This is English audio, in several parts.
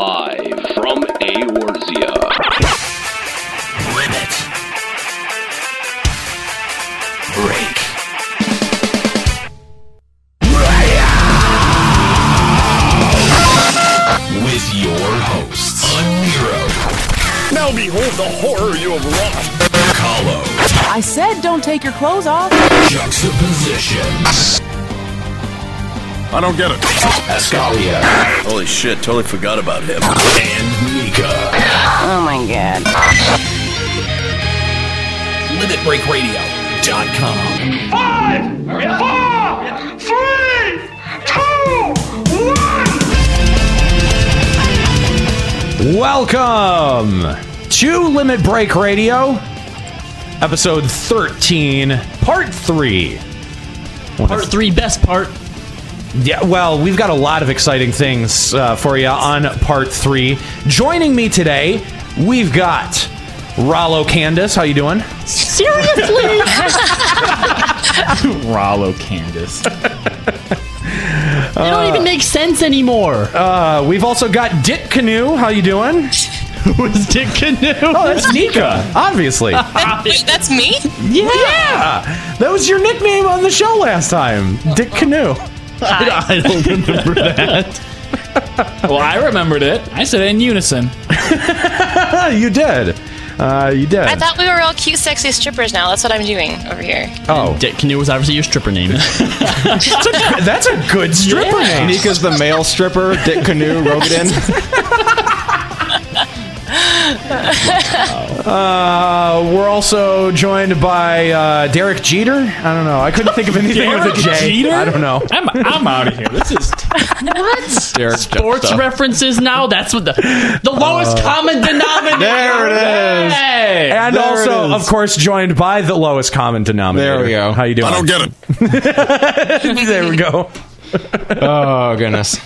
Live from Aorzia. Limit. Break. With your hosts, Unero, Now behold the horror you have wrought. Hollow, I said don't take your clothes off. Juxtaposition, I don't get it. Ascalia, Holy shit, totally forgot about him. and Nika. Oh my god. LimitBreakRadio.com. Five, four, three, two, one. Welcome to Limit Break Radio, episode 13, part 3. One Part of- three, best part. Yeah, well, we've got a lot of exciting things uh, for you on part 3. Joining me today, we've got Rollo Candace. How you doing? Rollo Candace. it don't even make sense anymore. Uh, we've also got Dit Canoe. How you doing? Who is Dick Canoe? Oh, that's Nika, obviously. Wait, that's me? yeah. yeah, that was your nickname on the show last time, Dick Canoe. I don't remember that. well, I remembered it. I said it in unison. Ah, you did. Uh, you did. I thought we were all cute, sexy strippers now. That's what I'm doing over here. oh, Dick Canoe was obviously your stripper name. That's a good stripper Yeah. name. Nika's the male stripper, Dick Canoe, Rogadin. Uh, we're also joined by uh, Derek Jeter. I don't know. I couldn't think of anything with a J. Derek Jeter? I don't know. I'm, I'm out of here. This is Derek sports Jephthah. references now. That's what the the lowest common denominator. There it is. Hey. And There also, it of is. course, joined by the lowest common denominator. There we go. How you doing? I don't get it. there we go. Oh goodness.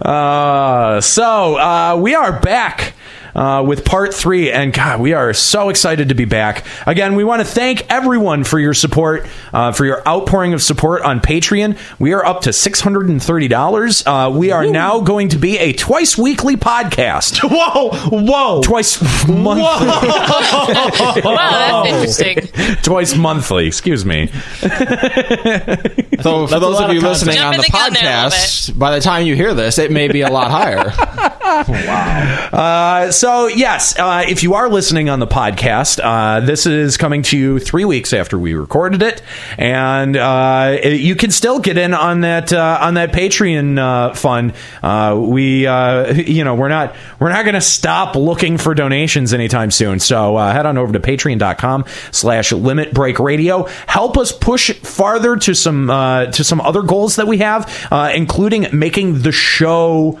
Uh, so uh, we are back uh, with part three, and God, we are so excited to be back again. We want to thank everyone for your support, uh, for your outpouring of support on Patreon. We are up to six hundred and thirty dollars. Uh, we are now going to be a twice weekly podcast, Whoa, whoa. twice monthly, Wow, that's interesting. twice monthly. Excuse me. So for those lot of of you content. listening on Jumping the the gun there a little podcast, by the time you hear this, it may be a lot higher. Uh, so yes, uh, if you are listening on the podcast, uh, this is coming to you three weeks after we recorded it, and uh, it- you can still get in on that uh, on that Patreon uh, fund. Uh, we uh, you know we're not we're not going to stop looking for donations anytime soon. So uh, head on over to patreon.com slash limit break radio. Help us push farther to some uh, to some other goals that we have, uh, including making the show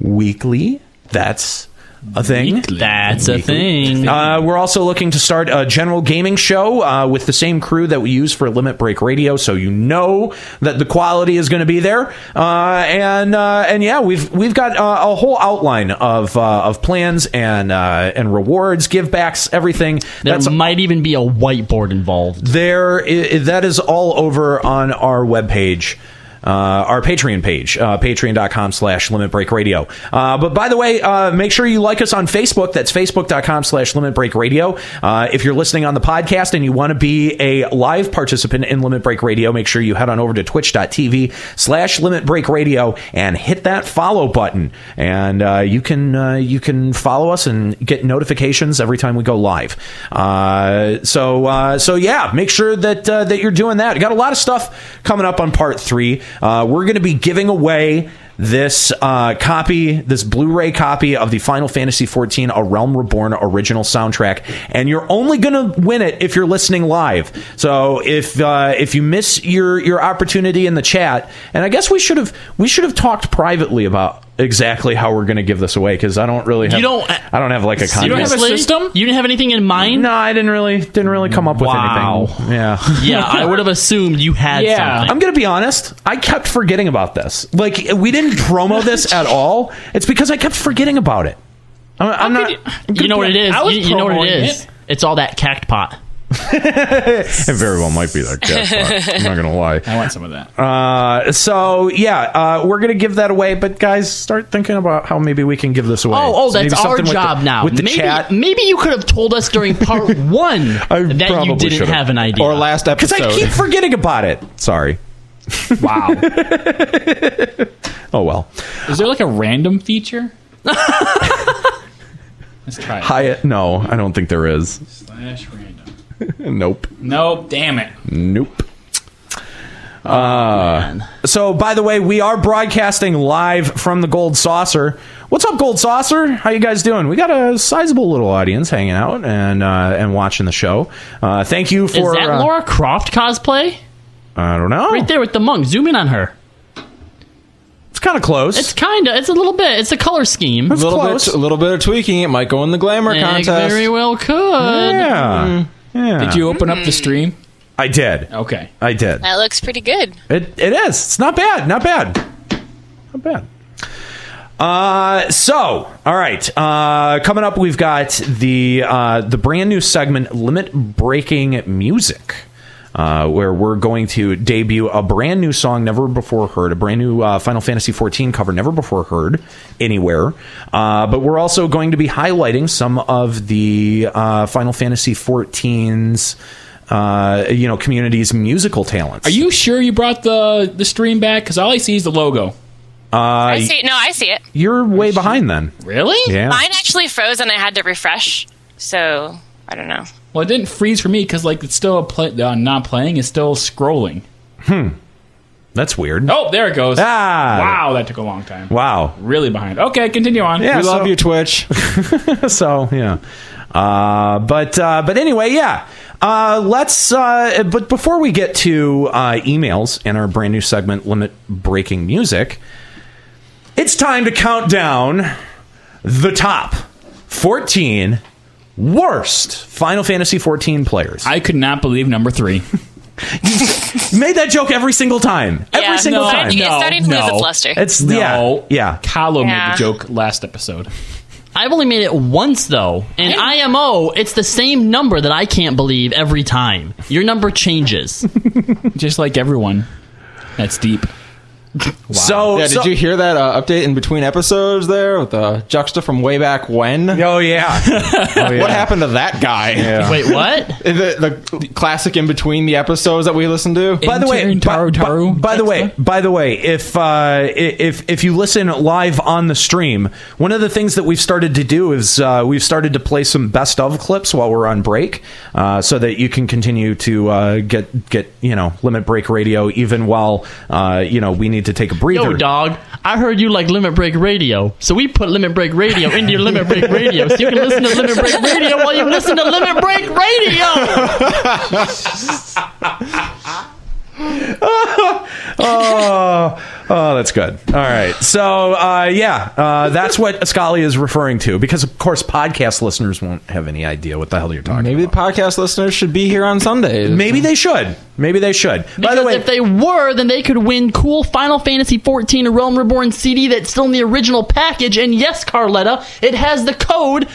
weekly. That's a thing. That's a thing. Uh, we're also looking to start a general gaming show uh, with the same crew that we use for Limit Break Radio, so you know that the quality is going to be there. Uh, and uh, and yeah, we've we've got uh, a whole outline of uh, of plans and uh, and rewards, give backs, everything. there That's might even be a whiteboard involved. there i- that is all over on our webpage uh, our patreon page uh, patreon.com slash limit break radio uh, but by the way uh, make sure you like us on facebook that's facebook.com slash limit break radio uh, if you're listening on the podcast and you want to be a live participant in limit break radio make sure you head on over to twitch.tv slash limit break radio and hit that follow button and uh, you can uh, you can follow us and get notifications every time we go live uh, so uh, so yeah make sure that uh, that you're doing that we got a lot of stuff coming up on part three uh, we're going to be giving away this uh, copy, this Blu-ray copy of the Final Fantasy XIV: A Realm Reborn original soundtrack, and you're only going to win it if you're listening live. So if uh, if you miss your your opportunity in the chat, and I guess we should have we should have talked privately about exactly how we're going to give this away because I don't really have, You don't- I don't have like a contest. You don't have a system? You didn't have anything in mind? no, I didn't really didn't really come up Wow. with anything. Yeah. Yeah, I would have assumed you had something. I'm gonna be honest. I kept forgetting about this. Like we didn't promo this at all. It's because I kept forgetting about it. I'm, I'm not. you know what it is. I was You, you know what promoting it is. It's all that cactpot. It very well might be that cat. but I'm not gonna lie. I want some of that. Uh, so yeah, uh, we're gonna give that away. But guys, start thinking about how maybe we can give this away. Oh, oh, So maybe that's our something with the- job now. With the maybe, chat, maybe you could have told us during part one I that probably you didn't should've. have an idea. Or last because episode. I keep forgetting about it. Sorry. wow. Oh well. Is there like a random feature? Let's try it. Hyatt. uh, No, I don't think there is. Slash random. Nope. Nope. Damn it. Nope. Oh, Uh, so by the way, we are broadcasting live from the Gold Saucer. What's up, Gold Saucer? How you guys doing? We got a sizable little audience hanging out and uh, and watching the show. Uh, thank you Is for. that uh, Laura Croft cosplay? I don't know. Right there with the monk. Zoom in on her. It's kind of close. It's kinda. It's a little bit. It's a color scheme. a little close. bit, a little bit of tweaking. It might go in the glamour It contest. very well could. Mm. yeah. Yeah. Did you open up Hmm. the stream? I did. Okay. I did. That looks pretty good. It, it is. It's not bad. Not bad. Not bad. Uh, so, all right. Uh, coming up, we've got the uh, the brand new segment, limit breaking music. Uh, where we're going to debut a brand new song never before heard, a brand new uh, Final Fantasy XIV cover never before heard anywhere. Uh, but we're also going to be highlighting some of the uh, Final Fantasy XIV's uh, you know community's musical talents. Are you sure you brought the the stream back? Because all I see is the logo. I see. No, I see it. You're way behind then. Really? Yeah. Mine actually froze and I had to refresh. So I don't know. Well, it didn't freeze for me because like it's still a play, uh, not playing. It's still scrolling. That's weird. Oh, there it goes. Ah. Wow, that took a long time. Wow. Really behind. Okay, continue on. Yeah, We so, love you, Twitch. So yeah. Uh, but uh, but anyway, yeah. Uh, let's. Uh, but before we get to uh, emails and our brand new segment, limit breaking music, it's time to count down the top fourteen worst Final Fantasy fourteen players. I I could not believe number three. made that joke every single time. yeah, every single it's time. starting, it's No, starting to lose no. its luster. It's No. yeah, yeah. Kahlo made Yeah. the joke last episode. I've only made it once though, and IMO, it's the same number that I can't believe every time. Your number changes. Just like everyone. That's deep. So Yeah, so- did you hear that uh, update in between episodes there with uh, Juxta from way back when? Oh yeah. Oh, yeah. What happened to that guy? Wait, what? The, the classic in between the episodes that we listen to. by the way, Intern by, Taru Taru by, by the way, Extra? by the way, if uh, i- if if you listen live on the stream, one of the things that we've started to do is uh, we've started to play some best of clips while we're on break, uh, so that you can continue to uh, get get you know limit break radio even while uh, you know we need to take a breather. Yo, dog. I heard you like Limit Break Radio, so we put Limit Break Radio into your Limit Break Radio, so you can listen to Limit Break Radio while you listen to Limit Break Radio. Oh, that's good. All right. So, uh, yeah, uh, that's what Ascali is referring to because, of course, podcast listeners won't have any idea what the hell you're talking Maybe the about. podcast listeners should be here on Sundays. Maybe they should. Maybe they should. By the Because way, if they were, then they could win cool Final Fantasy XIV A Realm Reborn CD that's still in the original package. And yes, Carletta, it has the code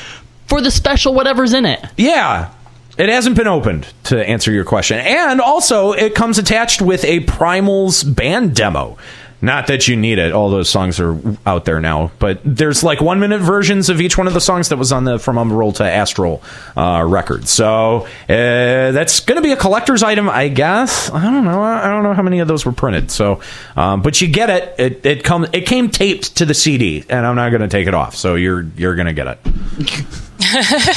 for the special whatever's in it. Yeah. It hasn't been opened to answer your question. And also, it comes attached with a Primals band demo. Not that you need it. All those songs are out there now. But there's like one minute versions of each one of the songs that was on the From Umbral to Astral uh, record. So uh, that's going to be a collector's item, I guess. I don't know. I don't know how many of those were printed. So, um, but you get it. It it come it came taped to the CD, and I'm not going to take it off. So you're you're going to get it.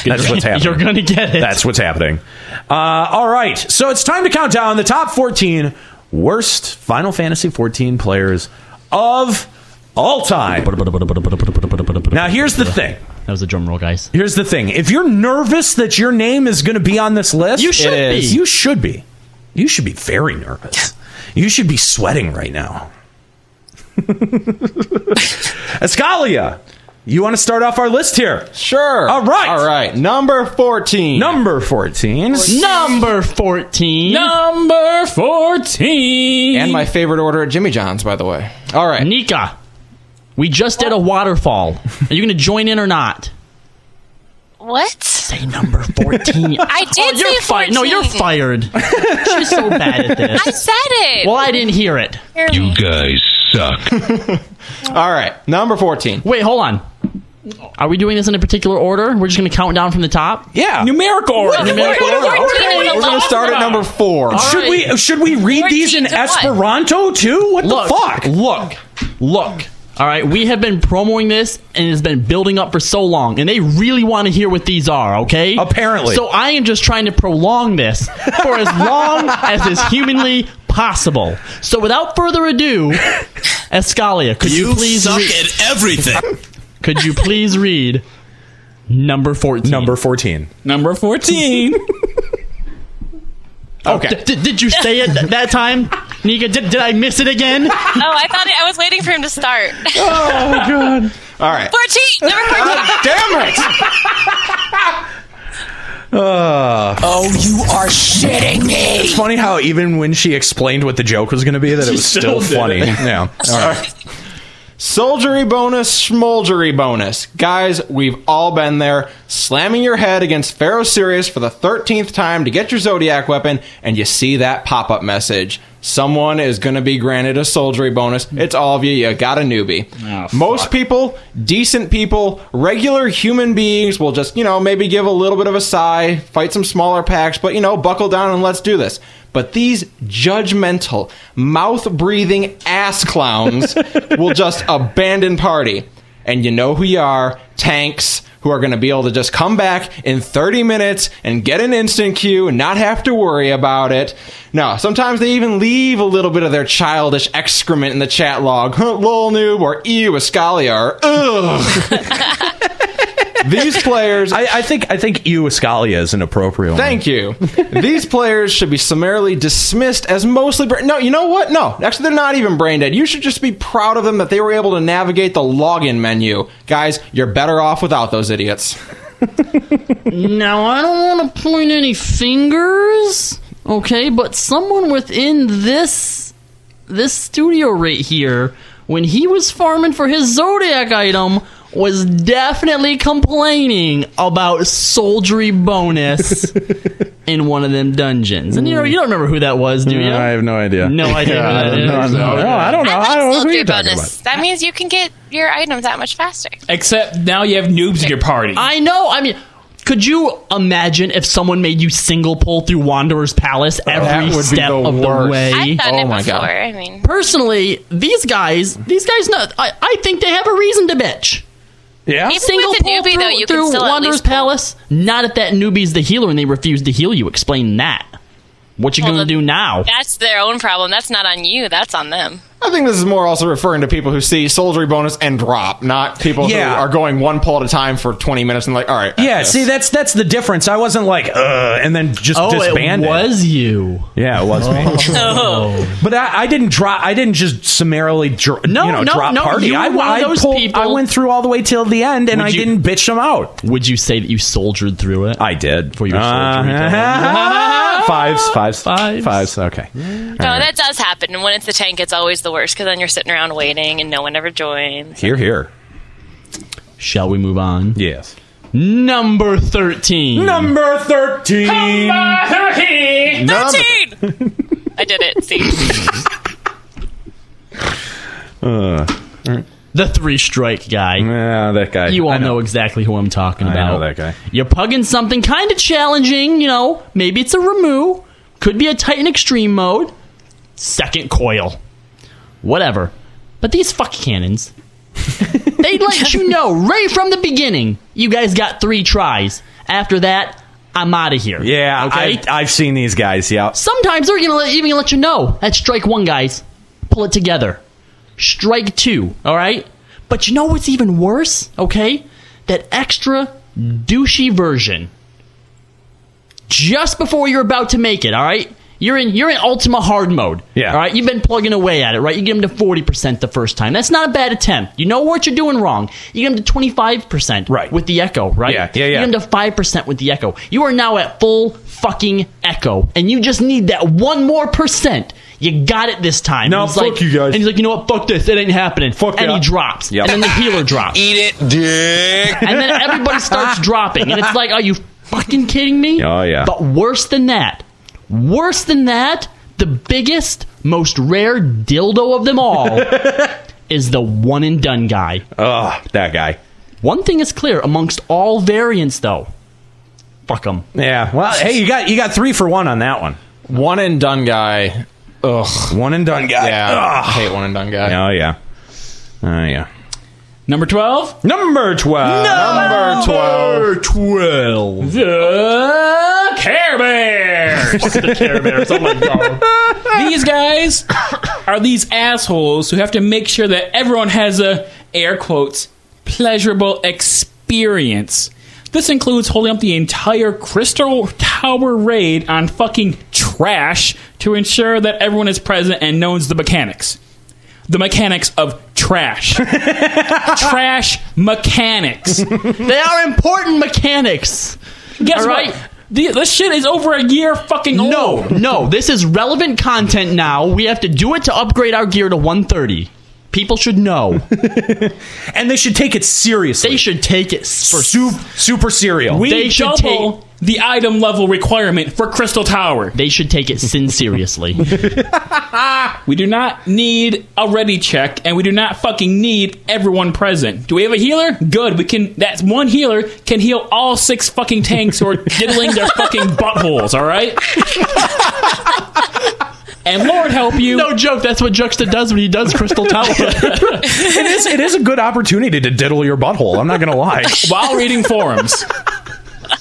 that's what's happening. You're going to get it. That's what's happening. Uh, all right, so it's time to count down the top 14 worst Final Fantasy 14 players of all time. Now, here's the thing. That was a drum roll, guys. Here's the thing. If you're nervous that your name is going to be on this list, You should It be. is. You should be. You should be very nervous. You should be sweating right now. Escalia, you want to start off our list here? Sure. All right. All right. Number 14. Number 14. Number 14. Number 14. And my favorite order at Jimmy John's, by the way. All right. Nika, we just did a waterfall. Are you going to join in or not? what? say number 14. I did you're say fired. No, you're 14. fired. She's so bad at I this. said it. Well, I didn't hear it. You Guys suck. All right, number 14. Wait, hold on. Are we doing this in a particular order? We're just going to count down from the top? Yeah. Numerical order. Numerical We're order. going We're going to start at number four. should All right. we should we read these in 14 to what? Esperanto too? What Look, the fuck? Look. Look. All right, we have been promoting this and it's been building up for so long, and they really want to hear what these are, okay? Apparently. So I am just trying to prolong this for as long as is humanly possible. So without further ado, Escalia, could you, please suck re- at everything. could you please read number 14? Number fourteen. Number 14. Okay. did, did you say it th- that time? Nika, did, did I miss it again? Oh, I thought it, I was waiting for him to start. All 14. right. Number 14. Damn it! Oh, It's funny how e- even when she explained what the joke was going to be, that it was still, still did it. funny. Yeah. Soldiery bonus, smoldery bonus. Guys, we've all been there, slamming your head against Pharaoh Sirius for the 13th time to get your Zodiac weapon, and you see that pop up message. Someone is going to be granted a soldiery bonus. It's all of you. You got a newbie. Oh, Most fuck. people, decent people, regular human beings will just, you know, maybe give a little bit of a sigh, fight some smaller packs, but, you know, buckle down and let's do this. But these judgmental, mouth breathing ass clowns will just abandon party. And you know who you are tanks who are going to be able to just come back in 30 minutes and get an instant queue and not have to worry about it. No, sometimes they even leave a little bit of their childish excrement in the chat log. Huh, Lol noob or ew, Escalia or ugh. These players I, I think I think you Escalia is an appropriate. one. Thank you. These players should be summarily dismissed as mostly brain. No, you know what? No, actually, they're not even brain dead. You should just be proud of them that they were able to navigate the login menu. Guys, you're better off without those idiots. Now, I don't want to point any fingers, okay, but someone within this this studio right here, when he was farming for his zodiac item, was definitely complaining about soldiery bonus in one of them dungeons. And you know, you don't remember who that was, do you? I have no idea. No idea who that is. No, no, no, I don't know. I I don't know like who your you're talking about. bonus. That means you can get your item that much faster. Except now you have noobs in your party. I know. I mean, could you imagine if someone made you single pull through Wanderer's Palace every would be step the of the worst. way? I've done Oh it my before. God. I mean, Personally, these guys, these guys, know, I, I think they have a reason to bitch. Yeah. even Single with a pull newbie through, though, you through can still at Wanderer's least pull. Palace. Not if that newbie's the healer and they refuse to heal you. Explain that. What you Well, gonna the- do now? That's their own problem. That's not on you. That's on them. I think this is more also referring to people who see soldiery bonus and drop, not people Yeah. who are going one pull at a time for 20 minutes and like, all right. Yeah, yes. see that's that's the difference. I wasn't like uh and then just oh, disbanded. it was Oh. you. Yeah, it was me. Oh. But I, I didn't drop. I didn't just summarily dr- No, you know, no, drop no, party. you were I, one of I those pulled, people- I went through all the way till the end, and Would I you- didn't bitch them out. Would you say that you soldiered through it? I did For your surgery, Uh, Uh-huh. fives, fives, Fives. fives. Okay. No, that does happen. And when it's the tank, it's always the worst because then you're sitting around waiting and no one ever joins. Here, here. Shall we move on? Yes. Number thirteen. Number thirteen. Number- 13! I did it. See? The three strike guy. Yeah, that guy. You all I know. exactly who I'm talking I about. know that guy. You're pugging something kind of challenging, you know. Maybe it's a Ramu. Could be a Titan Extreme mode. Second coil. Whatever. But these fuck cannons. they let you know right from the beginning you guys got three tries. After that, I'm out of here. Yeah, Okay? I, I've seen these guys. Yeah. Sometimes they're gonna let, even let you know. That's strike one, guys. Pull it together. Strike two, all right? But you know what's even worse, okay? That extra douchey version. Just before you're about to make it, all right? You're in you're in Ultima hard mode. Yeah. All right. You've been plugging away at it, right? You get him to forty percent the first time. That's not a bad attempt. You know what you're doing wrong. You get him to twenty five percent Right. with the echo, right? Yeah, yeah, You yeah. get him to five percent with the echo. You are now at full fucking echo, and you just need that one more percent. You got it this time. No, And he's fuck like- you guys. And he's like, you know what? Fuck this. It ain't happening. Fuck And yeah. he drops. Yep. And then the healer drops. Eat it, dick. and then everybody starts dropping, and it's like, are you fucking kidding me? Oh, yeah. But worse than that, worse than that, the biggest, most rare dildo of them all is the one and done guy. Ugh, that guy. One thing is clear amongst all variants, though. Fuck them. Yeah. Well, hey, you got you got three for one on that one. One and done guy. Ugh. One and done, guy. Yeah. I hate one and done guy. Oh yeah. Oh yeah. Number 12? Number twelve. Number 12. 12. The Care Bears. the Care Bears. Oh my god. These guys are these assholes who have to make sure that everyone has a air quotes pleasurable experience. This includes holding up the entire Crystal Tower raid on fucking trash to ensure that everyone is present and knows the mechanics. The mechanics of trash. trash mechanics. They are important mechanics. Guess All what? right. The, this shit is over a year fucking old. No, no, this is relevant content now. We have to do it to upgrade our gear to 130. People should know. And they should take it seriously. They should take it for Sup- super serial. we they should double the item level requirement for Crystal Tower. They should take it sin seriously. We do not need a ready check, and we do not fucking need everyone present. Do we have a healer? Good. We can. That one healer can heal all six fucking tanks who are diddling their fucking buttholes. All right. and Lord help you. no joke, that's what Juxta does when he does Crystal Tower. it is it is a good opportunity to diddle your butthole. I'm not gonna lie. while reading forums.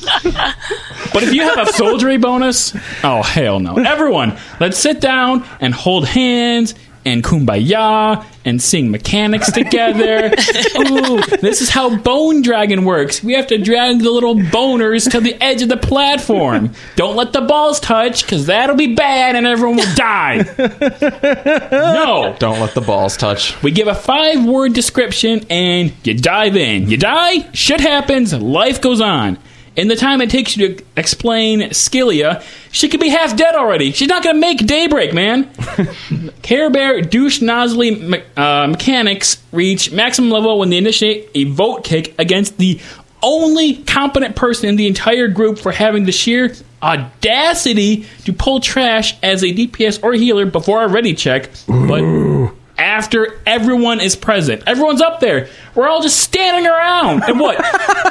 but if you have a soldiery bonus, oh hell no. Everyone, let's sit down and hold hands and kumbaya and sing mechanics together. Ooh, this is how Bone Dragon works. We have to drag the little boners to the edge of the platform. Don't let the balls touch, because that'll be bad and everyone will die. No. Don't let the balls touch. We give a five word description and you dive in. You die, shit happens, life goes on. In the time it takes you to explain Skillia, she could be half dead already. She's not gonna make daybreak, man. Care Bear douche nozzly me- uh, mechanics reach maximum level when they initiate a vote kick against the only competent person in the entire group for having the sheer audacity to pull trash as a DPS or healer before a ready check, but after everyone is present. Everyone's up there. We're all just standing around. And what?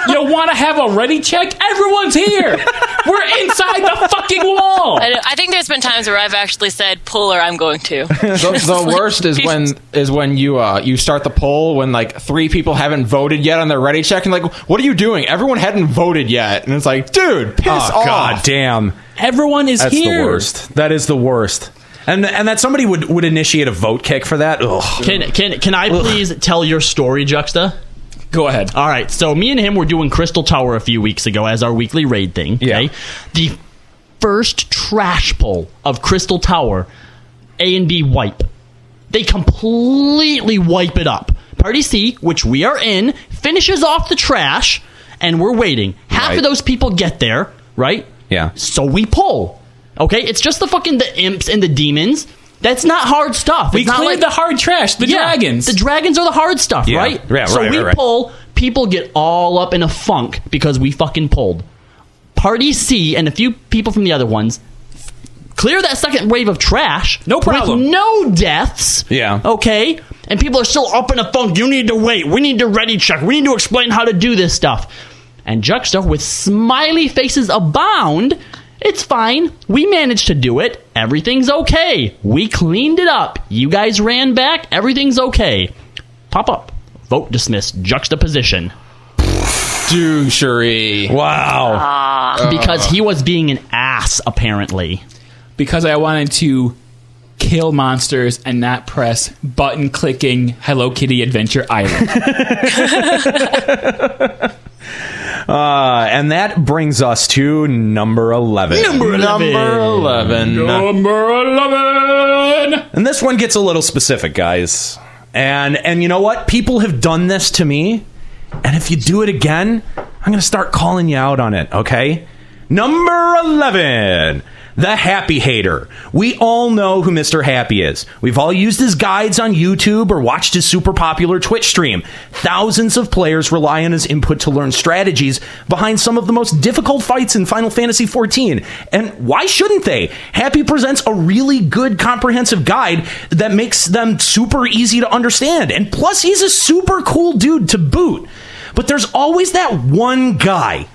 you want to have a ready check? Everyone's here. We're inside the fucking wall. I, I think there's been times where I've actually said, pull or I'm going to. The, the worst is when is when you uh, you start the poll when like three people haven't voted yet on their ready check and like what are you doing? Everyone hadn't voted yet, and it's like, dude, piss Oh off. god damn. Everyone is That's here. the worst. That is the worst. And and that somebody would, would initiate a vote kick for that. Ugh. can, can, can I please tell your story, Juxta? Go ahead. Uh, All right, so me and him were doing Crystal Tower a few weeks ago as our weekly raid thing. Okay? Yeah. The first trash pull of Crystal Tower, A and B wipe. They completely wipe it up. Party C, which we are in, finishes off the trash, and we're waiting. Half Right. of those people get there, right? Yeah. So we pull. Okay, it's just the fucking the imps and the demons. That's not hard stuff. we It's not cleared like- the hard trash, the yeah, dragons. The dragons are the hard stuff, Yeah. right? Yeah, so right, we right, right. pull, people get all up in a funk because we fucking pulled. Party C and a few people from the other ones clear that second wave of trash. No problem. With no deaths. Yeah. Okay? And people are still up in a funk. You need to wait. We need to ready check. We need to explain how to do this stuff. And Juxta, with smiley faces abound, it's fine. We managed to do it. Everything's okay. We cleaned it up. You guys ran back. Everything's okay. Pop up. Vote dismissed. Juxtaposition. douchery. Wow. because he was being an ass, apparently. because I wanted to kill monsters and not press button clicking Hello Kitty Adventure Island. Uh, and that brings us to number eleven. Number eleven. Number 11. And this one gets a little specific, guys. And and you know what? People have done this to me, and if you do it again, I'm going to start calling you out on it, okay? Number 11. the happy hater. We all know who Mr. Happy is. We've all used his guides on YouTube or watched his super popular Twitch stream. Thousands of players rely on his input to learn strategies behind some of the most difficult fights in Final Fantasy XIV. And why shouldn't they? Happy presents a really good comprehensive guide that makes them super easy to understand. And plus, he's a super cool dude to boot. But there's always that one guy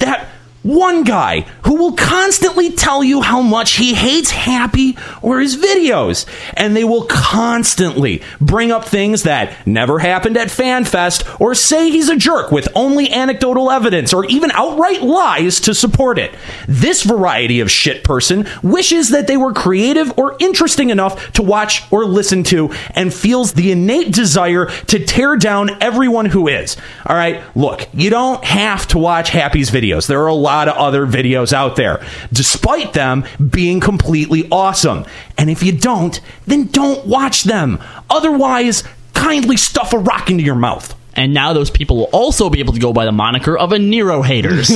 that one guy who will constantly tell you how much he hates Happy or his videos. And they will constantly bring up things that never happened at FanFest or say he's a jerk with only anecdotal evidence or even outright lies to support it. This variety of shit person wishes that they were creative or interesting enough to watch or listen to and feels the innate desire to tear down everyone who is. All right, look, you don't have to watch Happy's videos. There are a lot of other videos out there, despite them being completely awesome. And if you don't, then don't watch them. Otherwise, kindly stuff a rock into your mouth. And now those people will also be able to go by the moniker of a Nero haters.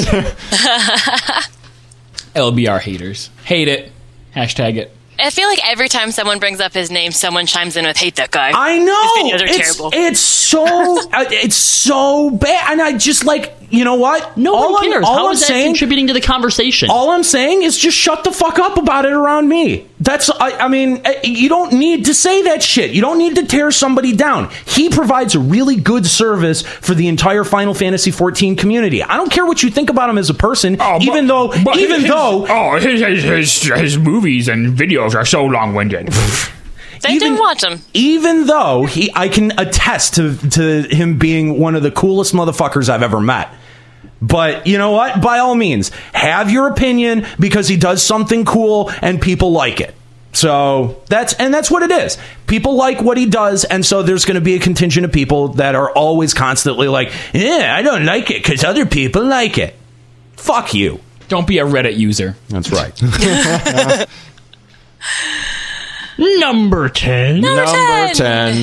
LBR haters. Hate it. Hashtag it. I feel like every time someone brings up his name, someone chimes in with "Hate that guy." I know. His videos are it's, terrible. it's so uh, it's so bad, and I just like you know what? no all one I'm- cares. all How I'm is that saying, contributing to the conversation? all I'm saying is just shut the fuck up about it around me. That's I, I mean, uh, you don't need to say that shit. You don't need to tear somebody down. He provides a really good service for the entire Final Fantasy 14 community. I don't care what you think about him as a person, Oh, Uh, even though even though oh his, his his his movies and videos are so long winded. they didn't watch him. Even though he, I can attest to to him being one of the coolest motherfuckers I've ever met. But you know what? By all means, have your opinion because he does something cool and people like it. So that's and that's what it is. People like what he does, and so there's going to be a contingent of people that are always constantly like, "Yeah, I don't like it because other people like it." Fuck you. Don't be a Reddit user. That's right. Number 10. Number 10.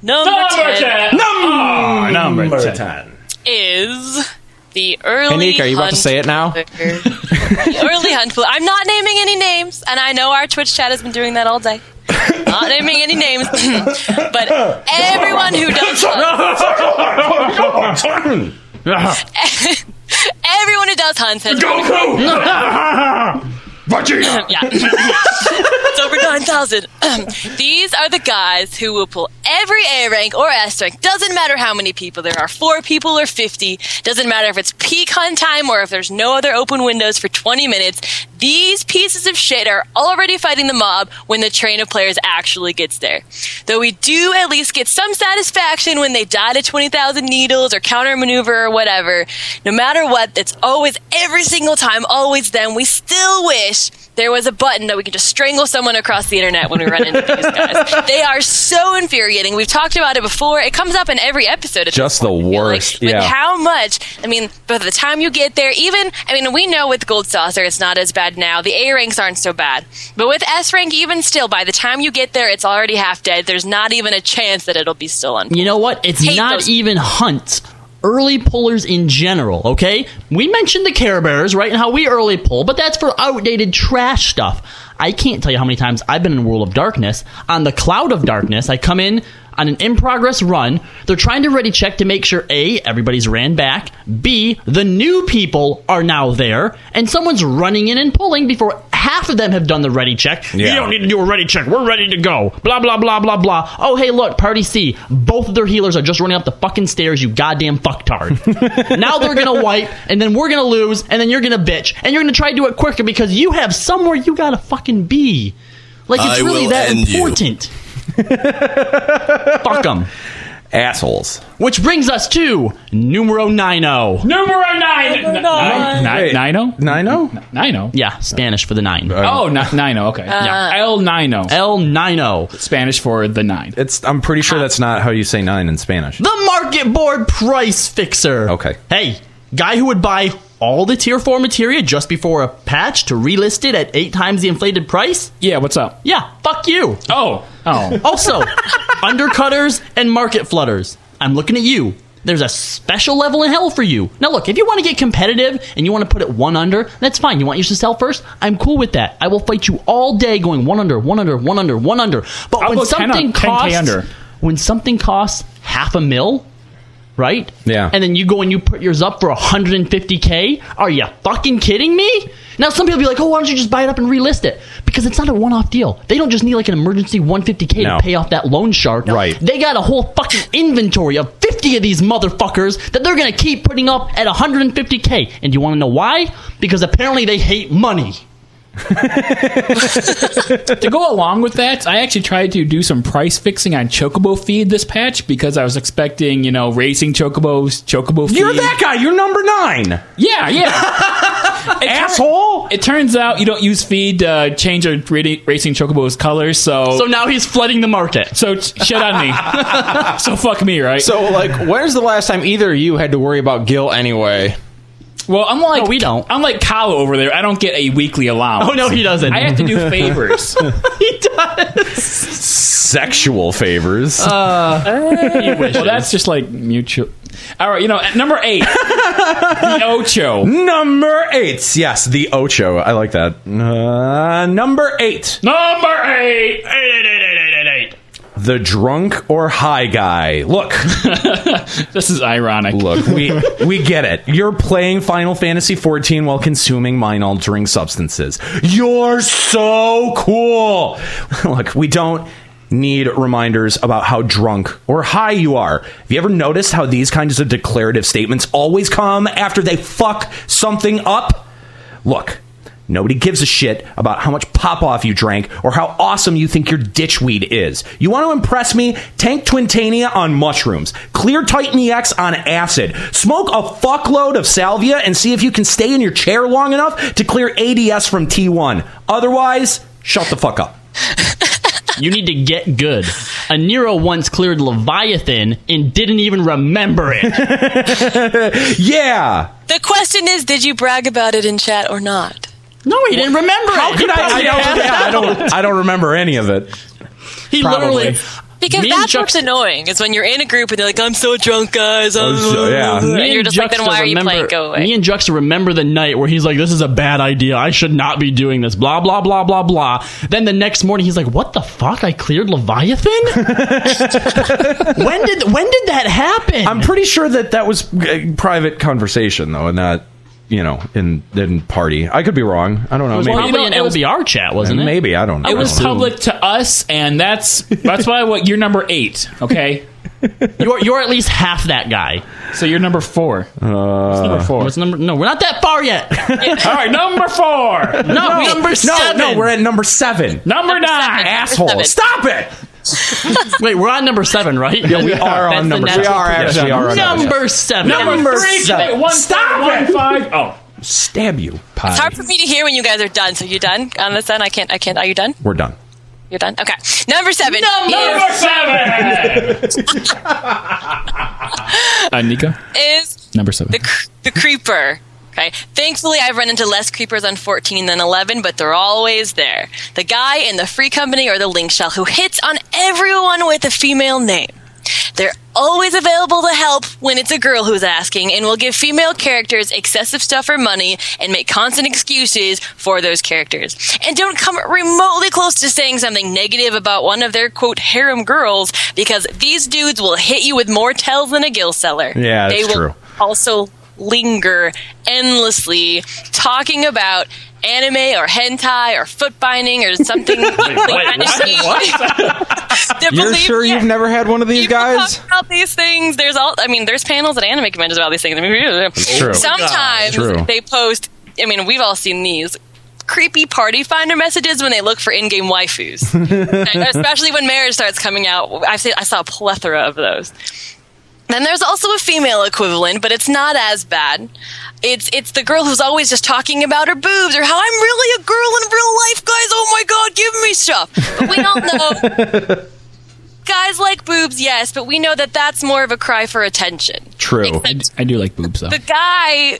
Number, ten, number ten. is the early. Anika, are you about hunt to say it now? the early hunt. Blue. I'm not naming any names, and I know our Twitch chat has been doing that all day. Not naming any names, but everyone who does hunts, everyone who does hunts has yeah. it's over 9,000. um, These are the guys who will pull every A rank or S rank. Doesn't matter how many people there are, four people or 50. Doesn't matter if it's peak hunt time or if there's no other open windows for 20 minutes. These pieces of shit are already fighting the mob when the train of players actually gets there. Though we do at least get some satisfaction when they die to 20,000 needles or counter maneuver or whatever. No matter what, it's always every single time, always them. We still wish there was a button that we could just strangle someone across the internet when we run into these guys. They are so infuriating. We've talked about it before. It comes up in every episode. It's Just the worst. like, like yeah. how much? I mean, by the time you get there, even I mean, we know with Gold Saucer it's not as bad now. The A ranks aren't so bad, but with S rank, even still, by the time you get there, it's already half dead. There's not even a chance that it'll be still on. You know what? It's Hate not those- even hunt. Early pullers in general, okay? We mentioned the Care Bears, right, and how we early pull, but that's for outdated trash stuff. I can't tell you how many times I've been in World of Darkness. On the Cloud of Darkness, I come in on an in progress run. They're trying to ready check to make sure A, everybody's ran back, B, the new people are now there, and someone's running in and pulling before half of them have done the ready check. You Yeah. don't need to do a ready check. We're ready to go. Blah blah blah blah blah. Oh hey, look, party C. Both of their healers are just running up the fucking stairs. You goddamn fucktard. now they're gonna wipe, and then we're gonna lose, and then you're gonna bitch, and you're gonna try to do it quicker because you have somewhere you gotta fucking be. Like it's I really will that end you. important. Fuck them. Assholes. Which brings us to numero oh. nino. Numero nine. Numero nine. Wait. Uh, Nino. Nino? Nino. Yeah, Spanish for the nine. Oh, ni- Nino. Okay. El Nino. El nino. Spanish for the nine. It's I'm pretty sure that's not how you say nine in Spanish. The market board price fixer. Okay. Hey, guy who would buy all the tier 4 materia just before a patch to relist it at 8 times the inflated price? Yeah. What's up? Yeah, fuck you. Oh. Oh. Also, undercutters and market flutters. I'm looking at you, There's a special level in hell for you. Now, look, if you want to get competitive and you want to put it one under, that's fine. You want yours to sell first? I'm cool with that. I will fight you all day going one under, one under, one under, one under. But I'll when go 10 something up, 10K costs, under. when something costs half a mil, right? Yeah. And then you go and you put yours up for 150k. Are you fucking kidding me? Now some people be like, "Oh, why don't you just buy it up and relist it?" Because it's not a one-off deal. They don't just need like an emergency 150k No. to pay off that loan shark. Right. They got a whole fucking inventory of 50 of these motherfuckers that they're gonna keep putting up at 150k. And you want to know why? Because apparently they hate money. to go along with that, I actually tried to do some price fixing on Chocobo feed this patch because I was expecting, you know, racing Chocobos, Chocobo feed. You're that guy. You're number nine. Yeah, yeah. It tur- Asshole. it turns out you don't use feed to change your ra- racing Chocobo's colors, so So now he's flooding the market. so, ch- shit on me. so fuck me, right? So, like, when's the last time either of you had to worry about Gil anyway? well, I'm like No, we don't. I'm like Kyle over there. I don't get a weekly allowance. Oh no, he doesn't. I have to do favors. he does. Sexual favors. Uh, well, that's just like mutual. All right, you know, at number eight, the Ocho. number eight. Yes, the Ocho. I like that. Uh, number eight. Number eight. The drunk or high guy. Look, This is ironic. look. We we get it. You're playing Final Fantasy 14 while consuming mind altering substances. You're so cool. look, we don't need reminders about how drunk or high you are. Have you ever noticed how these kinds of declarative statements always come after they fuck something up? Look, nobody gives a shit about how much pop off you drank or how awesome you think your ditchweed is. You want to impress me? Tank Twintania on mushrooms, clear Titan EX on acid, smoke a fuckload of salvia and see if you can stay in your chair long enough to clear ADS from T1. Otherwise, shut the fuck up. You need to get good. A Nero once cleared Leviathan and didn't even remember it. Yeah. The question is, did you brag about it in chat or not? No, he didn't remember it. He Could I, I, probably don't, passed yeah, I, out. don't, I don't remember any of it. He Probably. literally. Because Me and that's what's Juxta- annoying is when you're in a group and they're like, "I'm so drunk, guys." I'm so- yeah. And me and you're just like, "Then Juxta why are you remember- playing? Go away." Me and Juxta remember the night where he's like, "This is a bad idea. I should not be doing this." Blah blah blah blah blah. Then the next morning, he's like, "What the fuck? I cleared Leviathan? when did when did that happen?" I'm pretty sure that that was a private conversation, though, and not, you know, in, in party. I could be wrong. I don't know. it was Maybe- probably You know, an it was- LBR chat, wasn't it? Maybe I don't. know. It was don't know. public to us, and that's that's why what you're number eight. Okay, You're you're at least half that guy. so you're number Uh, four. What's number four. What's number? No, we're not that far yet. All right, number four, No, number no, seven. no, we're at number seven. number seven. nine. Asshole, seven. stop it! Wait, we're on number seven, right? Yeah, we are That's on the number. natural seven. progression. Yes, we are on Number seven. Number three. seven. One, Stop one, it. five. Oh, Stab you, It's pie. hard for me to hear when you guys are done. So you done? On this end, I can't. I can't. Are you done? We're done. You're done. Okay. Number seven. is- number seven. uh, Nika, is number seven. the cr- the creeper. Okay. Thankfully, I've run into less creepers on 14 than 11, but they're always there. The guy in the free company or the link shell who hits on everyone with a female name. They're always available to help when it's a girl who's asking and will give female characters excessive stuff for money and make constant excuses for those characters. And don't come remotely close to saying something negative about one of their quote harem girls because these dudes will hit you with more tells than a gill seller. Yeah, they that's will true. also linger endlessly talking about anime or hentai or foot binding or something. They're You're believe- sure yeah. you've never had one of these People guys? talk about these things. There's all. I mean, there's panels at anime conventions about these things. I mean, true. Sometimes True. they post. I mean, we've all seen these creepy party finder messages when they look for in-game waifus, And especially when marriage starts coming out. I've seen, I saw a plethora of those. Then there's also a female equivalent, but it's not as bad. It's it's the girl who's always just talking about her boobs or how I'm really a girl in real life, guys. Oh my god, give me stuff. But we all know guys like boobs, yes, but we know that that's more of a cry for attention. True. Except I do like boobs though. the guy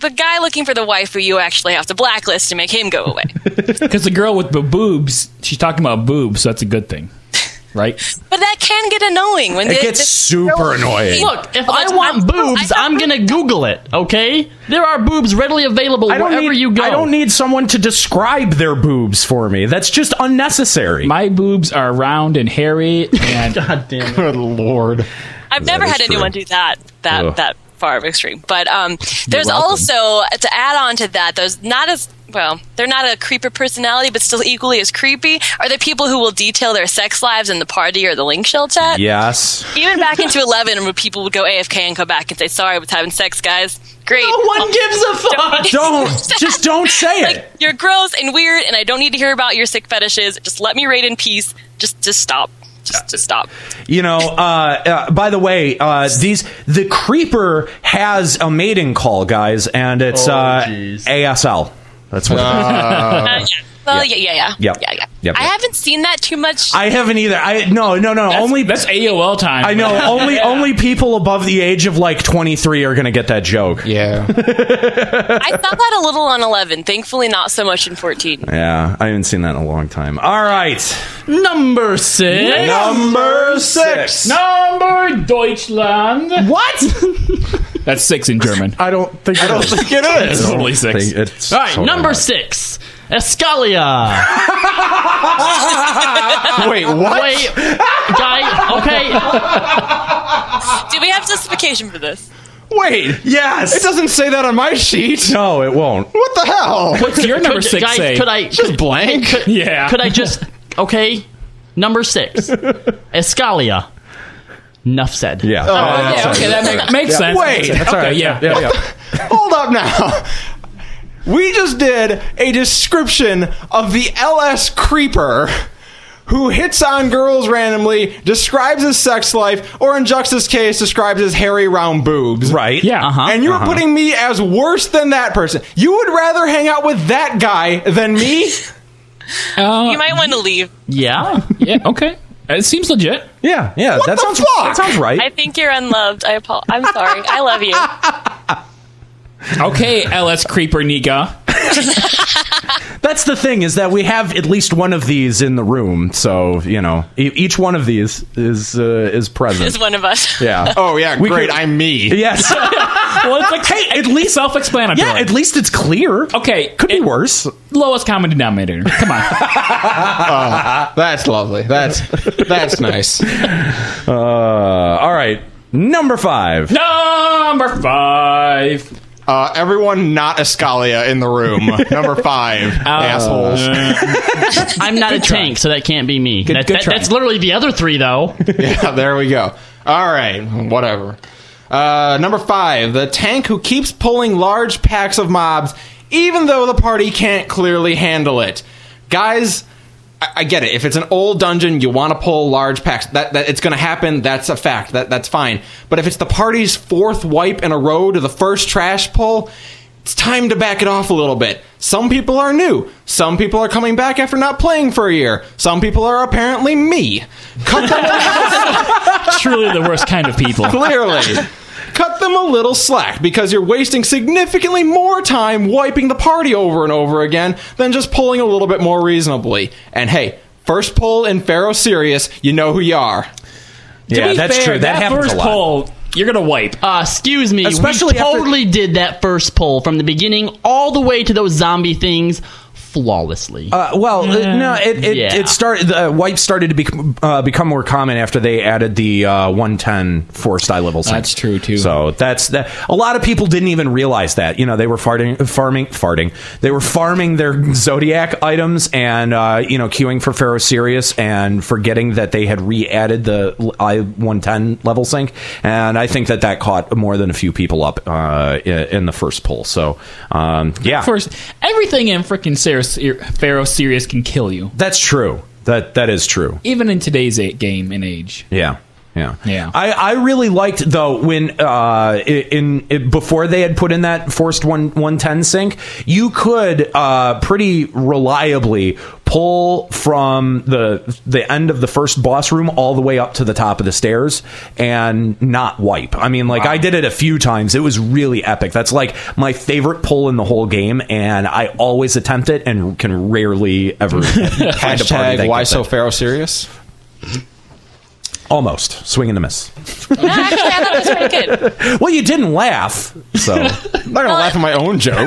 the guy looking for the waifu you actually have to blacklist to make him go away Because the girl with the boobs, she's talking about boobs, so that's a good thing. right? But that can get annoying when It they- gets they- super annoying. Look, if Well, I that's- want I'm- boobs, I- I'm gonna Google it. Okay, there are boobs readily available I don't wherever need, you go. I don't need someone to describe their boobs for me. That's just unnecessary. My boobs are round and hairy, and Good lord. I've never is had anyone true. do that that Ugh. that far of extreme. But um, there's welcome. also to add on to that, there's not as well, they're not a creeper personality, but still equally as creepy. Are the people who will detail their sex lives in the party or the link shell chat? yes. Even back into eleven, when people would go AFK and come back and say, "Sorry, I was having sex, guys." Great. No one gives a fuck. Don't just don't say it. Like, you're gross and weird, and I don't need to hear about your sick fetishes. Just let me raid in peace. Just, just stop. Just, just stop. You know, uh, uh, by the way, uh, these the creeper has a mating call, guys, and it's uh, ASL. That's what. Uh, yeah. Well, yeah, yeah, yeah, Yep. yeah, yeah. Yep, I yep. haven't seen that too much. I haven't either. I no, no, no. only that's AOL time. I know. Only only people above the age of like twenty three are gonna get that joke. Yeah. I saw that a little on 11. Thankfully, not so much in 14. Yeah, I haven't seen that in a long time. All right, Number six. number six. Number Deutschland. What? That's six in German. I don't think. I don't think Get it is. totally six. it's All right, totally number not. six. Escalia. Wait, what? Wait, guy. Okay, Do we have justification for this? Wait. It Yes. doesn't say that on my sheet. no, it won't. What the hell? What's your number could, six guys, say? could I? Could, Blank. yeah. could I just? Okay, number six. Escalia. Enough said. Oh, Yeah. Yeah, okay, that make, makes sense. Wait, That's okay, right. yeah. Yeah, yeah. Hold up now. We just did a description of the LS Creeper who hits on girls randomly, describes his sex life, or in Jux's case, describes his hairy round boobs. Right. Yeah. Uh-huh. And you were putting me as worse than that person. You would rather hang out with that guy than me? Uh, You might want to leave. Yeah. yeah, okay. It seems legit. Yeah. Yeah. that the sounds. fuck? That sounds right. I think you're unloved. I apo- I'm sorry. I love you. Okay, LS Creeper Nika. That's the thing is that we have at least one of these in the room, so you know e- each one of these is uh, is present. Is one of us. yeah. Oh, yeah, We great. could- I'm me. Yes. Well, it's like, hey, at least self-explanatory. yeah. At least it's clear. okay, Could be it- worse. lowest common denominator. Come on. That's lovely. That's that's nice. Uh, all right. Number five. Number five. Uh, everyone not Escalia in the room. Number five. Oh. assholes. I'm not a tank, so that can't be me. that, good that- try. that's literally the other three, though. yeah, there we go. All right, whatever. Uh, number five, the tank who keeps pulling large packs of mobs, even though the party can't clearly handle it. Guys, I, I get it. If it's an old dungeon, you want to pull large packs. That, that it's going to happen. That's a fact. That that's fine. But if it's the party's fourth wipe in a row to the first trash pull. It's time to back it off a little bit. Some people are new. Some people are coming back after not playing for a year. Some people are apparently me. Cut them Truly the worst kind of people. Clearly. Cut them a little slack because you're wasting significantly more time wiping the party over and over again than just pulling a little bit more reasonably. And hey, first pull in Pharaoh Sirius, you know who you are. yeah, that's Fair, true. That, happens first a lot. poll, you're gonna wipe. Uh, excuse me. Especially we after- totally did that first poll from the beginning all the way to those zombie things flawlessly. Uh, well, uh, no, it it, Yeah. it started. The uh, wipe started to become uh, become more common after they added the uh, 110 forced eye level. That's sync. true, too. So that's that. A lot of people didn't even realize that. You know, they were farting, farming, farting. They were farming their zodiac items and uh, you know queuing for Pharaoh Sirius and forgetting that they had re-added the I 110 level sync. And I think that that caught more than a few people up uh, in, in the first poll. So um, yeah, First, everything in freaking Sarah's- Pharaoh Sirius can kill you, that's true. That that is true. even in today's a- game and age. Yeah. Yeah. Yeah. I, I really liked though when uh in, in before they had put in that forced one 110 sync, you could uh pretty reliably pull from the the end of the first boss room all the way up to the top of the stairs and not wipe. I mean like I did it a few times. It was really epic. That's like my favorite pull in the whole game and I always attempt it and can rarely ever find a party that Hashtag why gets so it. Pharaoh Sirius? Almost swing and a miss. Actually, I thought it was pretty good. Well, you didn't laugh, so I'm not gonna laugh at my own joke. Well,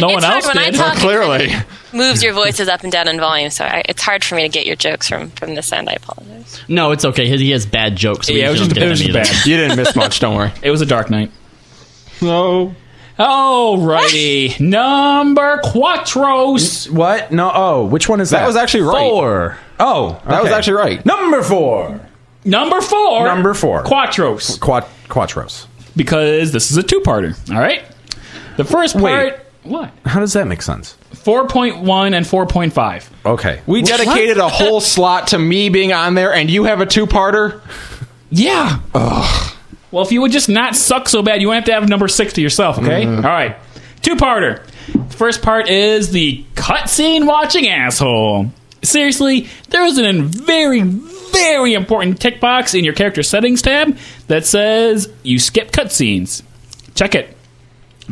no one it's hard else when I did. talk. it Clearly. moves your voices up and down in volume, so I, it's hard for me to get your jokes from from this end. I apologize. No, it's okay. He he has bad jokes. So Yeah, it was just just, it was just bad. You didn't miss much, don't worry. It was a dark night. No. Alrighty, number quattros. what? No. Oh, which one is that? That was actually right. Four. Oh, That was okay. actually right. Number four. Number four. Number four. Quattros. Quat- quattros. Because this is a two-parter. All right. The first Wait. part. What? How does that make sense? Four point one and four point five. Okay. We dedicated a whole slot to me being on there, and you have a two-parter. Yeah. Ugh. Well, if you would just not suck so bad, you won't have to have number six to yourself, okay? Mm-hmm. All right. Two parter. First part is the cutscene watching asshole. Seriously, there is an very, very important tick box in your character settings tab that says you skip cutscenes. Check it.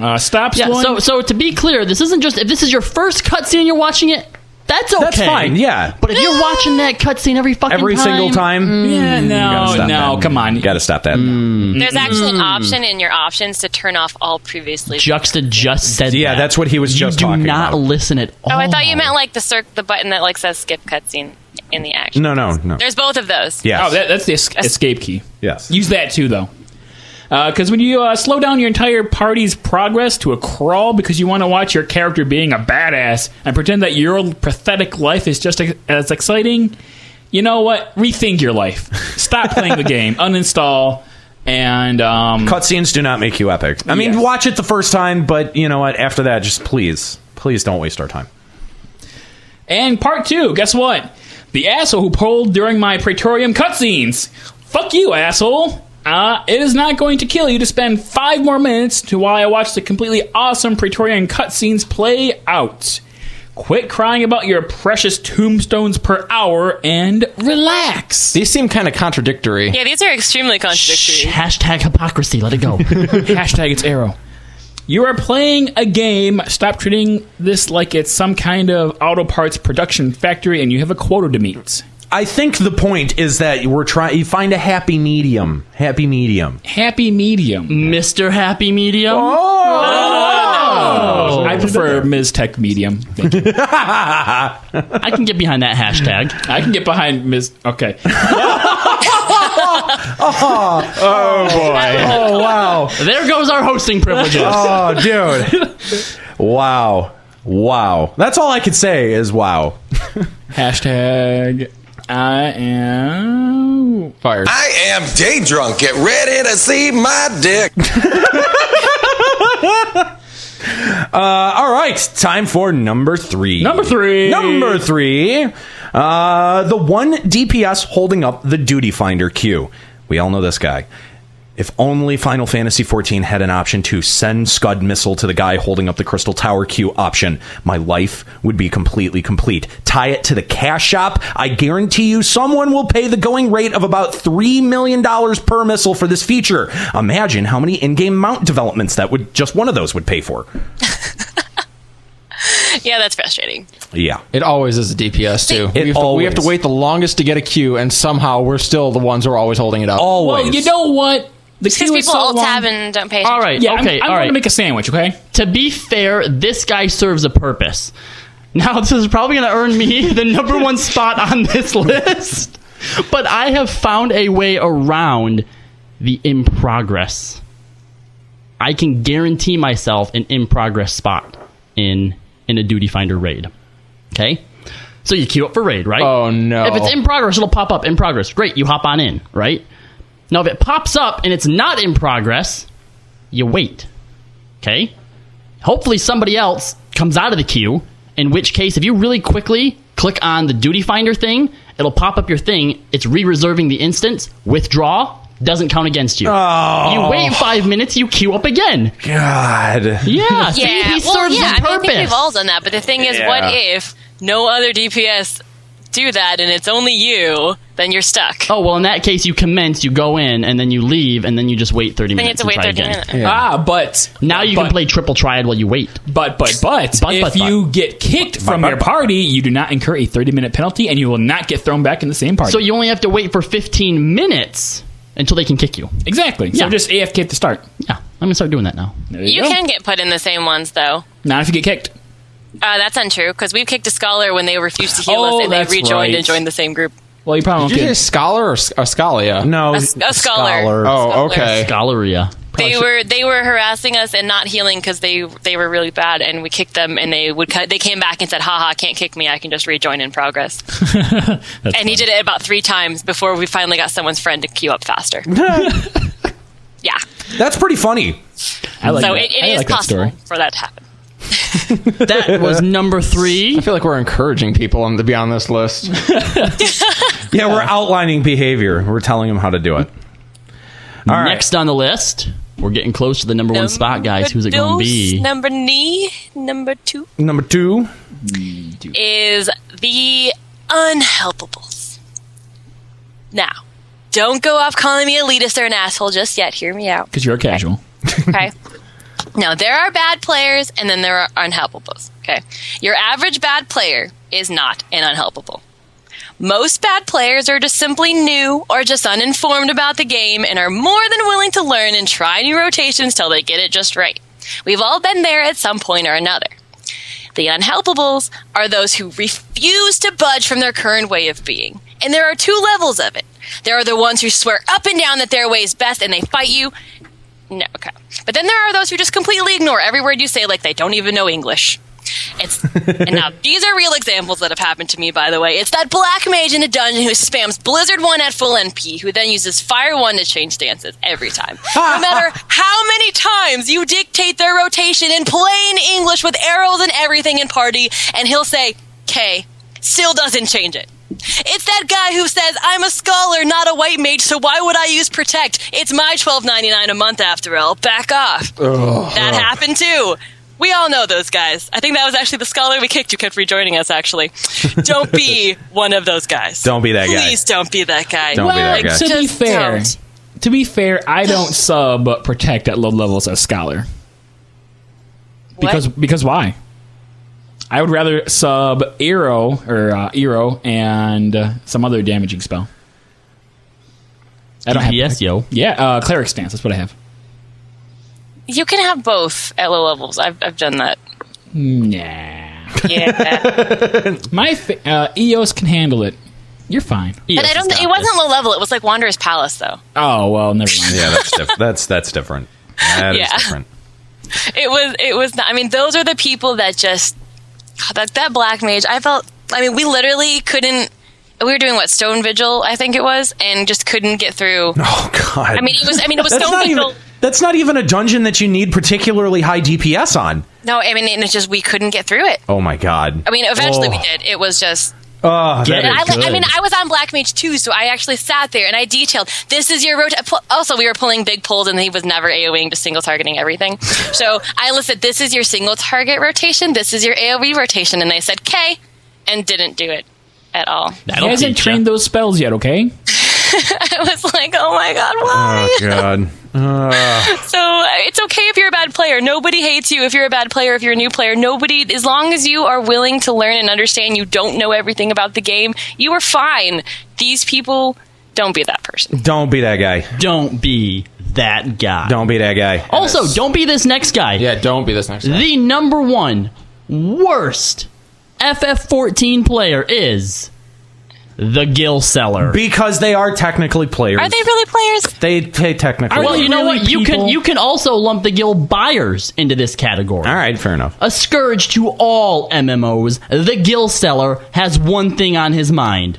Uh, stop Yeah. slowing- So so to be clear, this isn't just if this is your first cutscene and you're watching it. That's okay. That's fine. Yeah. But if you're watching that cutscene every fucking Every single time. yeah, no, no, come on. Got to stop that. There's actually an option in your options to turn off all previously. Juxta just said Yeah, that. that's what he was you just do talking not about. listen at all. oh, I thought you meant like the cir- the button that like says skip cutscene in the action. No, no, no. There's both of those. yes. Oh, that, that's the es- escape key. yes. Use that too, though. Because when you uh, slow down your entire party's progress to a crawl because you want to watch your character being a badass and pretend that your pathetic life is just ex- as exciting, you know what? Rethink your life. Stop playing the game, uninstall, and um, Cutscenes do not make you epic. I mean, Yes. watch it the first time, but you know what? After that, just please, please don't waste our time. and part two. Guess what? The asshole who pulled during my Praetorium cutscenes. Fuck you, asshole. Uh, it is not going to kill you to spend five more minutes to while I watch the completely awesome Praetorian cutscenes play out. Quit crying about your precious tombstones per hour and relax. These seem kind of contradictory. Yeah, these are extremely Shh, contradictory. hashtag hypocrisy. Let it go. Hashtag it's arrow. You are playing a game. Stop treating this like it's some kind of auto parts production factory and you have a quota to meet. I think the point is that we're trying. You find a happy medium. Happy medium. Happy medium. Mr. Happy Medium. Oh! I prefer Ms. Tech Medium. Thank you. I can get behind that hashtag. I can get behind Ms. Okay. Oh wow. There goes our hosting privileges. Oh dude. wow. Wow. That's all I could say is wow. Hashtag I am. Fired. I am day drunk. Get ready to see my dick. Uh, all right, time for number three. Number three. Number three. Uh, the one DPS holding up the duty finder queue. We all know this guy. If only Final Fantasy XIV had an option to send Scud missile to the guy holding up the Crystal Tower queue option, my life would be completely complete. Tie it to the cash shop. I guarantee you someone will pay the going rate of about $3 million per missile for this feature. Imagine how many in game mount developments that would just one of those would pay for. Yeah, that's frustrating. Yeah. It always is a DPS too. It we, have to, we have to always. wait the longest to get a queue, and somehow we're still the ones who are always holding it up. Always. Well, you know what? The Because queue is people so alt long. tab and don't pay attention. All right. Yeah, I'm- okay. I'm, all going right. to make a sandwich, okay? to be fair, this guy serves a purpose. Now, this is probably going to earn me the number one spot on this list, but I have found a way around the in progress. I can guarantee myself an in progress spot in in a duty finder raid. Okay, so you queue up for raid, right? Oh, no. If it's in progress, it'll pop up in progress. Great, you hop on in, right? Now, if it pops up and it's not in progress, you wait. Okay? Hopefully, somebody else comes out of the queue, in which case, if you really quickly click on the duty finder thing, it'll pop up your thing. It's re reserving the instance. Withdraw doesn't count against you. Oh. You wait five minutes, you queue up again. God. Yeah, see, Yeah. he well, serves yeah. a I mean, I purpose. think we've all done that. But the thing is, what Yeah. if no other DPS do that and it's only you, then you're stuck. Oh well, in that case, you commence, you go in, and then you leave, and then you just wait thirty then you minutes. have to wait and 30 try again. minutes. Ah, but Now you but, can play triple triad while you wait. But but but, But, if but, but. you get kicked from your party, you do not incur a thirty minute penalty, and you will not get thrown back in the same party. So you only have to wait for fifteen minutes until they can kick you. exactly. So Yeah. just AFK at the start. Yeah, I'm gonna start doing that now. There You go. can get put in the same ones, though. not if you get kicked. Uh, that's untrue, because we've kicked a scholar when they refused to heal Oh, us and they that's rejoined right. and joined the same group. Well, you probably Did won't you get. say scholar or sc- or scalia? No, A, s- a scholar. Oh, Scholars. okay. Galleria. Oh, They were they were harassing us and not healing because they they were really bad, and we kicked them, and they would cut. They came back and said, "Haha, can't kick me. I can just rejoin in progress." and he did it about three times before we finally got someone's friend to queue up faster. yeah, that's pretty funny. I like so that. it, it I is like that story. possible for that to happen. That was number three. I feel like we're encouraging people on to be on this list. Yeah, we're outlining behavior. We're telling them how to do it. All right. Next on the list, we're getting close to the number one spot, guys. Who's it going to Number be? dos, Um, Number knee, number two Number two. is the unhelpables. Now, don't go off calling me elitist or an asshole just yet. Hear me out. Because you're a casual. Okay. now there are bad players, and then there are unhelpables. Okay. Your average bad player is not an unhelpable. Most bad players are just simply new or just uninformed about the game and are more than willing to learn and try new rotations till they get it just right. We've all been there at some point or another. The unhelpables are those who refuse to budge from their current way of being. And there are two levels of it. There are the ones who swear up and down that their way is best and they fight you. No, okay. But then there are those who just completely ignore every word you say like they don't even know English. It's and now these are real examples that have happened to me by the way. It's that black mage in a dungeon who spams Blizzard 1 at full NP who then uses Fire 1 to change stances every time. No matter how many times you dictate their rotation in plain English with arrows and everything in party and he'll say K still doesn't change it. It's that guy who says, I'm a scholar, not a white mage, so why would I use protect? It's my twelve ninety nine a month after all. Back off. That happened too. We all know those guys. I think that was actually the scholar we kicked who kept rejoining us, actually. Don't be one of those guys. Don't be that guy. Please don't be that guy. Don't be Well, that guy. to be Just fair, don't. to be fair, I don't sub protect at low levels as scholar because because why? I would rather sub arrow or uh, arrow and uh, some other damaging spell. I don't have DPS, yo. yeah uh, cleric stance. That's what I have. You can have both at low levels. I've, I've done that. Nah, Yeah. my fa- uh, E, EOS can handle it. You're fine. but I don't think it wasn't low level. It was like Wanderer's Palace, though. Oh well, never mind. Yeah, that's diff- that's that's different. That is Yeah. different. it was it was not, i mean those are the people that just God, that that black mage i felt i mean we literally couldn't we were doing what stone vigil i think it was and just couldn't get through Oh God. i mean it was i mean it was that's stone not vigil even that's not even a dungeon that you need particularly high DPS on. no i mean it's just we couldn't get through it Oh my God. i mean eventually we Oh. did it was just Oh, Get that And it. I, like- I good. mean, I was on Black Mage too, so I actually sat there and I detailed. This is your rotation. Also, we were pulling big pulls, and he was never AOEing, just single targeting everything. so I listed, "This is your single target rotation. This is your AOE rotation," and they said "K," and didn't do it at all. He hasn't teach ya. trained those spells yet. Okay. I was like, "Oh my god, Uh. why?" Oh God. So uh, it's okay if you're a bad player. Nobody hates you if you're a bad player. If you're a new player, nobody. As long as you are willing to learn and understand, you don't know everything about the game. You are fine. These people. Don't be that person. Don't be that guy. Don't be that guy. Don't be that guy. Also, don't be this next guy. yeah, don't be this next guy. The number one worst FF14 player is the Gill Seller. Because they are technically players. Are they really players? They they technically. well, are. you know really what? You can people? you can also lump the Gill buyers into this category. All right, fair enough. A scourge to all MMOs, the Gill Seller has one thing on his mind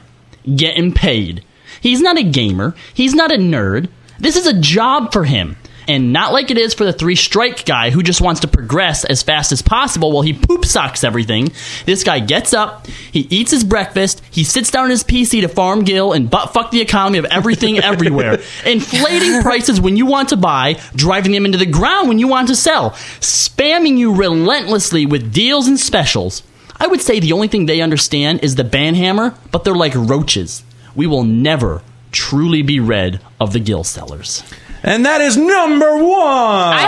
getting paid. He's not a gamer, he's not a nerd. This is a job for him. And not like it is for the three strike guy who just wants to progress as fast as possible while he poop socks everything. This guy gets up, he eats his breakfast, he sits down on his PC to farm Gill and butt fuck the economy of everything everywhere, inflating prices when you want to buy, driving them into the ground when you want to sell, spamming you relentlessly with deals and specials. I would say the only thing they understand is the banhammer, but they're like roaches. We will never truly be rid of the gill sellers. And that is number one.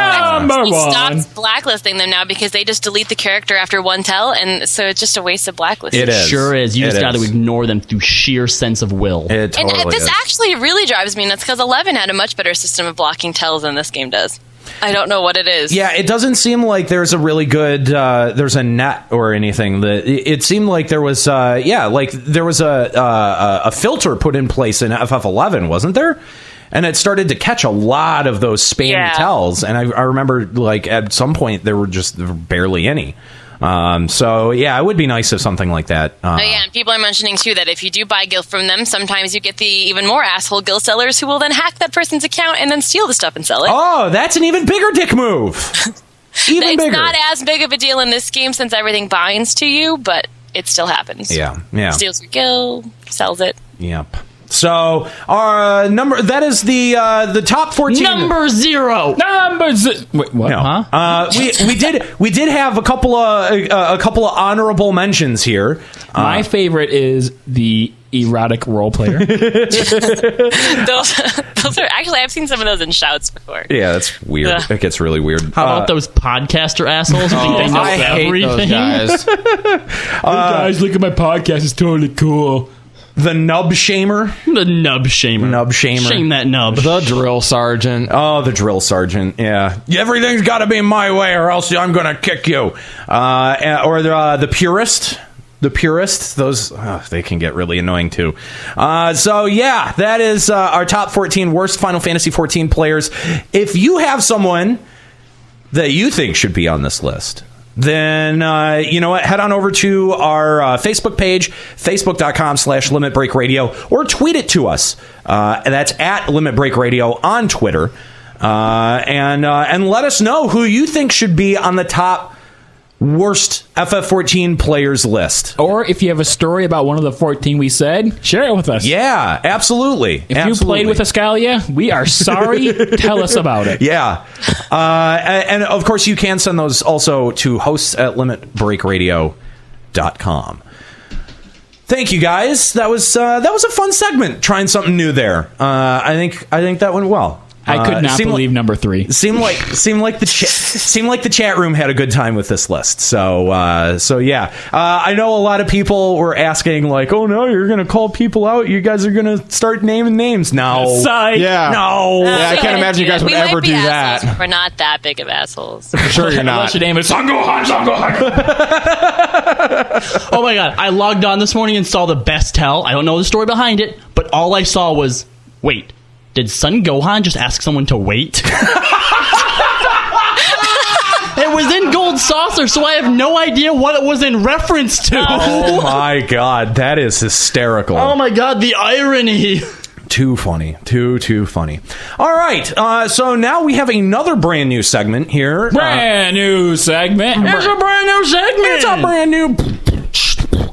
Number He one. stopped blacklisting them now because they just delete the character after one tell, and so it's just a waste of blacklisting. It is. Sure is. You It just got to is. ignore them through sheer sense of will. It And uh, totally this is. actually really drives me nuts because Eleven had a much better system of blocking tells than this game does. I don't know what it is. Yeah, it doesn't seem like there's a really good uh, there's a net or anything. That it it seemed like there was uh, yeah, like there was a uh, a filter put in place in FF11, wasn't there? And it started to catch a lot of those spammy Yeah. tells, and I, I remember like at some point there were just there were barely any. Um, so yeah, it would be nice if something like that. Uh, Oh, yeah, and people are mentioning too that if you do buy guild from them, sometimes you get the even more asshole guild sellers who will then hack that person's account and then steal the stuff and sell it. Oh, that's an even bigger dick move. even it's bigger. not as big of a deal in this game since everything binds to you, but it still happens. yeah, yeah. Steals your guild, sells it. Yep. So our uh, number that is the uh, the top fourteen Number zero. Number z- Wait, what? No. Huh? Uh, we we did we did have a couple of uh, a couple of honorable mentions here. Ah. My favorite is the erotic role player. Those, those are actually I've seen some of those in shouts before. Yeah, that's weird. Yeah. It gets really weird. How about those podcaster assholes who Oh, think they know I hate everything? those guys. guys, look at my podcast. It's totally cool. the nub shamer? The nub shamer. Nub shamer. Shame that nub. the drill sergeant. Oh, the drill sergeant. Yeah, everything's got to be my way, or else I'm gonna kick you. Uh, and- or the uh, the purist. The purists, those ugh, they can get really annoying too. Uh, so yeah, that is uh, our top 14 worst Final Fantasy 14 players. If you have someone that you think should be on this list, then uh, you know what? Head on over to our uh, Facebook page, facebook.com slash Limit Break Radio, or tweet it to us. Uh, that's at Limit Break Radio on Twitter. Uh, and, uh, and let us know who you think should be on the top worst FF14 players list. Or if you have a story about one of the 14 we said, share it with us. Yeah, absolutely. If you played with Ascalia, we are sorry. Tell us about it. Yeah. Uh, and, and of course, you can send those also to hosts at limitbreakradio.com. Thank you guys. That was uh, that was a fun segment. Trying something new there. Uh, I think I think that went well. I Uh, could not seemed believe Like, number three. seemed like seemed like the cha- seemed like the chat room had a good time with this list. So uh, so yeah. Uh, I know a lot of people were asking like, oh no, you're gonna call people out. You guys are gonna start naming names. No, Psych. yeah. no. Yeah, I We can't might imagine you be- guys would we might ever be do assholes, that. but We're not that big of assholes. I'm sure you're Unless not. your name is Sangohan, Sangohan. Oh my god, I logged on this morning and saw the best tell. I don't know the story behind it, but all I saw was wait, did Son Gohan just ask someone to wait? it was in Gold Saucer, so I have no idea what it was in reference to. Oh my god, that is hysterical. Oh my god, the irony. too funny. Too, too funny. All right, uh, so now we have another brand new segment here. Uh, Brand new segment. brand new segment. it's a brand new.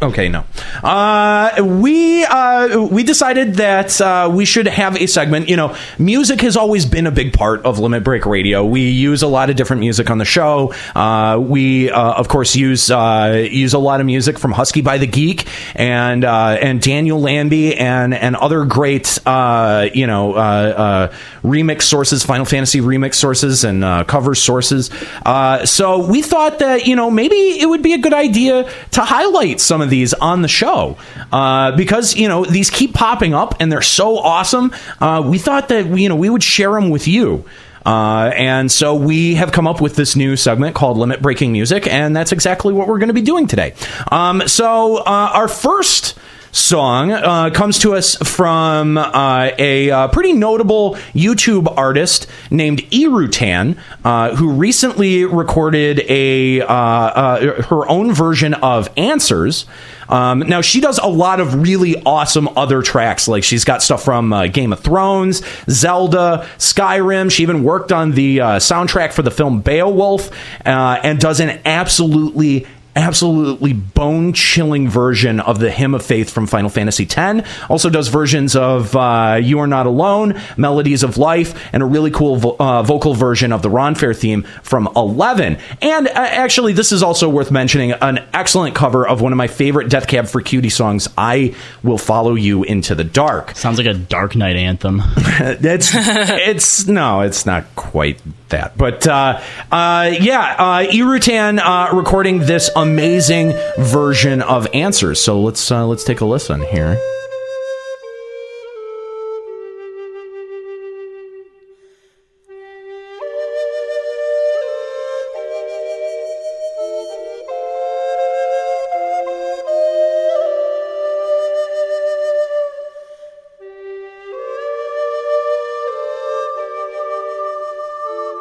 Okay, no. Uh, we uh, we decided that uh, we should have a segment. You know, music has always been a big part of Limit Break Radio. We use a lot of different music on the show. Uh, we uh, of course use uh, use a lot of music from Husky by the Geek and uh, and Daniel Lambie and and other great uh, you know uh, uh, remix sources, Final Fantasy remix sources and uh, cover sources. Uh, so we thought that you know maybe it would be a good idea to highlight some of these on the show uh, because you know these keep popping up and they're so awesome. Uh, we thought that you know we would share them with you. Uh, and so we have come up with this new segment called Limit Breaking Music, and that's exactly what we're going to be doing today. Um, so uh, our first song uh, comes to us from uh, a uh, pretty notable YouTube artist named Irutan, uh, who recently recorded a uh, uh, her own version of Answers. Um, now she does a lot of really awesome other tracks, like she's got stuff from uh, Game of Thrones, Zelda, Skyrim. She even worked on the uh, soundtrack for the film Beowulf, uh, and does an absolutely absolutely bone chilling version of the Hymn of Faith from Final Fantasy X. Also does versions of uh, You Are Not Alone, Melodies of Life, and a really cool vo- uh, vocal version of the Ron Fair theme from Eleven. And uh, actually, this is also worth mentioning an excellent cover of one of my favorite Death Cab for Cutie songs, I Will Follow You Into the Dark. Sounds like a Dark Knight anthem. It's it's no, it's not quite that. But uh, uh, yeah, uh, Irutan uh, recording this amazing version of Answers. So let's uh, let's take a listen here.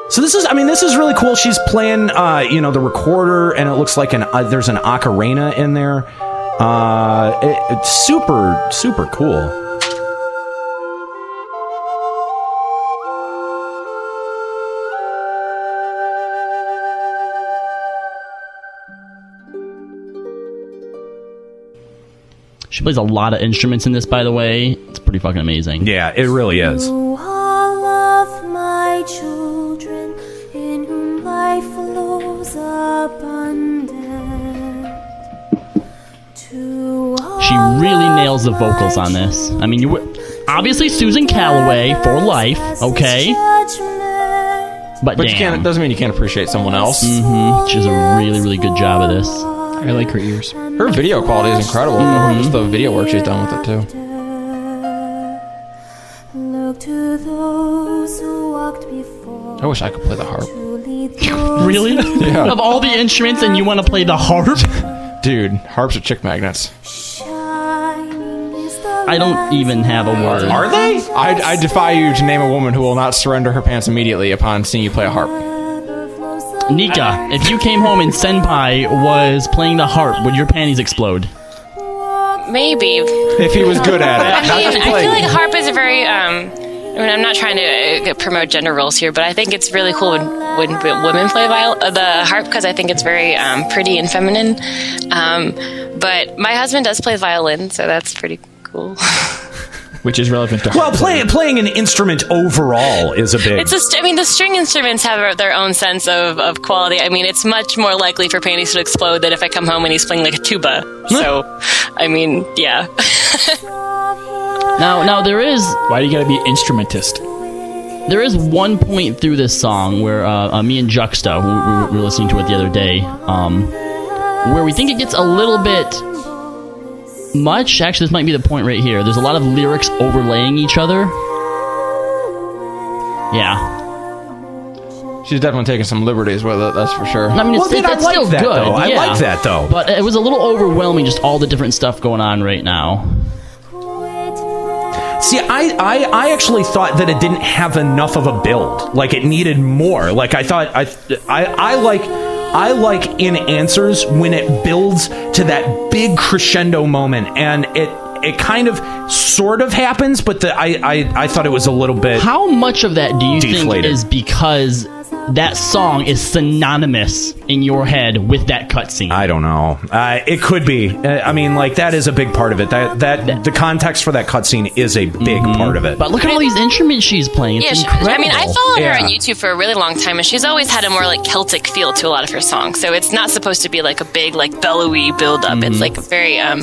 So this is, I mean, this is really cool. She's playing, uh, you know, the recorder, and it looks like an uh, there's an ocarina in there. Uh, it, it's super super cool. She plays a lot of instruments in this, by the way. It's pretty fucking amazing. Yeah, it really is. all of my children in whom life flows abundant. To all She really nails the vocals on this. I mean, you were obviously Susan Calloway for life, okay? Judgment. But, But you can't, it damn, doesn't mean you can't appreciate someone else. Mhm, she does a really, really good job of this. I like her ears. Her video quality is incredible. Mm-hmm. Just the video work she's done with it too. Look to those who walked before. I wish I could play the harp, to lead those Really? Of all the instruments, and you want to play the harp? dude. Harps are chick magnets. shining is the I don't even have a word. Are they? I, I defy you to name a woman who will not surrender her pants immediately upon seeing you play a harp. Nika, if you came home and Senpai was playing the harp, would your panties explode? Maybe. I mean, If he was good at it. Not just I playing. feel like harp is a very. Um, I mean, I'm not trying to uh, promote gender roles here, but I think it's really cool when, when women play viol- uh, the harp because I think it's very um, pretty and feminine. Um, but my husband does play violin, so that's pretty cool. Which is relevant to her. Well, play, playing an instrument overall is a big. It's just, I mean, the string instruments have their own sense of, of quality. I mean, it's much more likely for panties to explode than if I come home and he's playing like a tuba. So, I mean, yeah. Now, now there is Why do you gotta be instrumentist? there is one point through this song where uh, uh, me and Juxta, who we, we were listening to it the other day, um, where we think it gets a little bit much. Actually, this might be the point right here. There's a lot of lyrics overlaying each other. Yeah, She's definitely taking some liberties with it, that's for sure. I mean, it's, Well, dude, it- I it's like still that, good. though. I yeah. like that, though. but it was a little overwhelming, just all the different stuff going on right now. See, I, I, I actually thought that it didn't have enough of a build. Like it needed more. Like I thought I I, I like I like in answers when it builds to that big crescendo moment and it it kind of sort of happens, but the, I, I I thought it was a little bit How much of that do you think Deflated. is because that song is synonymous in your head with that cutscene? I don't know. Uh, it could be. Uh, I mean, like that is a big part of it. That that the context for that cutscene is a big part of it. Mm-hmm. But look at all these instruments she's playing. It's yeah, she- incredible. I mean, I followed Yeah. her on YouTube for a really long time, and she's always had a more like Celtic feel to a lot of her songs. So it's not supposed to be like a big like bellowy build up. It's like a very um,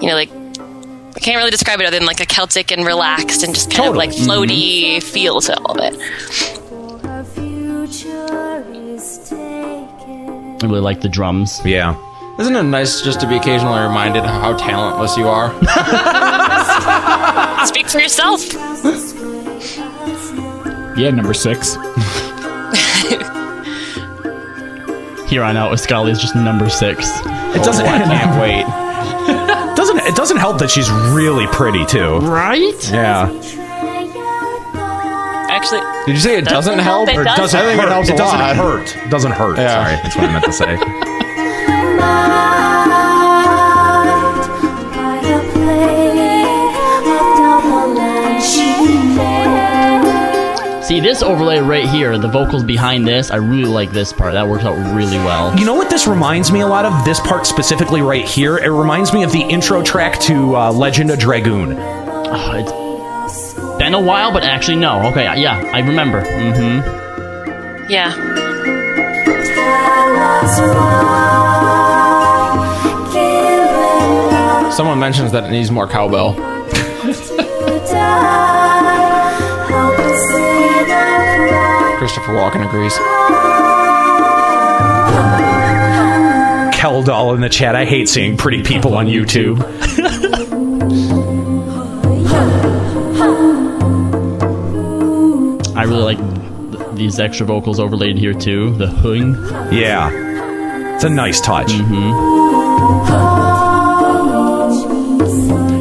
you know, like I can't really describe it other than like a Celtic and relaxed and just kind of like floaty feel to all of it. Our future is taken. I really like the drums. yeah. Isn't it nice just to be occasionally reminded how talentless you are? Speak for yourself. Yeah, number six. Here on out, Escali is just number six. It doesn't. Oh, I can't wait. doesn't it doesn't help that she's really pretty too. Right? Yeah. Try our thoughts. Actually, Did you say it Doesn't doesn't, help? help, it or does I think it helps a doesn't lot. hurt. Doesn't hurt. Yeah. Sorry, that's what I meant to say. Marked by a play of double and she made. See, See this overlay right here, the vocals behind this. I really like this part. That works out really well. You know what this reminds me a lot of? This part specifically right here. It reminds me of the intro track to uh, Legend of Dragoon. Oh, it's been a while, but actually no. Okay, yeah, I remember. Mm-hmm. Yeah. Someone mentions that it needs more cowbell. Christopher Walken agrees. Keldahl in the chat. I hate seeing pretty people on YouTube. I really like th- these extra vocals overlaid here too. The hung. Yeah, it's a nice touch.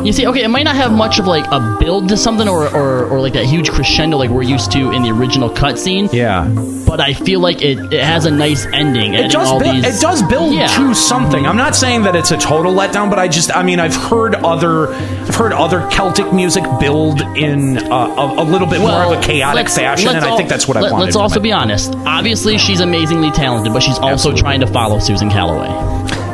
You see, okay, it might not have much of like a build to something or, or, or like that huge crescendo like we're used to in the original cutscene. Yeah, But I feel like it, it has a nice ending. it does. all buil- these, it does build Yeah. to something. I'm not saying that it's a total letdown, but I just, I mean, I've heard other, I've heard other Celtic music build in uh, a, a little bit more of a chaotic let's- fashion, let's and I all- think that's what I let- wanted. Let's with also my- be honest. Obviously, she's amazingly talented, but she's also trying to follow Susan Calloway.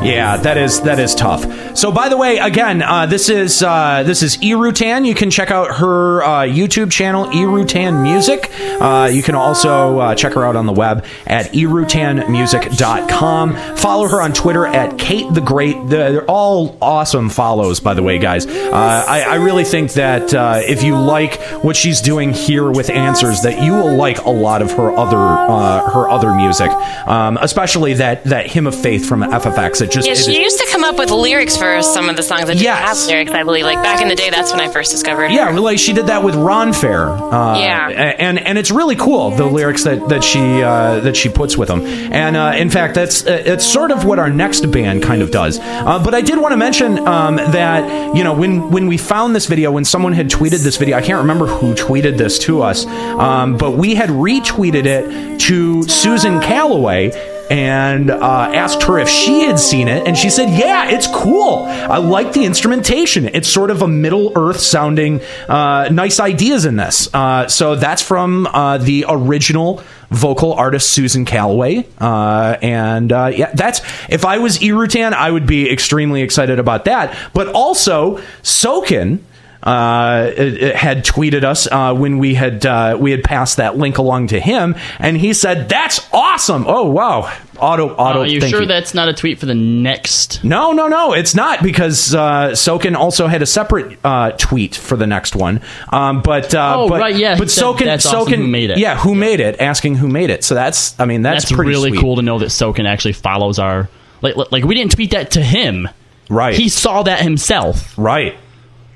Yeah, that is that is tough. So, by the way, again, uh, this is uh, this is Irutan. You can check out her uh, YouTube channel, Irutan Music. Uh, you can also uh, check her out on the web at irutanmusic.com. Follow her on Twitter at Kate the Great. They're they're all awesome follows, by the way, guys. Uh, I, I really think that uh, if you like what she's doing here with answers, that you will like a lot of her other uh, her other music, um, especially that that hymn of faith from FFX. It just Yeah, it is- she used to come up with lyrics for some of the songs that didn't have lyrics, I believe. Like back in the day, that's when I first discovered Yeah, her. really, she did that with Ron Fair. Uh, Yeah. a- and and it's really cool the lyrics that that she uh, that she puts with them. And uh, in fact, that's uh, it's sort of what our next band kind of does. Uh, but I did want to mention um, that you know when when we found this video, when someone had tweeted this video, I can't remember who tweeted this to us, um, but we had retweeted it to Susan Calloway and uh, asked her if she had seen it, and she said, "Yeah, it's cool. I like the instrumentation. It's sort of a Middle Earth sounding, uh, nice ideas in this." Uh, so that's from uh, the original vocal artist Susan Calloway, uh, and uh, yeah, that's if I was Irutan, I would be extremely excited about that. But also Sokin uh, it- it had tweeted us uh, when we had uh, we had passed that link along to him, and he said, "That's awesome! Oh wow, auto auto." Are you thank sure you. that's not a tweet for the next? No, no, no, it's not because uh, Sokin also had a separate uh, tweet for the next one. Um, but uh, Oh, but, right, yeah, he but said, Sokin, "That's Sokin awesome, who made it?" Yeah, who made it? Asking who made it. So that's I mean that's, That's, pretty really sweet. cool to know that Soken actually follows our. Like, like- like we didn't tweet that to him. Right. He saw that himself. Right.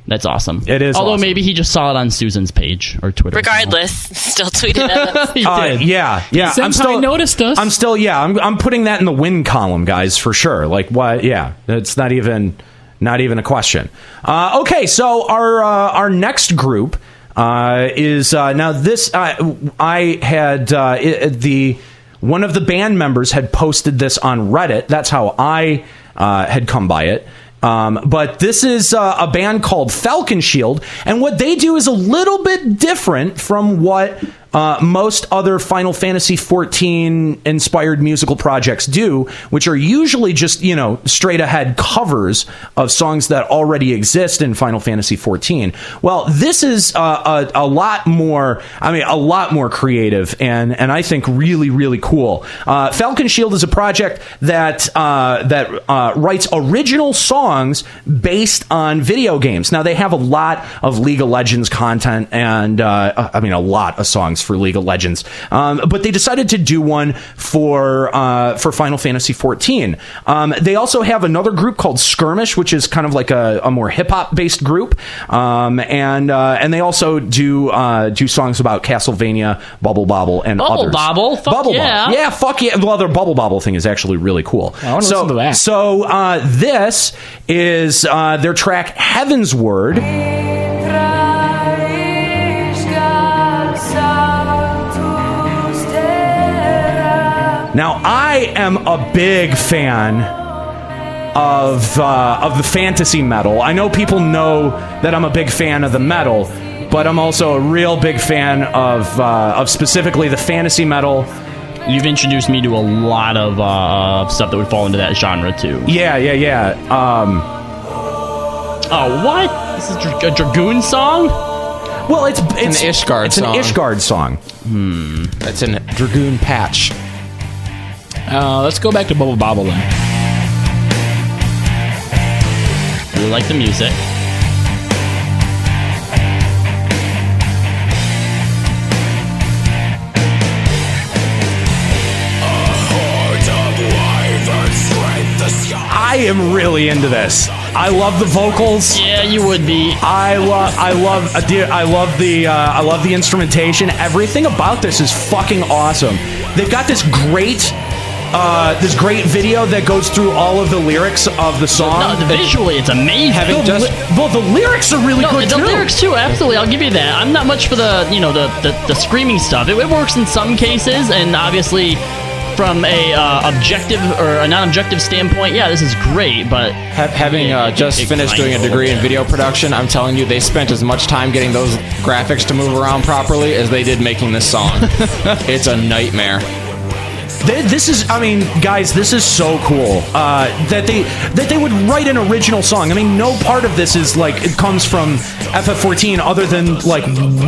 That's awesome. It is Although awesome. maybe he just saw it on Susan's page or Twitter. Regardless, still tweeted at us. he Uh, did. yeah, yeah. I'm Senpai still noticed us. I'm still yeah. I'm I'm putting that in the win column, guys, for sure. Like what? Yeah, it's not even not even a question. Uh, okay, so our uh, our next group uh, is uh, now this. Uh, I had uh, i- i- the one of the band members had posted this on Reddit. That's how I uh, had come by it. Um, but this is uh, a band called Falcon Shield, and what they do is a little bit different from what uh, most other Final Fantasy XIV inspired musical projects do, which are usually just you know straight ahead covers of songs that already exist in Final Fantasy XIV. Well, this is uh, a, a lot more. I mean, a lot more creative, and and I think really really cool. Uh, Falcon Shield is a project that uh, that uh, writes original songs based on video games. Now they have a lot of League of Legends content, and uh, I mean a lot of songs for League of Legends. Um, but they decided to do one for uh, for Final Fantasy XIV. Um, they also have another group called Skirmish, which is kind of like a, a more hip hop based group, um, and uh, and they also do uh, do songs about Castlevania, Bubble Bobble, and Bubble others. Bobble? Fuck Bubble yeah. Bobble, yeah, fuck yeah. Well, their Bubble Bobble thing is actually really cool. I wanna so listen to that. so uh, this is uh, their track Heaven's Word. Now, I am a big fan of uh, of the fantasy metal. I know people know that I'm a big fan of the metal, but I'm also a real big fan of uh, of specifically the fantasy metal. You've introduced me to a lot of uh, stuff that would fall into that genre too. Yeah, yeah, yeah. Um, oh, what? This is dra- a dragoon song? Well, it's It's an Ishgard it's song. an Ishgard song. Hmm. That's in Dragoon Patch. Uh, let's go back to Bubble Bobble then. Really like the music. I am really into this. I love the vocals. Yeah, you would be. I love, I love, I do- I love the, uh, I love the instrumentation. Everything about this is fucking awesome. They've got this great, uh, this great video that goes through all of the lyrics of the song. No, the visually, it's amazing. the, li- well, the lyrics are really no, good the too. lyrics too. Absolutely, I'll give you that. I'm not much for the you know the the, the screaming stuff. It, it works in some cases, and obviously from a uh, objective or a non-objective standpoint, yeah, this is great. But Ha- having uh, just finished doing a degree in video production, I'm telling you, they spent as much time getting those graphics to move around properly as they did making this song. it's a nightmare. Th- This is, I mean, guys, this is so cool uh, that they that they would write an original song. I mean, no part of this is like it comes from FF14 other than like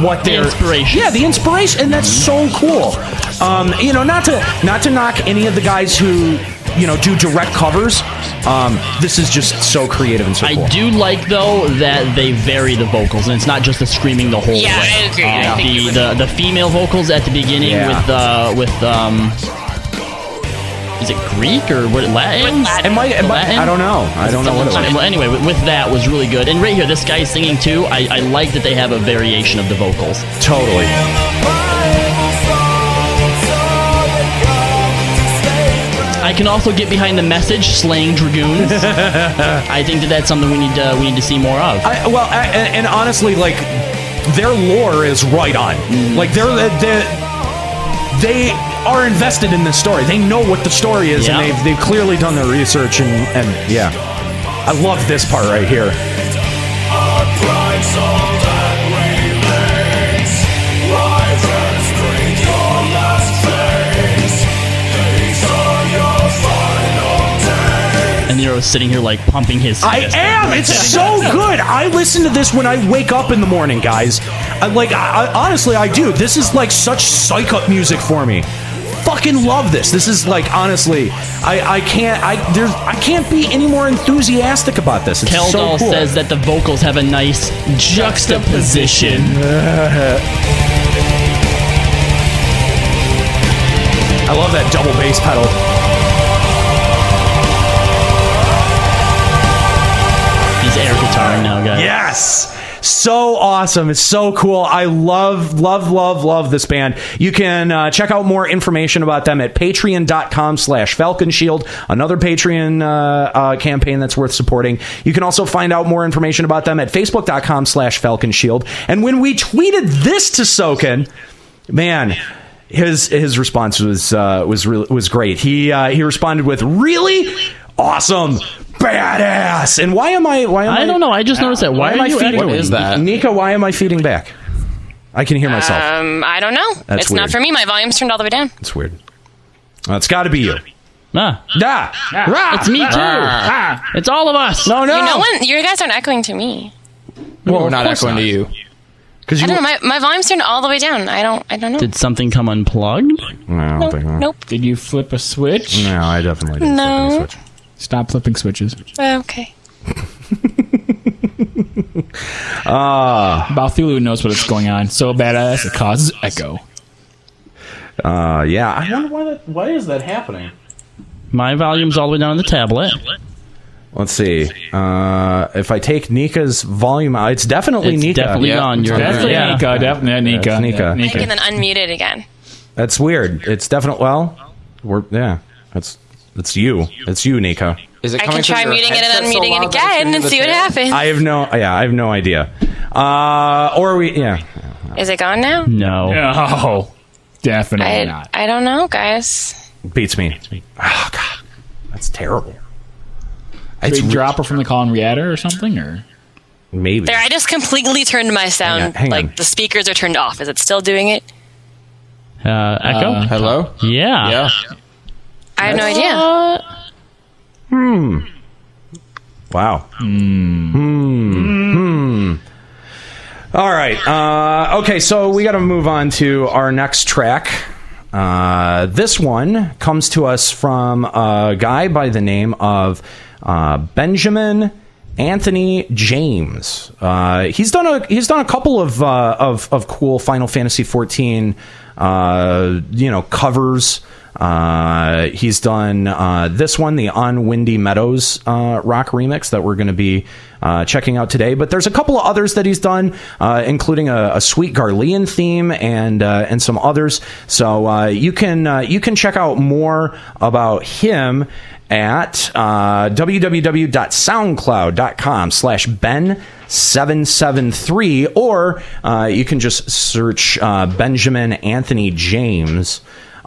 what their inspiration. Yeah, the inspiration, and that's so cool. Um, you know, not to not to knock any of the guys who you know do direct covers. Um, this is just so creative and so cool. I do like though that they vary the vocals, and it's not just the screaming the whole Yeah, way. I agree. I Uh, think it the, was- the the female vocals at the beginning Yeah. with uh with um. Is it Greek or what? Latin? It might, it might- I don't know. I don't know what it was. Well, anyway, with, with that was really good. And right here, this guy's singing too. I, I like that they have a variation of the vocals. Totally. I can also get behind the message, slaying dragoons. I think that that's something we need to, we need to see more of. I, well, I, and, and honestly, like their lore is right on. Like they're they they are invested in this story. They know what the story is, and Yeah. they've they've clearly done their research. And and yeah, I love this part right here. And Nero's sitting here like pumping his. I fist. am. It's so good. I listen to this when I wake up in the morning, guys. I like. I, I, honestly, I do. This is like such psych up music for me. Fucking love this. This is like honestly, I, I can't. I there's I can't be any more enthusiastic about this. It's so Keldall cool. says that the vocals have a nice juxtaposition. I love that double bass pedal. He's air guitaring now, guys. Yes. So awesome. It's so cool. I love, love, love, love this band. You can uh, check out more information about them at patreon.com slash falcon shield, another Patreon uh, uh, campaign that's worth supporting. You can also find out more information about them at facebook.com slash falcon shield. And when we tweeted this to Soken, man his his response was uh, was re- was great he uh, he responded with really awesome badass and why am i why am i, I don't know. I just noticed that. Why, am are i you feeding echoing? is that? nika why am i feeding back i can hear myself Uh, Um, I don't know. That's it's weird. not for me. My volume's turned all the way down. it's weird Uh, it's got to be you Ah, nah. Rah. it's me too. Ah, It's all of us. no You know no when you guys aren't echoing to me. Well, We're of not course echoing to you. because I you don't know. My, my volume's turned all the way down. I don't. I don't know. Did something come unplugged? no, I don't think- nope. Did you flip a switch? no i definitely didn't No. Oh, flip any switch. Stop flipping switches. Okay. Balthulu knows what's going on. So badass it causes echo. uh yeah i wonder why My volume's all the way down on the tablet. let's see uh if i take nika's volume out it's definitely It's nika definitely Yeah. on your. Definitely Yeah. Nika. Definitely Nika. That's Nika. I can then unmute it again. That's weird. It's definitely well. We're yeah. That's that's you. It's you, Nico. Is it I can coming try from your muting it headset and so unmuting loud it that it's again ringing and the see what tail? happens. I have no. Yeah, I have no idea. Uh, or we. Yeah. Is it gone now? No. Oh, definitely I, not. I don't know, guys. Beats me. Oh God, that's terrible. Should It's we re- drop her from the Colin Riata or something? Or Maybe. There, I just completely turned my sound. on, hang like on. the speakers are turned off. Is it still doing it? Uh, Echo? Uh, Hello? Yeah. Yeah. I have no idea. Hmm. Wow. Hmm. Hmm. All right. Uh, okay, so we got to move on to our next track. Uh, this one comes to us from a guy by the name of uh, Benjamin Anthony James. Uh, he's done a he's done a couple of uh, of of cool Final Fantasy fourteen uh, you know covers. Uh, he's done uh, this one, the On Windy Meadows uh, rock remix that we're going to be uh, checking out today. But there's a couple of others that he's done, uh, including a, a sweet Garlean theme and uh, and some others. So uh, you can uh, you can check out more about him at uh, www.soundcloud.com slash ben 773 or uh, you can just search uh, benjamin anthony james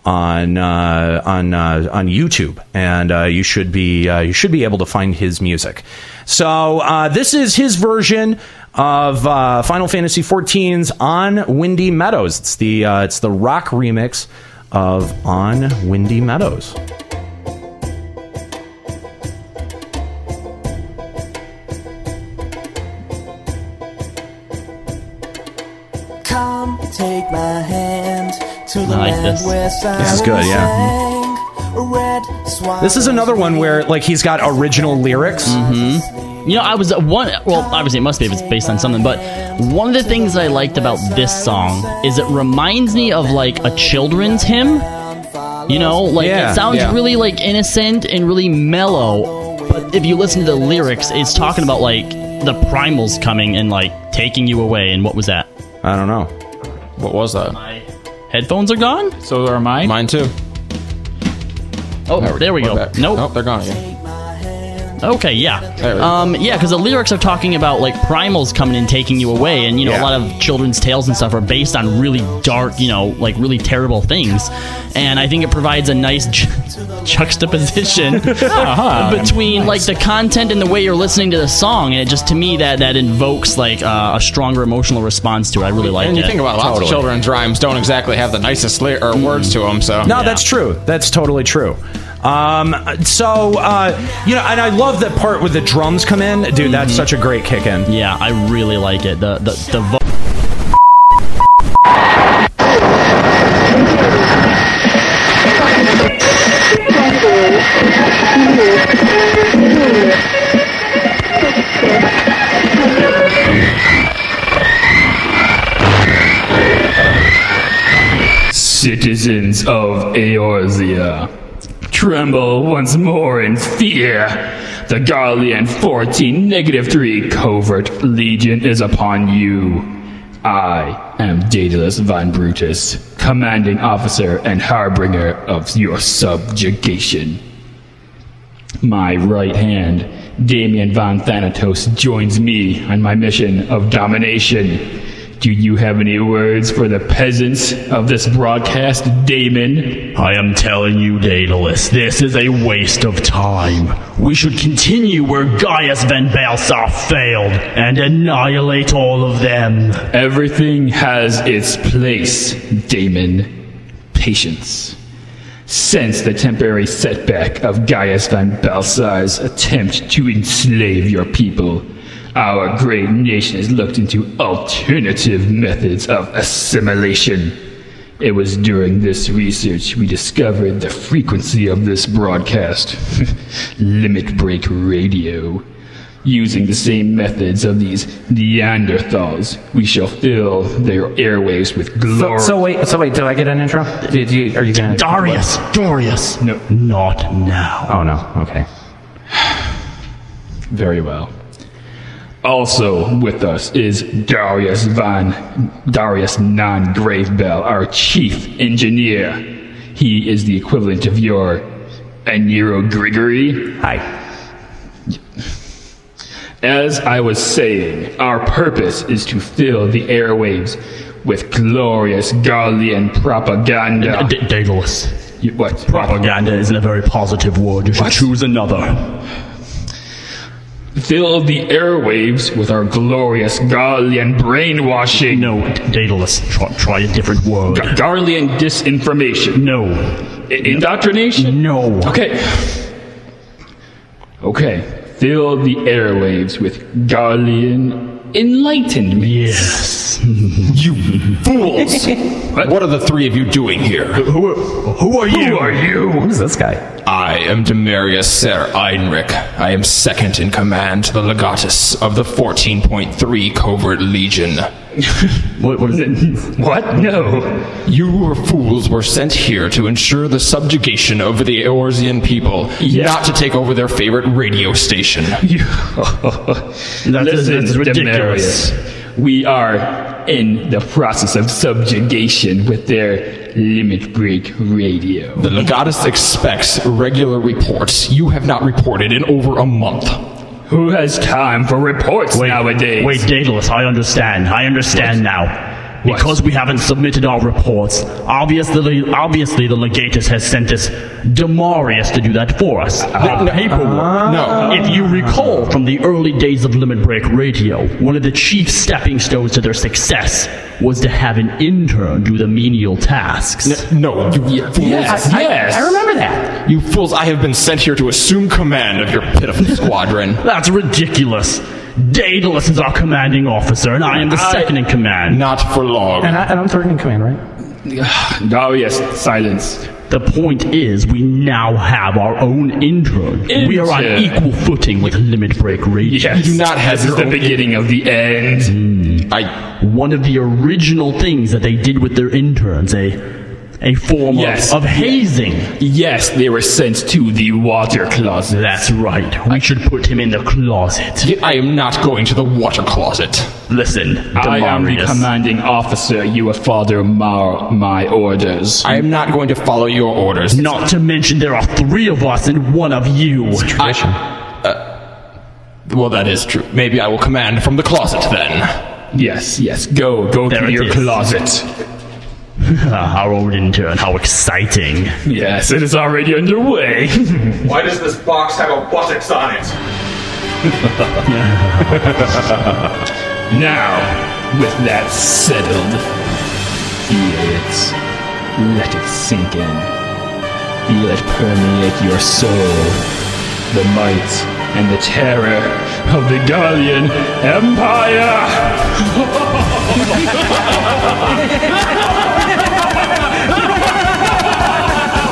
on uh, on uh, on YouTube, and uh, you should be uh, you should be able to find his music. So uh, this is his version of uh, Final Fantasy XIV's "On Windy Meadows." It's the uh, it's the rock remix of "On Windy Meadows." Come take my hand to the I like land this. where This is good, yeah. sirens sang, Red swans This is another one where like he's got original lyrics. Mm-hmm. You know, I was at one. Well, obviously, it must be if it's based on something. But one of the things I liked about this song is it reminds me of like a children's hymn. You know, like Yeah, it sounds yeah. really like innocent and really mellow. But if you listen to the lyrics, it's talking about like the primals coming and like taking you away. And what was that? I don't know. What was that? My headphones are gone. So are mine. Mine too. Oh, There we- there we we're go. back. Nope. Nope, they're gone again. Okay, yeah. There we go. Um, yeah, because the lyrics are talking about like primals coming and taking you away, and you know a lot of children's tales and stuff are based on really dark, you know, like really terrible things, and I think it provides a nice ju- juxtaposition Uh-huh. between like the content and the way you're listening to the song, and it just to me that that invokes like uh, a stronger emotional response to it. I really like and it. you think about it, lots of children's rhymes don't exactly have the nicest ly- or words to them, so. No, that's true. That's totally true. Um, so uh, you know, and I love that part where the drums come in, dude. Mm-hmm. That's such a great kick in. Yeah, I really like it. The the the. Vo- Citizens of Eorzea, tremble once more in fear. The Garlean 14 negative 3 covert legion is upon you. I am Daedalus von Brutus, commanding officer and harbinger of your subjugation. My right hand, Damien von Thanatos, joins me on my mission of domination. Do you have any words for the peasants of this broadcast, Damon? I am telling you, Daedalus, this is a waste of time. We should continue where Gaius Van Balsar failed and annihilate all of them. Everything has its place, Damon. Patience. Sense the temporary setback of Gaius van Balsar's attempt to enslave your people. Our great nation has looked into alternative methods of assimilation. It was during this research we discovered the frequency of this broadcast Limit Break Radio. Using the same methods of these Neanderthals, we shall fill their airwaves with glory. wait, so wait, do I get an intro? Did you? Are you gonna? Darius, Darius. No, not now. Oh no. Okay. Very well. Also with us is Darius Von Darius Non Gravebell, our chief engineer. He is the equivalent of your Aniro Grigory. Hi. As I was saying, our purpose is to fill the airwaves with glorious Gaulian propaganda. D- Daedalus. what? Propaganda isn't a very positive word. You should choose another. fill the airwaves with our glorious Garlean brainwashing. No, Daedalus, try, try a different word. Garlean disinformation. No. indoctrination? No. Okay. Okay. Fill the airwaves with Garlean enlightenment. Yes. you fools! What? are the three of you doing here? Who, who are you? Who are you? Who's this guy? I am Demarius Ser Einrich. I am second in command to the Legatus of the 14.3 Covert Legion. what, what is it? What? No. You fools were sent here to ensure the subjugation of the Eorzean people, not to take over their favorite radio station. that is- that is ridiculous. We are in the process of subjugation with their limit break radio. The Legatus expects regular reports. You have not reported in over a month. Who has time for reports nowadays? Wait, Daedalus, I understand. I understand now. Because we haven't submitted our reports, obviously, obviously the legatus has sent us Demarius to do that for us. The paperwork. no. If you recall from the early days of Limit Break Radio, one of the chief stepping stones to their success was to have an intern do the menial tasks. No, you fools. Yes, I- yes. I remember that. You fools, I have been sent here to assume command of your pitiful squadron. That's ridiculous. Daedalus is our commanding officer, and I am the I- second in command. Not for long. And, I, and I'm third in command, right? Darius, Oh, silence. The point is, we now have our own intern. We are on Intern. equal footing with Limit Break Radio. Yes, You do not have this is your the own- beginning of the end. Hmm. I, One of the original things that they did with their interns, a a form of- Yes. of, hazing. Yes, they were sent to the water closet. That's right. We should put him in the closet. I am not going to the water closet. Listen, I am the Demarius. commanding officer. You will follow mar- my orders. I am not going to follow your orders. Not to mention there are three of us and one of you. I, uh, well, that is true. Maybe I will command from the closet then. Yes, yes. Go, go There to it your is. closet. our own intern, how exciting. Yes, it is already underway. Why does this box have a buttocks on it? now, with that settled, feel it. Let it sink in. Feel it permeate your soul. The might and the terror of the Gallian Empire!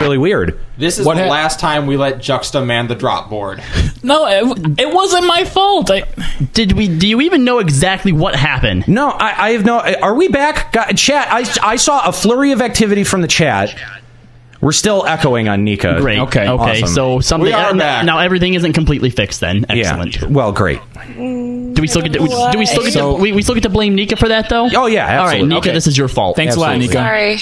really weird. This is What the hap- last time we let Juxta man the drop board. No, it, it wasn't my fault. I, did we? Do you even know exactly what happened? No, I, I have no. Are we back, God, chat? I I saw a flurry of activity from the chat. We're still echoing on Nika. Great. Okay. Okay. So something uh, n- now everything isn't completely fixed. Then excellent. Well, great. Do we still get? To, we- do we still get? So- to, we, we still get to blame Nika for that though? Oh yeah. All right, absolutely. Nika, Okay. this is your fault. Thanks a lot, Absolutely. Nika. Sorry.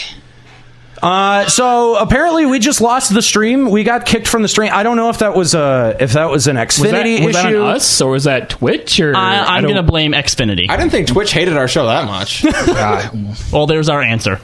Uh, so apparently we just lost the stream. We got kicked from the stream. I don't know if that was a if that was an Was Xfinity that, was that issue. on us or was that Twitch? Or I, I'm don't- gonna blame Xfinity. I didn't think Twitch hated our show that much. well, there's our answer.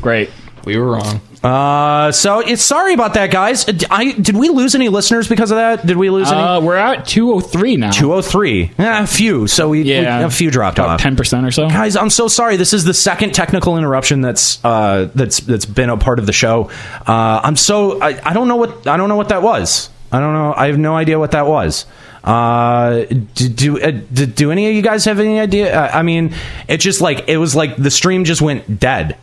Great. We were wrong. Uh, so it's sorry about that, guys. Uh, d- I did we lose any listeners because of that? Did we lose Uh, any? we're at 203 now. oh- 203. Yeah, a few. Ah, So we, Yeah. we- a few dropped off. 10% or so. Guys, I'm so sorry. This is the second technical interruption that's uh, that's that's been a part of the show. Uh, I'm so I, I don't know what I don't know what that was. I don't know. I have no idea what that was. Uh, do do, uh, do, do any of you guys have any idea? Uh, I mean, it just like it was like the stream just went dead.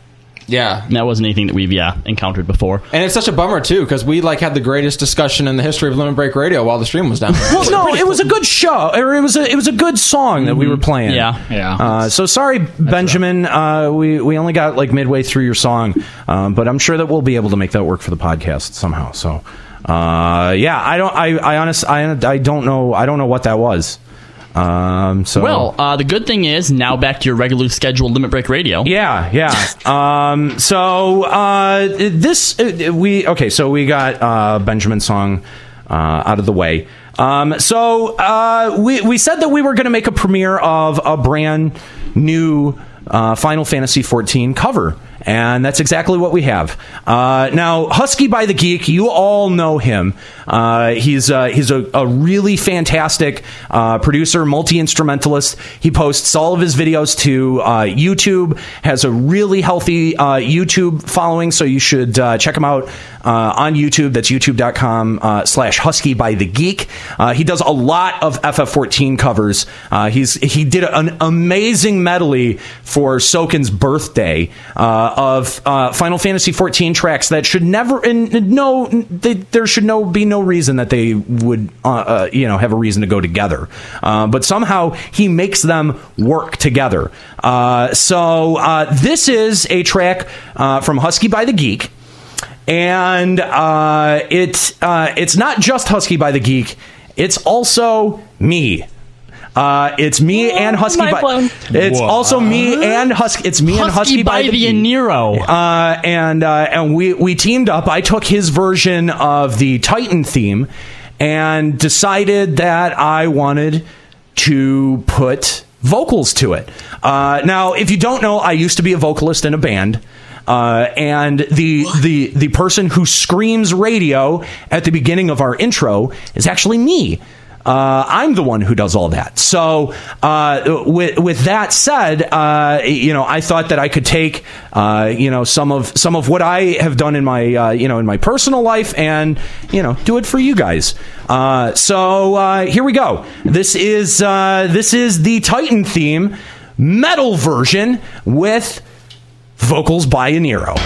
Yeah. That wasn't anything that we've yeah encountered before. And it's such a bummer too, because we like had the greatest discussion in the history of Lemon Break Radio while the stream was down. Well, no, it was a good show, or it was a it was a good song that we were playing. Yeah. yeah. Uh, so sorry, Benjamin. Uh, we we only got like midway through your song, um, but I'm sure that we'll be able to make that work for the podcast somehow. So, uh, yeah, I don't. I I honest. I I don't know. I don't know what that was. Um, so Well, uh, the good thing is now back to your regularly scheduled Limit Break Radio. Yeah, yeah. um, so uh, this uh, we okay. So we got uh, Benjamin song uh, out of the way. Um, so uh, we we said that we were going to make a premiere of a brand new uh, Final Fantasy XIV cover. And that's exactly what we have. Uh, now, Husky by the Geek, you all know him. Uh, he's uh, he's a, a really fantastic uh, producer, multi instrumentalist. He posts all of his videos to uh, YouTube, has a really healthy uh, YouTube following, so you should uh, check him out uh, on YouTube. That's youtube.com uh, slash Husky by the Geek. Uh, he does a lot of FF14 covers. Uh, he's he did an amazing medley for Sokin's birthday uh, of uh, Final Fantasy 14 tracks that should never and no they, there should no be no reason that they would uh, uh, you know have a reason to go together. Uh, but somehow he makes them work together. Uh, so uh, this is a track uh, from Husky by the Geek and uh, it's uh, it's not just Husky by the Geek. It's also me. Uh, it's me and Husky. mind by, Oh, blown. It's Whoa. also me and Husky. It's me and Husky Husky by, by the Geek. Nero. Uh, and uh, and we we teamed up. I took his version of the Titan theme, and decided that I wanted to put vocals to it. Uh, now, if you don't know, I used to be a vocalist in a band. Uh, and the the the person who screams radio at the beginning of our intro is actually me. Uh, I'm the one who does all that. So, uh, with with that said, uh, you know, I thought that I could take, uh, you know, some of some of what I have done in my, uh, you know, in my personal life, and you know, do it for you guys. Uh, so uh, here we go. This is uh, this is the Titan theme, metal version with vocals by Enero.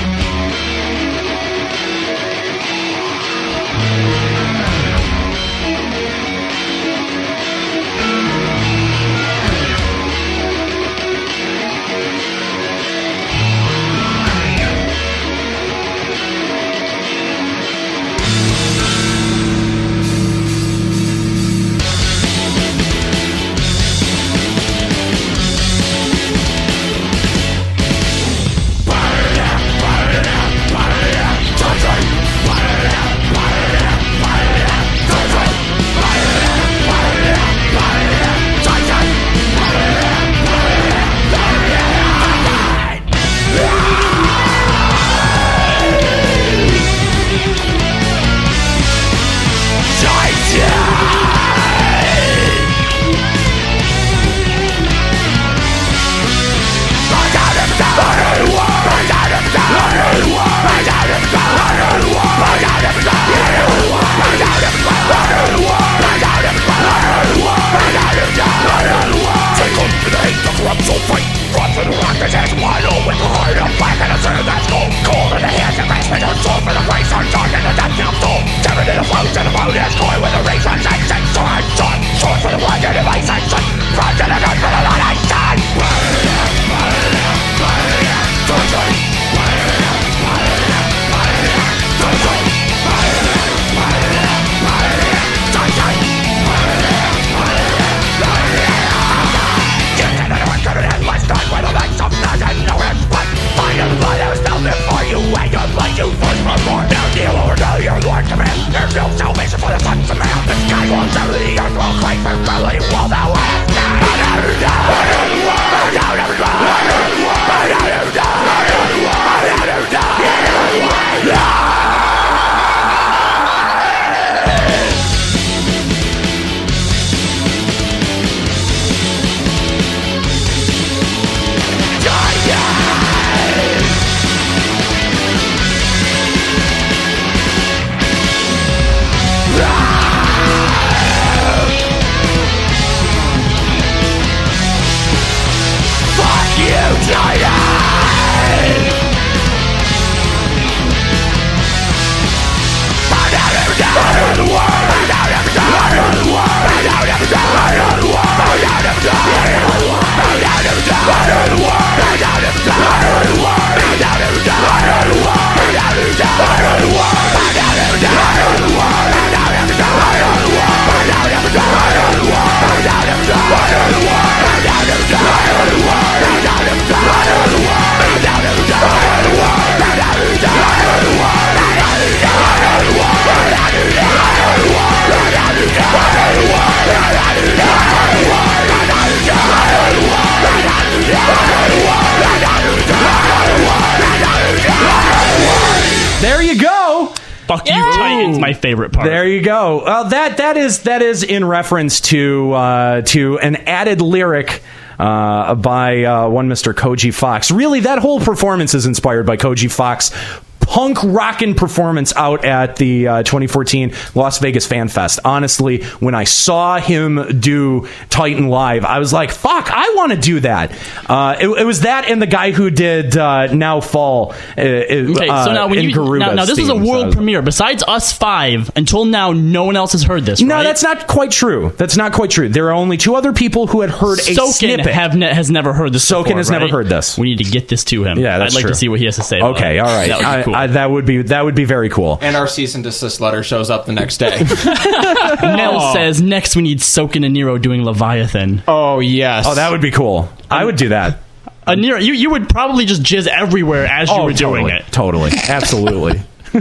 Fire! Fuck you, Titans, my favorite part. There you go. Well, that that is that is in reference to uh, to an added lyric. Uh, by uh, one Mr. Koji Fox. Really, that whole performance is inspired by Koji Fox punk rockin' performance out at the uh, 2014 Las Vegas Fan Fest. Honestly, when I saw him do Titan live, I was like, "Fuck, I want to do that." Uh, it, it was that and the guy who did uh, Now Fall. Uh, Okay, so now when you now, now this is a world premiere. Besides us five, until now, no one else has heard this. No, that's not quite true. That's not quite true. There are only two other people who had heard a Soken snippet. have ne- has never heard this. Soken before, has never right? heard this. We need to get this to him. yeah, I'd that's like true. to see what he has to say. about Okay, it. all right. That would be I- cool. I- that would be that would be very cool. And our cease and desist letter shows up the next day. Mel says next we need Soken and Nero doing Leviathan. Oh yes. Oh, that would be cool. I would do that. Uh, Nero, you you would probably just jizz everywhere as you Oh, were doing totally, it. Totally. Absolutely.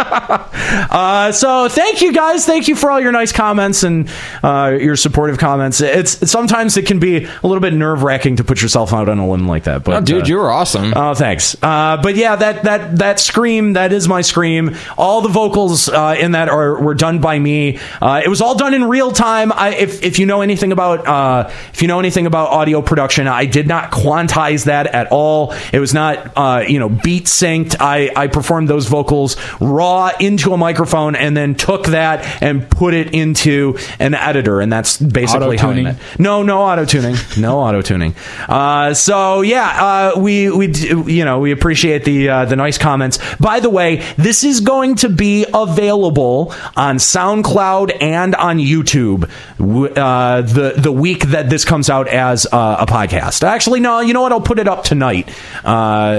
uh, so thank you guys. Thank you for all your nice comments and uh, your supportive comments. It's sometimes it can be a little bit nerve wracking to put yourself out on a limb like that. But Oh, dude, you were awesome. Oh, thanks. Uh, but yeah, that that that scream that is my scream. All the vocals uh, in that are were done by me. Uh, it was all done in real time. I, if if you know anything about uh, if you know anything about audio production, I did not quantize that at all. It was not uh, you know beat synced. I I performed those vocals raw into a microphone and then took that and put it into an editor, and that's basically how I Auto-tuning. meant. No, no auto tuning. No auto tuning. Uh, so yeah, uh, we we d- you know we appreciate the uh, the nice comments. By the way, this is going to be available on SoundCloud and on YouTube w- uh, the the week that this comes out as uh, a podcast. Actually, no, you know what? I'll put it up tonight. Uh,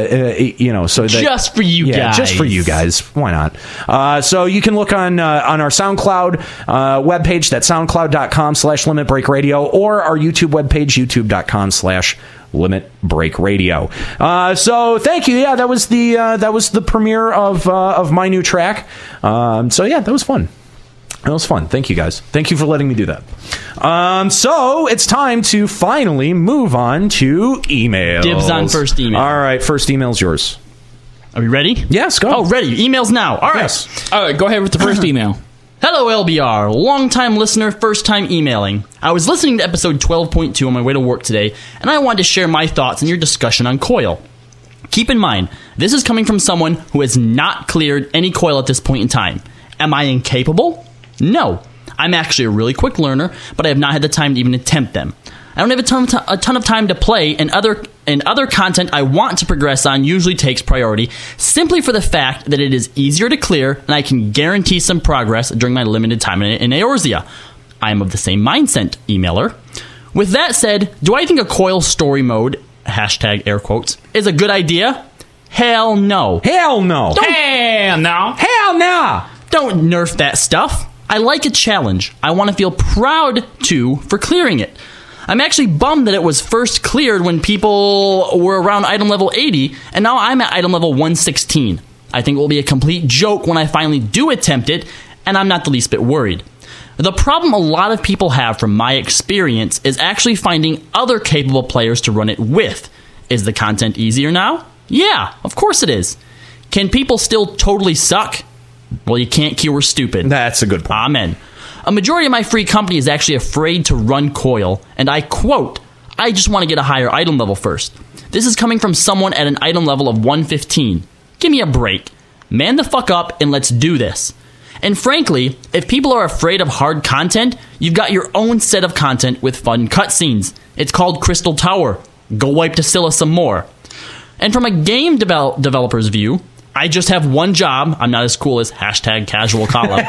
uh, you know, so that, Just for you yeah, just for guys. you guys guys. Why not? Uh, so you can look on uh, on our SoundCloud uh, webpage, that's soundcloud.com slash limit break radio, or our YouTube webpage, youtube.com slash limit break radio. Uh, so thank you. Yeah, that was the uh, that was the premiere of uh, of my new track. Um, so yeah, that was fun. That was fun. Thank you guys. Thank you for letting me do that. Um, so it's time to finally move on to email. Dibs on first email. All right, first email's yours. Are we ready? Yes, go. Oh, ready. Emails now. All right. All right, go ahead with the first email. Hello, LBR. Longtime listener, first time emailing. I was listening to episode 12.2 on my way to work today, and I wanted to share my thoughts and your discussion on coil. Keep in mind, this is coming from someone who has not cleared any coil at this point in time. Am I incapable? No. I'm actually a really quick learner, but I have not had the time to even attempt them. I don't have a ton, a ton of time to play, and other and other content I want to progress on usually takes priority, simply for the fact that it is easier to clear, and I can guarantee some progress during my limited time in, in Eorzea. I am of the same mindset, emailer. With that said, do I think a coil story mode hashtag air quotes is a good idea? Hell no. Hell no. Don't, Hell no. Hell no. Don't nerf that stuff. I like a challenge. I want to feel proud too for clearing it. I'm actually bummed that it was first cleared when people were around item level 80, and now I'm at item level 116. I think it will be a complete joke when I finally do attempt it, and I'm not the least bit worried. The problem a lot of people have, from my experience, is actually finding other capable players to run it with. Is the content easier now? Yeah, of course it is. Can people still totally suck? Well, you can't cure stupid. That's a good point. Amen. A majority of my free company is actually afraid to run coil, and I quote, I just want to get a higher item level first. This is coming from someone at an item level of 115. Give me a break. Man the fuck up and let's do this. And frankly, if people are afraid of hard content, you've got your own set of content with fun cutscenes. It's called Crystal Tower. Go wipe Tasilla some more. And from a game devel- developer's view, I just have one job. I'm not as cool as hashtag casual column.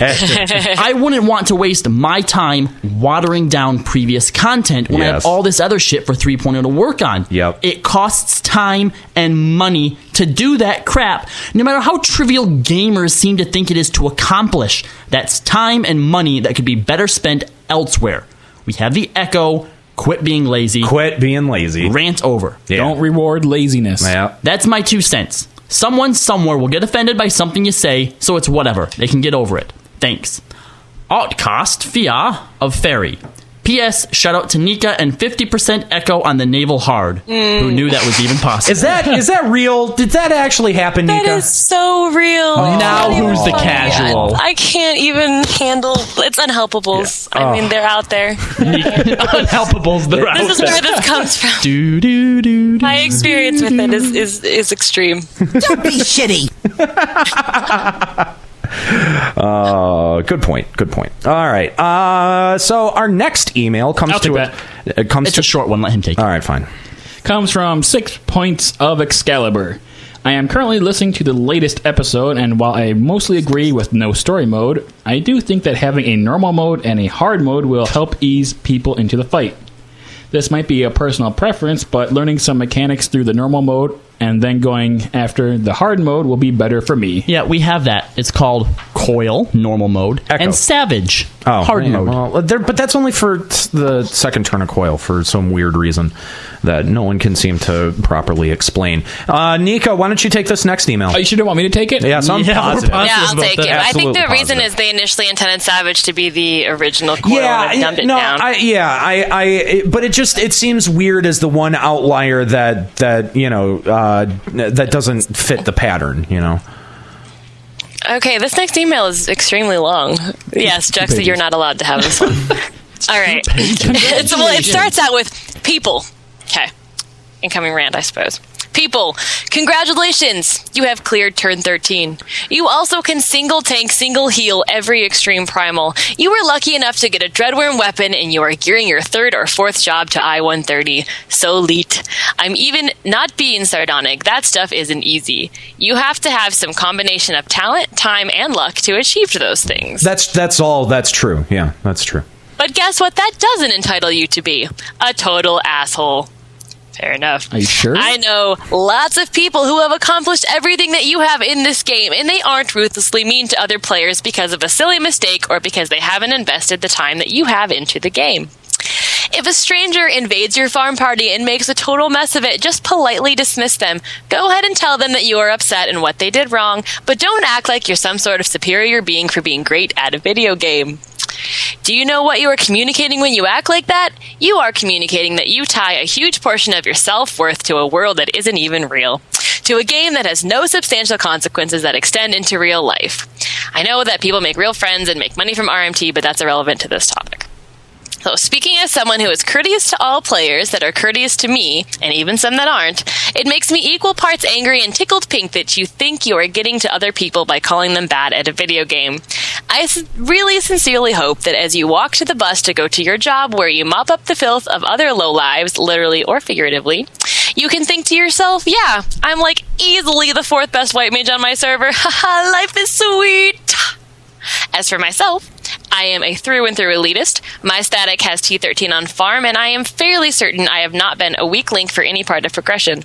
I wouldn't want to waste my time watering down previous content when I Yes. have all this other shit for 3.0 to work on. Yep. It costs time and money to do that crap, no matter how trivial gamers seem to think it is to accomplish. That's time and money that could be better spent elsewhere. We have the echo. Quit being lazy. Quit being lazy. Rant over. Don't reward laziness. Yeah. That's my two cents. Someone somewhere will get offended by something you say, so it's whatever. They can get over it. Thanks. Outcast Fia of Fairy. P.S. Shout out to Nika and 50% echo on the navel hard. Mm. Who knew that was even possible? Is that is that real? Did that actually happen, That Nika? is so real. Oh, It's now not even who's the funny. casual? I, I can't even handle it's unhelpables. Yeah. I Oh. mean, they're out there. Unhelpables, the This is where this comes from. Do, do, do, My experience with it is is, is extreme. Don't be shitty. Uh, good point. Good point. All right. Uh, so our next email comes I'll to take it. it comes It's to a short one. Let him take it. All right, fine. comes from Six Points of Excalibur. I am currently listening to the latest episode, and while I mostly agree with no story mode, I do think that having a normal mode and a hard mode will help ease people into the fight. This might be a personal preference, but learning some mechanics through the normal mode and then going after the hard mode will be better for me. Yeah, we have that. It's called Coil, normal mode, and Savage, Oh, hard yeah, mode. Well, there, but that's only for t- the second turn of coil for some weird reason that no one can seem to properly explain. Uh, Nika, why don't you take this next email? Oh, you sure don't want me to take it? Yeah, so I'm Yeah, we're positive. positive Yeah, I'll take it. I think the Absolutely reason positive. is they initially intended Savage to be the original coil yeah, and have dumbed I- it no, down. I, yeah, I, I, it- but it just it seems weird as the one outlier that that you know uh, that doesn't fit the pattern. You know, Okay, this next email is extremely long. Yes, Jackson, pages. you're not allowed to have this one. All right. It's- well, it Congratulations. starts out with people. Okay. Incoming rant, I suppose. People, congratulations! You have cleared turn 13. You also can single tank, single heal every extreme primal. You were lucky enough to get a Dreadworm weapon, and you are gearing your third or fourth job to I 130. So leet. I'm even not being sardonic. That stuff isn't easy. You have to have some combination of talent, time, and luck to achieve those things. that's that's all. That's true. Yeah, that's true. But guess what? That doesn't entitle you to be a total asshole. Fair enough. Are you sure? I know lots of people who have accomplished everything that you have in this game, and they aren't ruthlessly mean to other players because of a silly mistake or because they haven't invested the time that you have into the game. If a stranger invades your farm party and makes a total mess of it, just politely dismiss them. Go ahead and tell them that you are upset and what they did wrong, but don't act like you're some sort of superior being for being great at a video game. Do you know what you are communicating when you act like that? You are communicating that you tie a huge portion of your self worth to a world that isn't even real, to a game that has no substantial consequences that extend into real life. I know that people make real friends and make money from RMT, but that's irrelevant to this topic. So, speaking as someone who is courteous to all players that are courteous to me, and even some that aren't, it makes me equal parts angry and tickled pink that you think you are getting to other people by calling them bad at a video game. I s- really sincerely hope that as you walk to the bus to go to your job where you mop up the filth of other lowlives, literally or figuratively, you can think to yourself, yeah, I'm like easily the fourth best white mage on my server. Haha, life is sweet. As for myself, I am a through and through elitist. My static has T13 on farm, and I am fairly certain I have not been a weak link for any part of progression.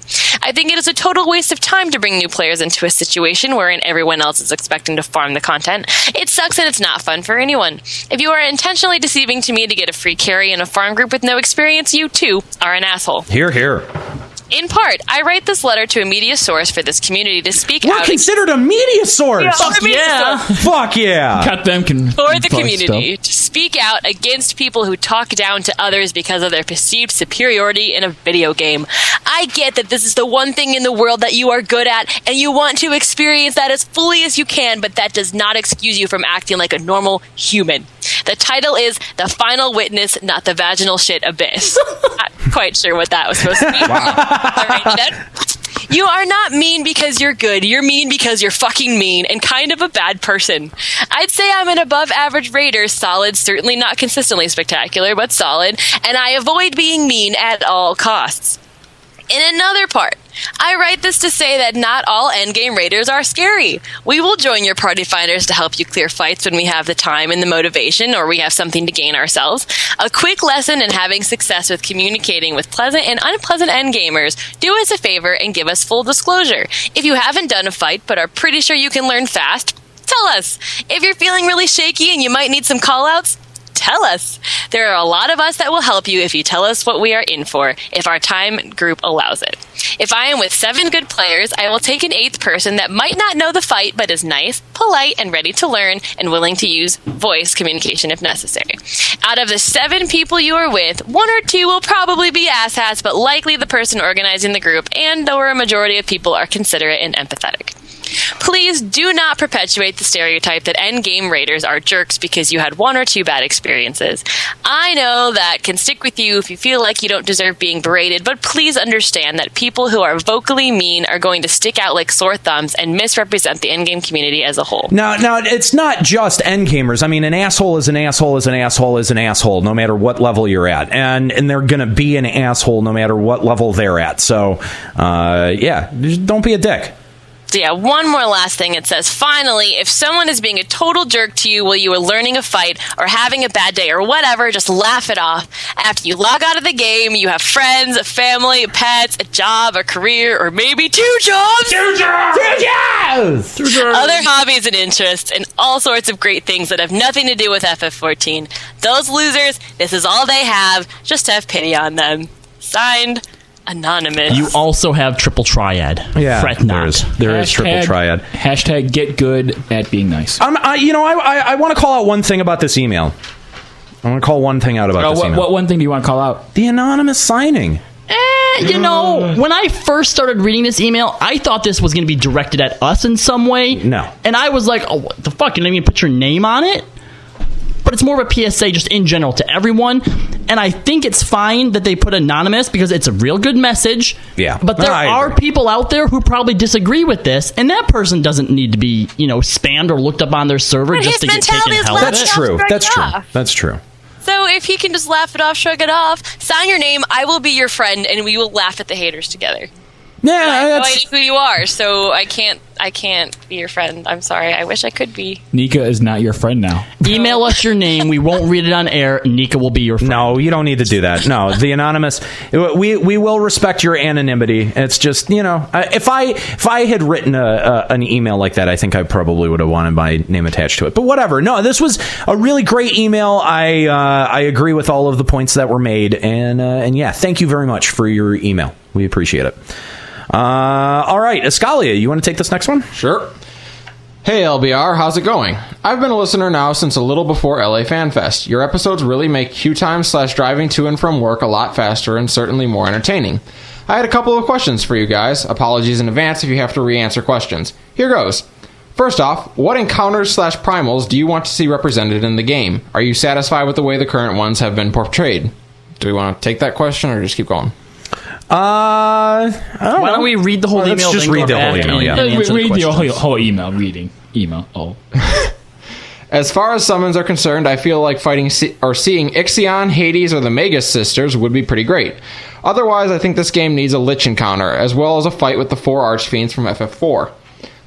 I think it is a total waste of time to bring new players into a situation wherein everyone else is expecting to farm the content. It sucks and it's not fun for anyone. If you are intentionally deceiving to me to get a free carry in a farm group with no experience, you too are an asshole. Here, here. In part, I write this letter to a media source for this community to speak We're out considered a media source. Yeah, Fuck we're a media yeah. Fuck yeah. Cut them can for the community to speak out against people who talk down to others because of their perceived superiority in a video game. I get that this is the one thing in the world that you are good at and you want to experience that as fully as you can, but that does not excuse you from acting like a normal human. The title is The Final Witness, Not the Vaginal Shit Abyss. not quite sure what that was supposed to be. All right, then. You are not mean because you're good. You're mean because you're fucking mean and kind of a bad person. I'd say I'm an above average raider, solid, certainly not consistently spectacular, but solid, and I avoid being mean at all costs. In another part, I write this to say that not all endgame raiders are scary. We will join your party finders to help you clear fights when we have the time and the motivation or we have something to gain ourselves. A quick lesson in having success with communicating with pleasant and unpleasant endgamers. Do us a favor and give us full disclosure. If you haven't done a fight but are pretty sure you can learn fast, tell us. If you're feeling really shaky and you might need some call outs, tell us. There are a lot of us that will help you if you tell us what we are in for, if our time group allows it. If I am with seven good players, I will take an eighth person that might not know the fight but is nice, polite, and ready to learn and willing to use voice communication if necessary. Out of the seven people you are with, one or two will probably be asshats, but likely the person organizing the group and or a majority of people are considerate and empathetic. Please do not perpetuate the stereotype that endgame raiders are jerks because you had one or two bad experiences. I know that can stick with you if you feel like you don't deserve being berated, but please understand that people who are vocally mean are going to stick out like sore thumbs and misrepresent the endgame community as a whole. Now, now it's not just end gamers. I mean, an asshole is an asshole is an asshole is an asshole, no matter what level you're at, and and they're gonna be an asshole no matter what level they're at. So, uh, yeah, just don't be a dick. So yeah, one more last thing. It says, finally, if someone is being a total jerk to you while you are learning a fight or having a bad day or whatever, just laugh it off. After you log out of the game, you have friends, a family, pets, a job, a career, or maybe two jobs. Two jobs! Two jobs! Two jobs! Other hobbies and interests and all sorts of great things that have nothing to do with FF14. Those losers, this is all they have. Just have pity on them. Signed, Anonymous. You also have triple triad. Yeah, Fret not. There is triple Hashtag- triad. Hashtag get good at being nice. I'm, I, you know, I, I, I want to call out one thing about this email. I want to call one thing out about Oh, this what, email. what one thing do you want to call out? The anonymous signing. Eh, you Mm. know, when I first started reading this email, I thought this was going to be directed at us in some way. No. And I was like, oh, what the fuck? You're not even put your name on it? But it's more of a PSA just in general to everyone. And I think it's fine that they put anonymous because it's a real good message. Yeah. But there I are people out there who probably disagree with this, and that person doesn't need to be, you know, spammed or looked up on their server But just his to get mentality taken is hell let That's That's true. right That's true. off. That's true. So if he can just laugh it off, shrug it off, sign your name, I will be your friend, and we will laugh at the haters together. Yeah, No idea who you are, so I can't. I can't be your friend. I'm sorry. I wish I could be. Nika is not your friend now. Email us your name. We won't read it on air. Nika will be your friend. No, you don't need to do that. No, the anonymous. We we will respect your anonymity. It's just you know, I- if I if I had written a, a an email like that, I think I probably would have wanted my name attached to it. But whatever. No, this was a really great email. I uh, I agree with all of the points that were made, and uh, and yeah, thank you very much for your email. We appreciate it. Uh, all right, Escalia, you want to take this next one? Sure. Hey LBR, how's it going? I've been a listener now since a little before LA FanFest. Your episodes really make queue time slash driving to and from work a lot faster and certainly more entertaining. I had a couple of questions for you guys. Apologies in advance if you have to re-answer questions. Here goes. First off, what encounters slash primals do you want to see represented in the game? Are you satisfied with the way the current ones have been portrayed? Do we want to take that question or just keep going? Uh, Why don't we read the whole Let's email? just then read go the whole back email, and- yeah. and Re- answer the read the questions. whole, whole Oh, email. Reading email. Oh, As far as summons are concerned, I feel like fighting Se- or seeing Ixion, Hades, or the Magus sisters would be pretty great. Otherwise, I think this game needs a Lich encounter, as well as a fight with the four Archfiends from FF4.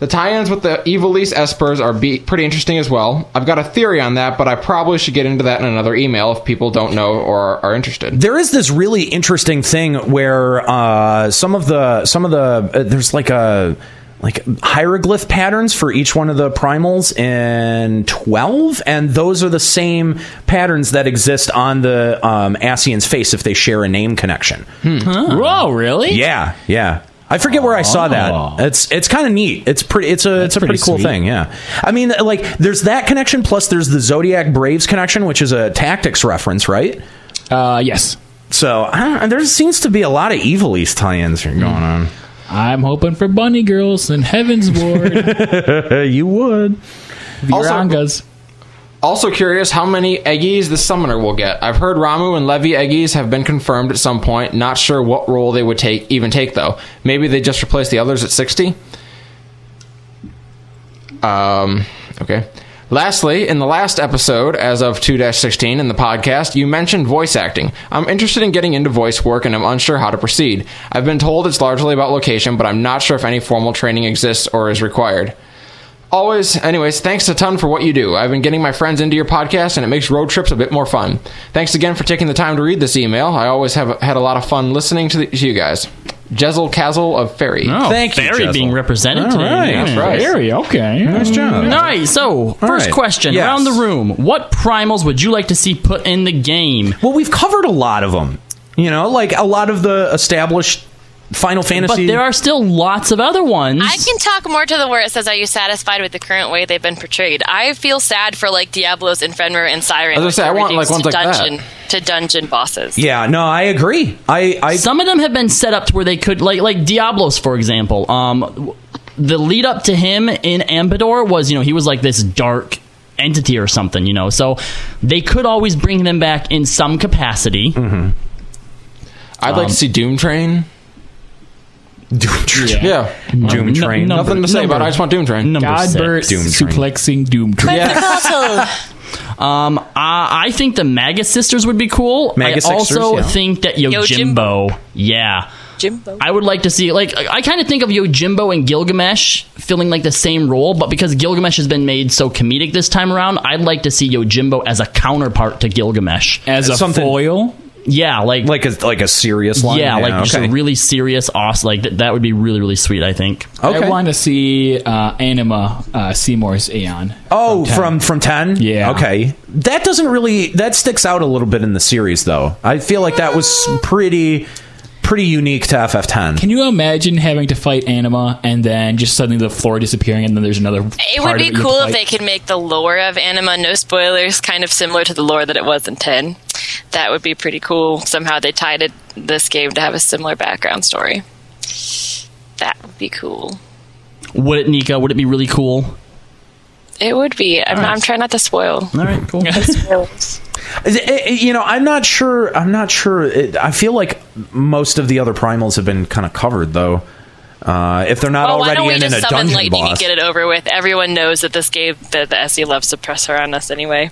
The tie ins with the Evilise Espers are be- pretty interesting as well. I've got a theory on that, but I probably should get into that in another email if people don't know or are interested. There is this really interesting thing where uh, some of the some of the uh, there's like a like hieroglyph patterns for each one of the primals in 12 and those are the same patterns that exist on the um Asian's face if they share a name connection. Hmm. Whoa, really? Oh. Yeah, yeah. I forget where I saw that. It's it's kind of neat. It's pretty. It's a it's a pretty, pretty cool sweet. thing. Yeah. I mean, like there's that connection. Plus, there's the Zodiac Braves connection, which is a tactics reference, right? Uh, yes. So I don't, there seems to be a lot of Evil East tie-ins here going Mm. on. I'm hoping for bunny girls and heaven's ward. you would. Virangas. Also curious how many Eggies the summoner will get. I've heard Ramu and Levy Eggies have been confirmed at some point. Not sure what role they would take even take though. Maybe they just replace the others at sixty. Um. Okay. Lastly, in the last episode, as of 2 16 in the podcast, you mentioned voice acting. I'm interested in getting into voice work and I'm unsure how to proceed. I've been told it's largely about location, but I'm not sure if any formal training exists or is required. Always, anyways, thanks a ton for what you do. I've been getting my friends into your podcast, and it makes road trips a bit more fun. Thanks again for taking the time to read this email. I always have had a lot of fun listening to, the, to you guys. Jezel Castle of Ferry. Oh, Thank you, Ferry Jezel. being represented today. Yeah. That's right. Ferry, okay. Nice job. All right, so first right. question Yes. around the room: What primals would you like to see put in the game? Well, we've covered a lot of them. You know, like a lot of the established Final But Fantasy. there are still lots of other ones. I can talk more to the where it says, "Are you satisfied with the current way they've been portrayed?" I feel sad for like Diablos, Infernor, and Siren. I was gonna which say, were I want, like, reduced ones like to that. dungeon to dungeon bosses. Yeah, no, I agree. I, I some of them have been set up to where they could like like Diablos for example. Um, w- the lead up to him in Ambador was you know he was like this dark entity or something you know so they could always bring them back in some capacity. Mm-hmm. I'd like to see Doom Train. Doom Yeah. Doom Train. Nothing to say about it. I just want Doom Train. Godbert suplexing Doom Train. um, I, I think the Magus sisters would be cool. Maga I Sisters, also yeah. think that Yojimbo, yeah, Jimbo. I would like to see like I kind of think of Yojimbo and Gilgamesh filling like the same role, but because Gilgamesh has been made so comedic this time around, I'd like to see Yojimbo as a counterpart to Gilgamesh, As a Something- foil. Yeah, like like a like a serious line. Yeah, like Yeah, just okay. a really serious, awesome. Like th- that would be really, really sweet. I think. I want to see uh, Anima uh, Seymour's Aeon. Oh, from from ten. Yeah. Okay. That doesn't really that sticks out a little bit in the series though. I feel like that was pretty pretty unique to FF10. Can you imagine having to fight Anima and then just suddenly the floor disappearing and then there's another? It would be cool if they could make the lore of Anima, no spoilers, kind of similar to the lore that it was in 10. That would be pretty cool. Somehow they tied it this game to have a similar background story. That would be cool. Would it, Nika? Would it be really cool? It would be. I'm, I'm trying not to spoil. All right, cool. Spoilers. Is it- it- You know, I'm not sure. I'm not sure. It, I feel like most of the other primals have been kind of covered though. Uh, if they're not well, Oh, already why don't we in, in just a summon dungeon lightning and boss, get it over with? Everyone knows that this game, that the SE loves to press her on us anyway.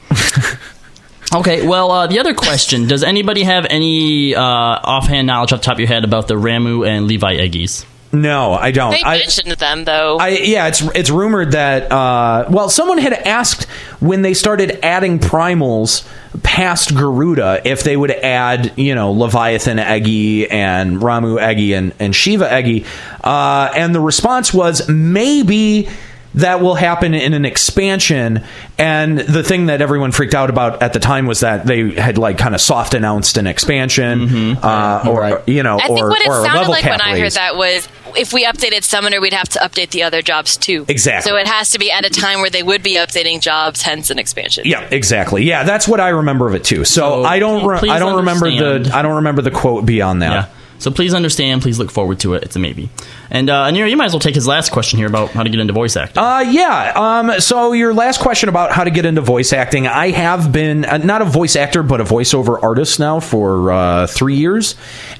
Okay, well, uh, the other question: Does anybody have any uh, offhand knowledge off the top of your head about the Ramu and Levi Eggies? no, I don't. they I, mentioned them, though. I, yeah, it's it's rumored that uh, well, someone had asked when they started adding primals past Garuda if they would add you know Leviathan Eggy and Ramu Eggy and and Shiva Eggy, uh, and the response was maybe. That will happen in an expansion, and the thing that everyone freaked out about at the time was that they had like kind of soft announced an expansion, Mm-hmm. uh, or you know, I think or, what it or a sounded level like cap when I heard raise. that was if we updated Summoner, we'd have to update the other jobs too. Exactly. So it has to be at a time where they would be updating jobs, hence an expansion. Yeah, exactly. Yeah, that's what I remember of it too. So, I don't. Re- please I don't remember understand. the. I don't remember the quote beyond that. Yeah. So please understand. Please look forward to it. It's a maybe. And uh, Anira, you might as well take his last question here about how to get into voice acting. Uh, yeah. Um, so your last question about how to get into voice acting, I have been uh, not a voice actor, but a voiceover artist now for uh, three years,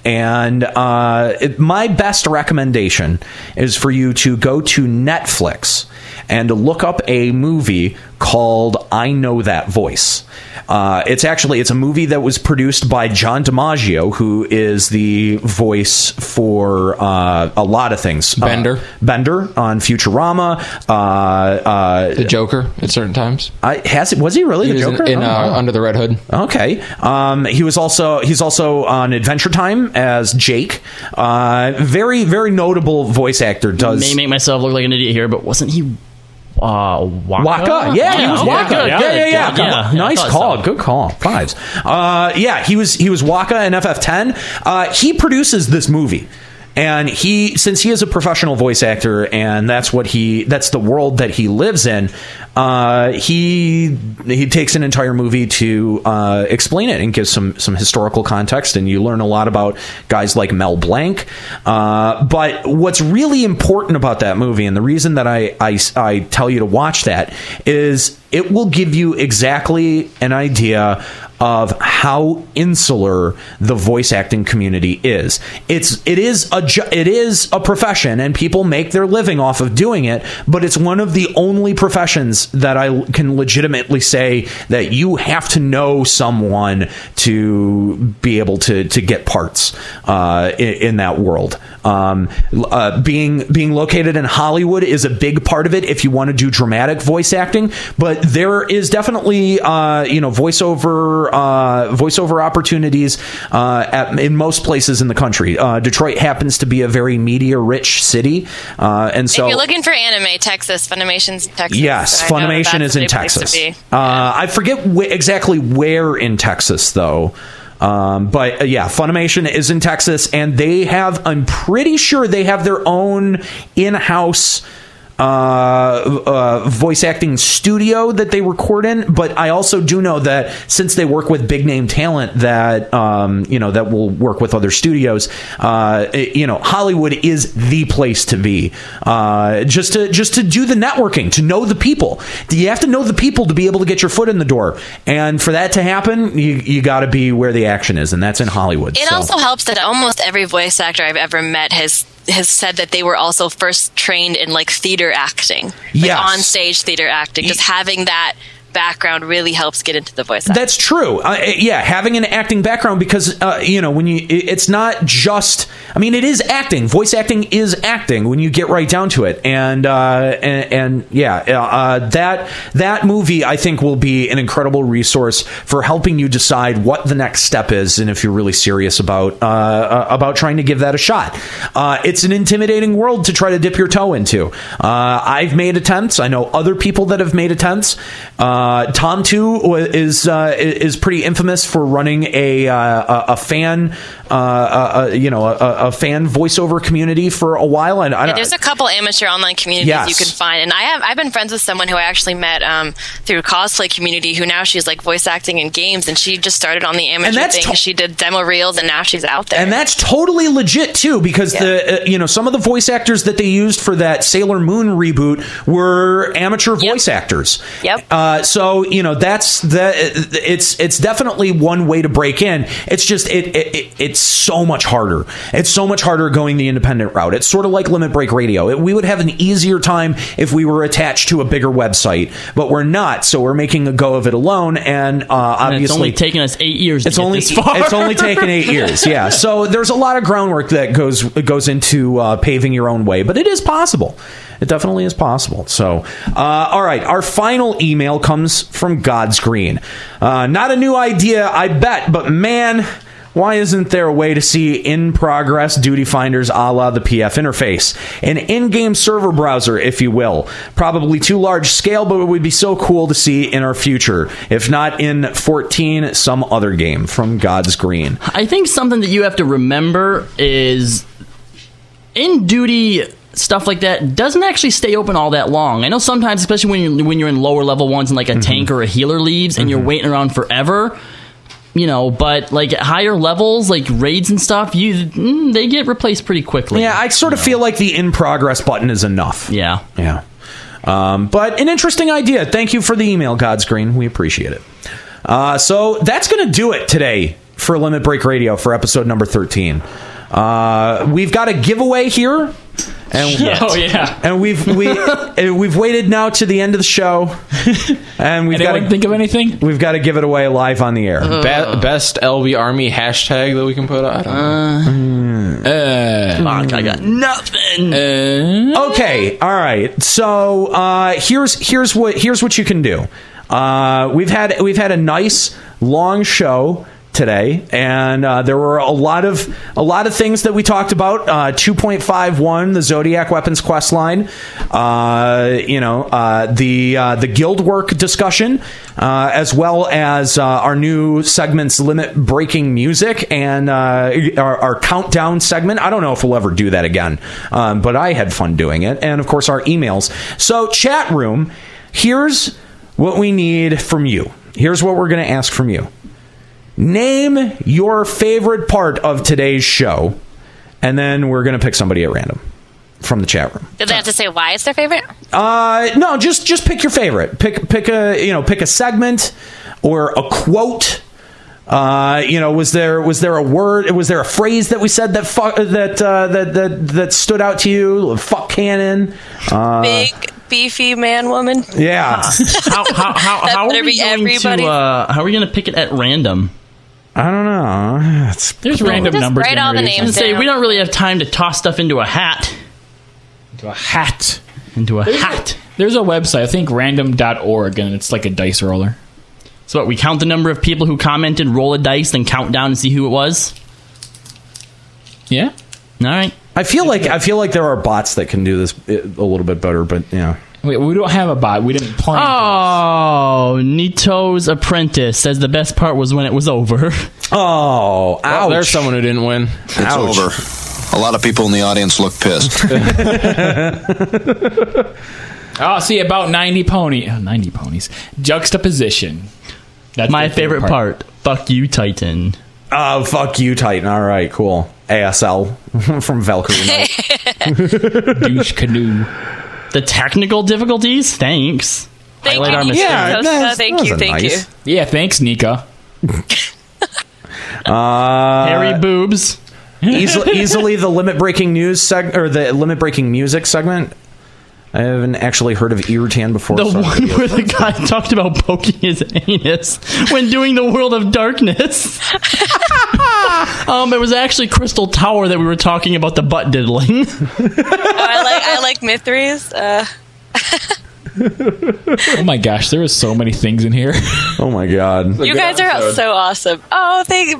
and uh, it, my best recommendation is for you to go to Netflix and look up a movie called "I Know That Voice." Uh, it's actually it's a movie that was produced by John DiMaggio, who is the voice for uh, a lot of things. Bender, Bender on Futurama, uh, uh, the Joker at certain times. I, has it was he really He the was in- Joker in, Oh, uh, wow. Under the Red Hood. Okay, um, he was also he's also on Adventure Time as Jake. Uh, very very notable voice actor. Does may make myself look like an idiot here, but wasn't he? Uh, Waka? Waka. Yeah, he was Waka. Yeah, yeah, yeah. yeah, Come yeah. on. Yeah, I nice thought call. Good call. Fives. Uh, yeah, he was he was Waka in FF10. Uh, he produces this movie. And he, since he is a professional voice actor, and that's what he—that's the world that he lives in. Uh, he he takes an entire movie to uh, explain it and give some some historical context, and you learn a lot about guys like Mel Blanc. Uh, but what's really important about that movie, and the reason that I, I I tell you to watch that, is it will give you exactly an idea of how insular the voice acting community is. It's it is a jo- it is a profession and people make their living off of doing it, but it's one of the only professions that I l- can legitimately say that you have to know someone to be able to to get parts uh, in, in that world. Um, l- uh, being being located in Hollywood is a big part of it if you want to do dramatic voice acting, but there is definitely uh, you know voiceover uh, voiceover opportunities uh, at, in most places in the country. Uh, Detroit happens to be a very media-rich city, uh, and so if you're looking for anime, Texas, Funimation's in Texas. Yes, and I know that Funimation that's is a in big place to Texas. be. Uh, I forget wh- exactly where in Texas though. Um, but uh, yeah, Funimation is in Texas, and they have. I'm pretty sure they have their own in-house uh, uh, voice acting studio that they record in. But I also do know that since they work with big name talent, that um, you know that will work with other studios. Uh, it- you know, Hollywood is the place to be. Uh, just to just to do the networking, to know the people. You have to know the people to be able to get your foot in the door. And for that to happen, you you got to be where the action is, and that's in Hollywood. It So- also helps that almost every voice actor I've ever met has has said that they were also first trained in like theater acting, like Yes. on stage theater acting. Just having that background really helps get into the voice. acting. That's true. Uh, yeah, having an acting background because uh, you know when you it- it's not just. I mean, it is acting. Voice acting is acting when you get right down to it. And uh, and, and yeah, uh, that that movie I think will be an incredible resource for helping you decide what the next step is and if you're really serious about uh, uh, about trying to give that a shot. Uh, it's an intimidating world to try to dip your toe into. Uh, I've made attempts. I know other people that have made attempts. Uh, Tom Two wa- is uh, is pretty infamous for running a uh, a, a fan uh, uh, uh, you know a- a, a fan voiceover community for a while. And I Yeah, don't, there's a couple amateur online communities Yes. you can find, and I have I've been friends with someone who I actually met um, through cosplay community, who now she's like voice acting in games, and she just started on the amateur that's thing. to- she did demo reels, and now she's out there. And that's totally legit too, because the uh, you know some of the voice actors that they used for that Sailor Moon reboot were amateur voice actors. Yep. Uh, so you know that's the it's it's definitely one way to break in. It's just it, it, it it's so much harder. It's so much harder going the independent route. It's sort of like Limit Break Radio. It, we would have an easier time if we were attached to a bigger website, but we're not. So we're making a go of it alone, and uh, obviously It's only taken us eight years. it's only it's only taken eight years. Yeah, so there's a lot of groundwork that goes goes into uh, paving your own way, but it is possible. It definitely is possible. So, uh, all right, our final email comes from God's Green. Uh, not a new idea, I bet, but man. Why isn't there a way to see in progress duty finders a la the PF interface? An in game server browser, if you will. Probably too large scale, but it would be so cool to see in our future. If not in 14, some other game from God's Green. I think something that you have to remember is in duty stuff like that doesn't actually stay open all that long. I know sometimes, especially when you're when you're in lower level ones and like a tank or a healer leaves and you're waiting around forever. You know, but like at higher levels, like raids and stuff, you mm, they get replaced pretty quickly. Yeah, I sort of feel like the in progress button is enough. Yeah. Yeah. Um, but an interesting idea. Thank you for the email, God's Green. We appreciate it. Uh, so that's going to do it today for Limit Break Radio for episode number 13. Uh, we've got a giveaway here. And, Shit. Oh, yeah. and we've we uh, we've waited now to the end of the show, and we've got to Anyone think of anything. We've got to give it away live on the air. Be- best LV Army hashtag that we can put on. Fuck, I got nothing. okay, all right. So uh, here's here's what here's what you can do. Uh, we've had we've had a nice long show today, and uh, there were a lot of a lot of things that we talked about. Uh, Two point five one, the Zodiac Weapons quest line. Uh, you know uh, the uh, the guild work discussion, uh, as well as uh, our new segments, limit breaking music, and uh, our, our countdown segment. I don't know if we'll ever do that again, um, but I had fun doing it. And of course, our emails. So, chat room, here's what we need from you. Here's what we're going to ask from you Name your favorite part of today's show, and then we're going to pick somebody at random from the chat room. Did they have to say why it's their favorite? Uh, no, just just pick your favorite. Pick pick a you know pick a segment or a quote. Uh, you know, was there was there a word? Was there a phrase that we said that fu- that uh, that that that stood out to you? Fuck cannon. Uh, Big beefy man woman. Yeah. how how how, That how are better we be going everybody. to uh, how are we going to pick it at random? I don't know. There's random Just number write all the generators. names say down. we don't really have time to toss stuff into a hat. Into a hat. Into a There's a- hat. There's a website, I think random.org, and it's like a dice roller. So what, we count the number of people who commented, roll a dice, then count down and see who it was? Yeah. All right. I feel like I feel like there are bots that can do this uh, a little bit better, but yeah. Wait, we don't have a bot. We didn't plan. Oh, Nito's apprentice says the best part was when it was over. Oh, Well, there's someone who didn't win. It's over. A lot of people in the audience look pissed. Oh, see, about 90 pony. Oh, 90 ponies. Juxtaposition. That's My the favorite part. Fuck you, Titan. Oh, fuck you, Titan. All right, cool. ASL from Valkyrie. Knight. Douche canoe. The technical difficulties? Thanks. Thank Highlight you, our Nico. mistakes. Yeah, That that's- was- thank that you, was thank nice. you. Yeah, thanks, Nika. Uh, Hairy boobs. easily, easily the limit breaking news seg- or the limit breaking music segment. I haven't actually heard of ear tan before. The so- one where the guy talked about poking his anus when doing the World of Darkness. um, it was actually Crystal Tower that we were talking about the butt diddling. Oh, I like I like Mithras. Uh, Oh my gosh, there is so many things in here. oh my god. you guys are so awesome. Oh, thank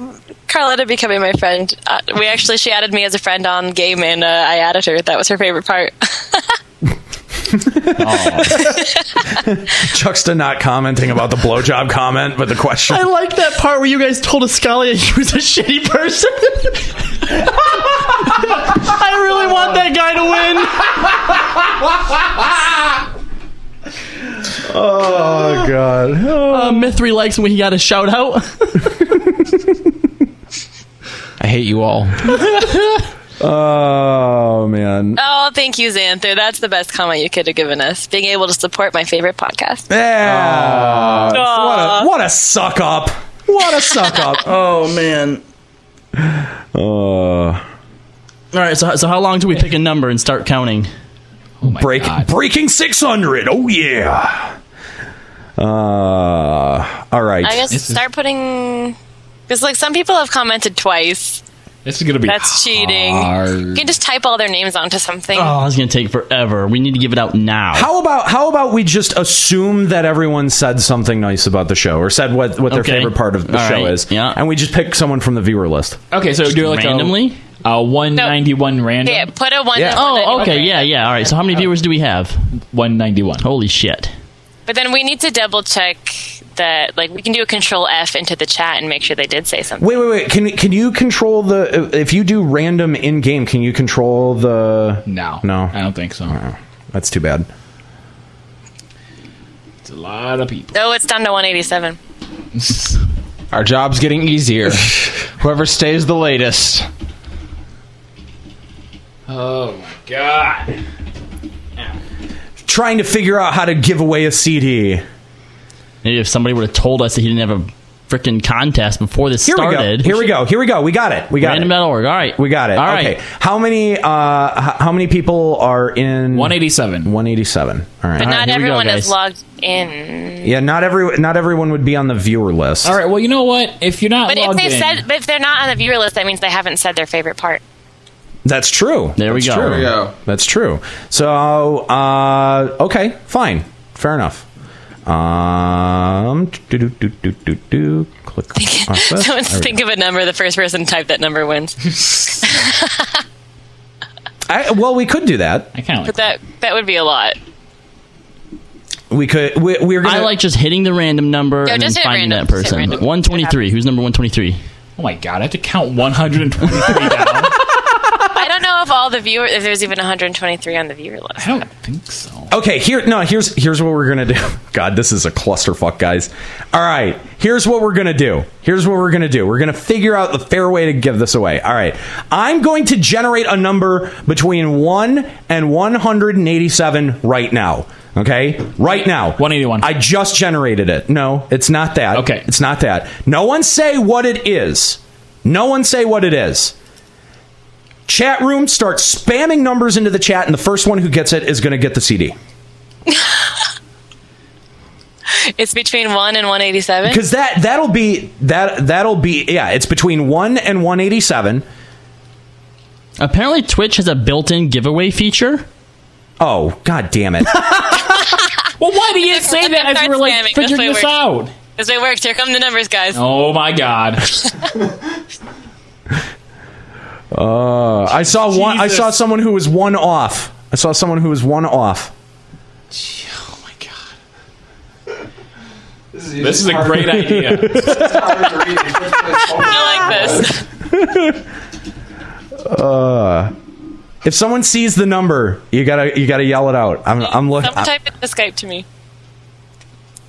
Carletta becoming my friend. Uh, we actually she added me as a friend on game, and uh, I added her. That was her favorite part. Chucksta not commenting about the blowjob comment, but the question. I like that part where you guys told Ascalia he was a shitty person. I really want that guy to win. Oh god. Uh, Mithri likes when he got a shout out. I hate you all. oh man. oh, thank you, Xanther. That's the best comment you could have given us. Being able to support my favorite podcast. Yeah. Aw. What a what a suck up. What a suck up. oh man. Uh, All right, so so how long do we pick a number and start counting? break breaking six hundred. Oh yeah. Uh, all right. I guess start putting because like some people have commented twice. This is gonna be That's cheating. hard. You can just type all their names onto something. Oh, it's gonna take forever. We need to give it out now. How about how about we just assume that everyone said something nice about the show or said what, what their Okay. favorite part of the All show right. is, yeah. and we just pick someone from the viewer list. Okay, so do like randomly? a, a 191 random. Yeah, put a one. Oh, okay, yeah, yeah. All right. So how Uh, many viewers do we have? 191. Holy shit. But then we need to double check that. Like we can do a Control F into the chat and make sure they did say something. Wait, wait, wait. Can can you control the if you do random in game? Can you control the? No, no, I don't think so. That's too bad. It's a lot of people. Oh, it's down to 187. Our job's getting easier. Whoever stays the latest. Oh my god. Trying to figure out how to give away a CD. Maybe if somebody would have told us that he didn't have a freaking contest before this Here started. we go. Here we go. Here we go. We got it. We got it. Random.org. All right. We got it. All right. okay. How many? Uh, h- how many people are in? One eighty-seven. One eighty-seven. All right. But not everyone is logged in. Yeah, not every not everyone would be on the viewer list. All right, well, you know what? If you're not But if logged they in, said, but if they're not on the viewer list, that means they haven't said their favorite part. That's true. There we go. That's True. There we go. That's true. So, uh, okay, fine, fair enough. Um, do do do do do do. Click. on this. Someone There we think of a number. The first person to type that number wins. go. I, well, we could do that. I kind but that that would be a lot. We could. We, we're gonna. I like just hitting the random number Yeah, and then just hit finding random. that Just hit person. random. 123. Who's number 123? oh my god, I have to count 123 down. I don't know if all the viewer, if there's even 123 on the viewer list. I don't think so. Okay, here no, here's here's what we're gonna do. God, this is a clusterfuck, guys. All right, here's what we're gonna do. Here's what we're gonna do. We're gonna figure out the fair way to give this away. All right, I'm going to generate a number between one and 187 right now. Okay, right now, 181. I just generated it. No, it's not that. Okay, it's not that. No one say what it is. No one say what it is chat room start spamming numbers into the chat and the first one who gets it is going to get the cd It's between one and 187. because that that'll be that that'll be yeah it's between 1 and 187 Apparently, Twitch has a built in giveaway feature. oh god damn it Well, why do you say that as we're like spamming, that's figuring why this we're- out? Because it worked. Here come the numbers, guys. Oh my god. Uh, I saw one. I saw someone who was one off. I saw someone who was one off. This is a great idea. I like this. Uh, if someone sees the number, you gotta you gotta yell it out. I'm I'm looking. Someone type in the Skype to me.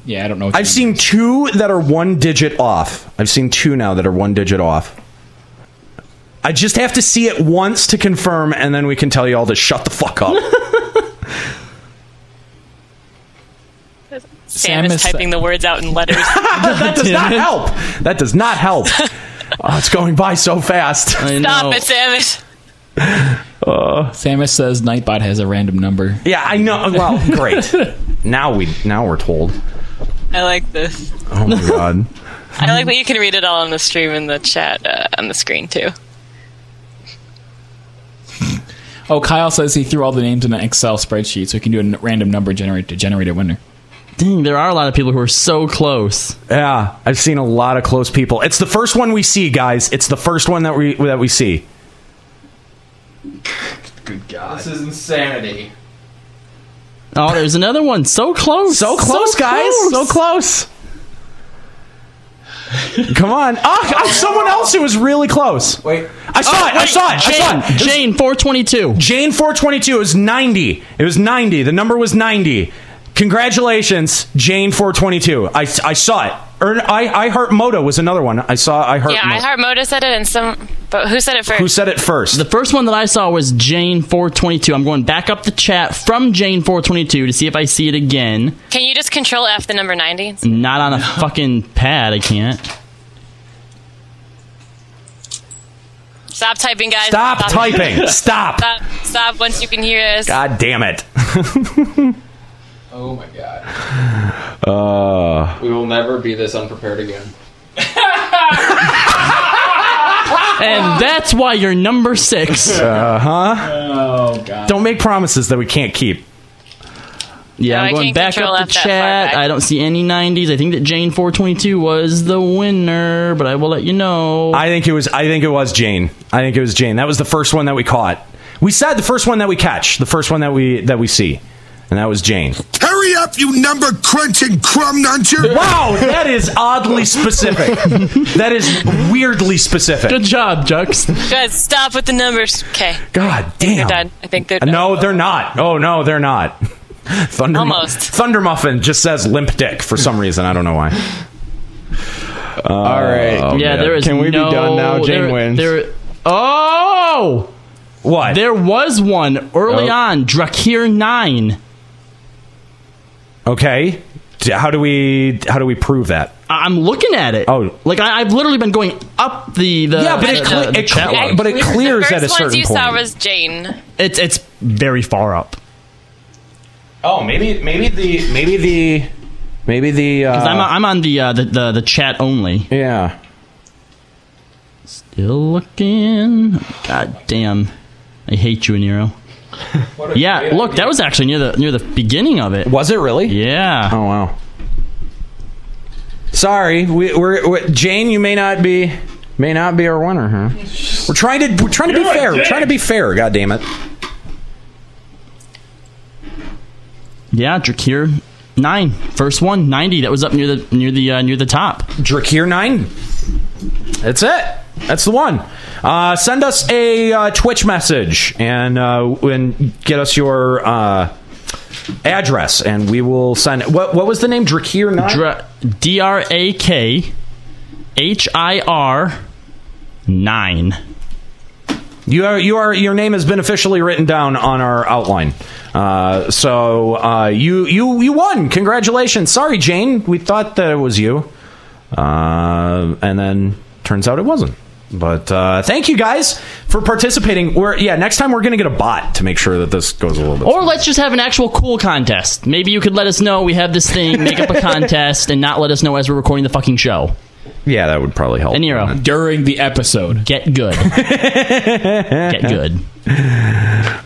Yeah, I don't know. I've seen two that are one digit off. I've seen two now that are one digit off. I just have to see it once to confirm, and then we can tell you all to shut the fuck up. Sam, Sam is, is- typing the words out in letters. that does not help. That does not help. Oh, it's going by so fast. Stop it, Sam. is- Samus says Nightbot has a random number. Yeah, I know. Well, great. now we now we're told. I like this. Oh my god. I like that you can read it all on the stream and the chat uh, on the screen too. Oh, Kyle says he threw all the names in an Excel spreadsheet so he can do a n- random number generator to generate a winner. Dang, there are a lot of people who are so close. Yeah, I've seen a lot of close people. It's the first one we see, guys. It's the first one that we that we see. Good God. This is insanity. Oh, there's another one. So close. So close, guys. So close. Come on. Ah, ah, someone else who was really close. Wait. I saw Oh, it. I wait, saw it. I saw Jane, it. Jane 422. Jane 422 It was 90. It was 90. The number was 90. Congratulations, Jane 422. I, I saw it. Or, I, I Heart Moto was another one. I saw I Heart yeah, I Moto. heart Moda said it, and some. But who said it first? Who said it first? The first one that I saw was Jane 422. I'm going back up the chat from Jane 422 to see if I see it again. Can you just control F the number ninety? Mm. Not on a fucking pad. I can't. Stop typing, guys. Stop typing. Stop. Stop. Stop once you can hear us. God damn it. Oh my God. Uh, We will never be this unprepared again. And that's why you're number six. uh huh. Oh god. Don't make promises that we can't keep. Yeah, No, I'm I can't going back control up the F that far chat. I don't see any 90s. I think that Jane 422 was the winner, but I will let you know. I think it was. I think it was Jane. I think it was Jane. That was the first one that we caught. We said the first one that we catch, the first one that we that we see, and that was Jane. Hurry up, you number crunching crumb nuncher! Wow, that is oddly specific. that is weirdly specific. Good job, Jux. Guys, stop with the numbers. Okay. God They're damn. done. I think they're done. No, they're not. Oh no, they're not. Thunder Almost. Thunder Muffin just says limp dick for some reason. I don't know why. All right. yeah, there is. Oh, Can we no- be done now? Jane there- wins. there- oh, what? There was one early Oh. on. Drakir nine. Okay. D- How do we how do we prove that? I- I'm looking at it. Oh, Like I, I've literally been going up the the Yeah, but it the- cle- the- the it chat cle- log. but it clears at a First ones certain you point. saw was Jane. It's it's very far up. Oh, maybe maybe the maybe the maybe the uh, 'Cause I'm, I'm on the, uh, the the the chat only. Yeah. Still looking. God damn. I hate you, Nero. yeah, look, that was actually near the near the beginning of it. Was it really? Yeah. Oh wow. Sorry, we, we're, we Jane. You may not be may not be our winner, huh? We're trying to we're trying to You're be a fair. We're dick. trying to be fair. God damn it. Yeah, Drakir nine. First one, 90. That was up near the near the uh, near the top. Drakir nine. That's it. That's the one. Uh, send us a uh, Twitch message and uh, and get us your uh, address, and we will send. What what was the name? Drakir nine. Dra- D R A K H I R nine. You are you are your name has been officially written down on our outline. Uh, so uh, you you you won. Congratulations. Sorry, Jane. We thought that it was you, uh, and then turns out it wasn't. But uh, thank you guys for participating. We're yeah. Next time we're gonna get a bot to make sure that this goes a little bit. Or let's just have an actual cool contest. Maybe you could let us know we have this thing, make up a contest, and not let us know as we're recording the fucking show. Yeah, that would probably help. And Nero, during the episode, get good. get good.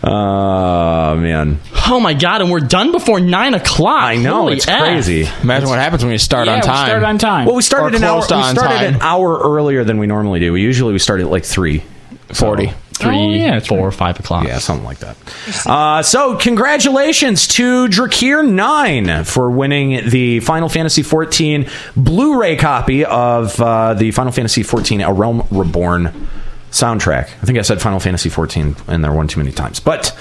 Oh man. Oh my god! And we're done before nine o'clock. I know, it's crazy. Imagine what happens when you start Yeah, on we time. start on time. Well, we started Or an hour. We closed on started time. an hour earlier than we normally do. We usually we start at like three. Forty. Three, Oh, yeah, four, five o'clock. Yeah, something like that. Uh, so, congratulations to Drakir Nine for winning the Final Fantasy XIV Blu-ray copy of uh, the Final Fantasy XIV: A Realm Reborn soundtrack. I think I said Final Fantasy XIV in there one too many times, but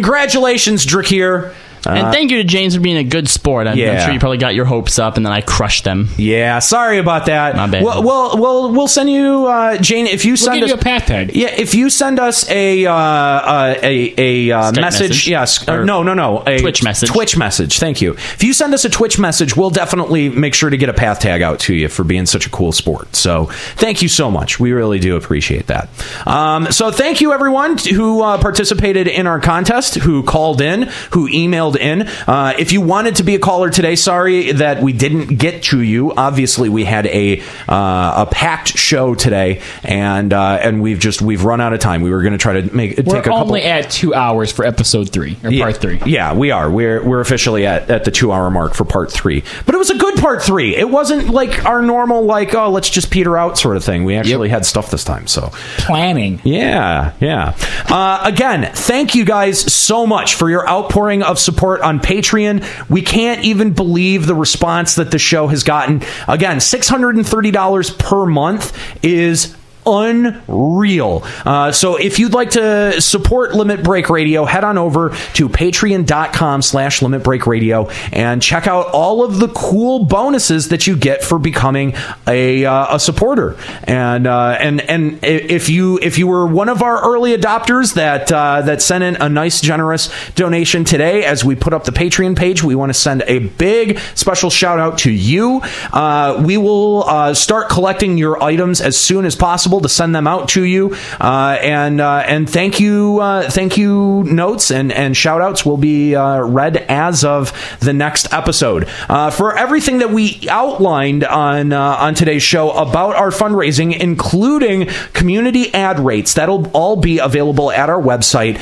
congratulations, Drakir. and Uh, thank you to James for being a good sport. I'm, I'm Yeah. sure you probably got your hopes up, and then I crushed them. Yeah, sorry about that. My bad. Well, well, well, we'll send you, uh, Jane. If you send give us you a pat tag. yeah, if you send us a uh, uh, a a uh, Skype message, message? yes, or Or no, no, no, a Twitch message. Twitch message. Thank you. If you send us a Twitch message, we'll definitely make sure to get a path tag out to you for being such a cool sport. So thank you so much. We really do appreciate that. Um, so thank you everyone t- who uh, participated in our contest, who called in, who emailed in. Uh, if you wanted to be a caller today, sorry that we didn't get to you. Obviously, we had a uh, a packed show today, and uh, and we've just we've run out of time. We were going to try to make We're take a couple. only at two hours for episode three or part three. Yeah, we are. We're we're officially at, at the two hour mark for part three. But it was a good part three. It wasn't like our normal like oh let's just peter out sort of thing. We actually had stuff this time. So Planning. yeah, yeah. Uh, again, thank you guys so much for your outpouring of support on Patreon. We can't even believe the response that the show has gotten. Again, six hundred and thirty dollars per month is unreal uh, so if you'd like to support limit break radio head on over to patreon.com slash limit break radio and check out all of the cool bonuses that you get for becoming a, uh, a supporter and uh, and and i- if you if you were one of our early adopters that uh, that sent in a nice generous donation today as we put up the patreon page we want to send a big special shout out to you uh, we will uh, start collecting your items as soon as possible to send them out to you uh, and uh, and thank you uh, thank you notes and and shout outs will be uh, read as of the next episode uh, for everything that we outlined on uh, on today's show about our fundraising including community ad rates that'll all be available at our website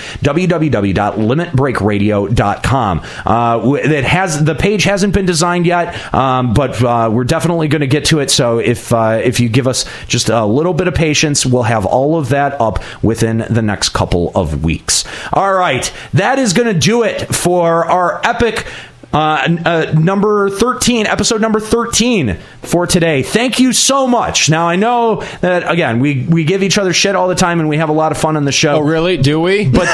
www.limitbreakradio.com uh, w- that has the page hasn't been designed yet um, but uh, we're definitely going to get to it so if uh, if you give us just a little bit of patience we'll have all of that up within the next couple of weeks all right that is going to do it for our epic uh, n- uh, number 13, episode number 13 for today. Thank you so much. Now, I know that, again, we, we give each other shit all the time and we have a lot of fun on the show. Oh, really? Do we? But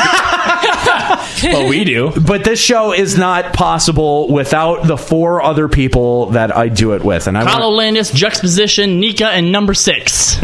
Well, we do. But this show is not possible without the four other people that I do it with. And I Hollow Landis, Juxtaposition, Nika, and number six.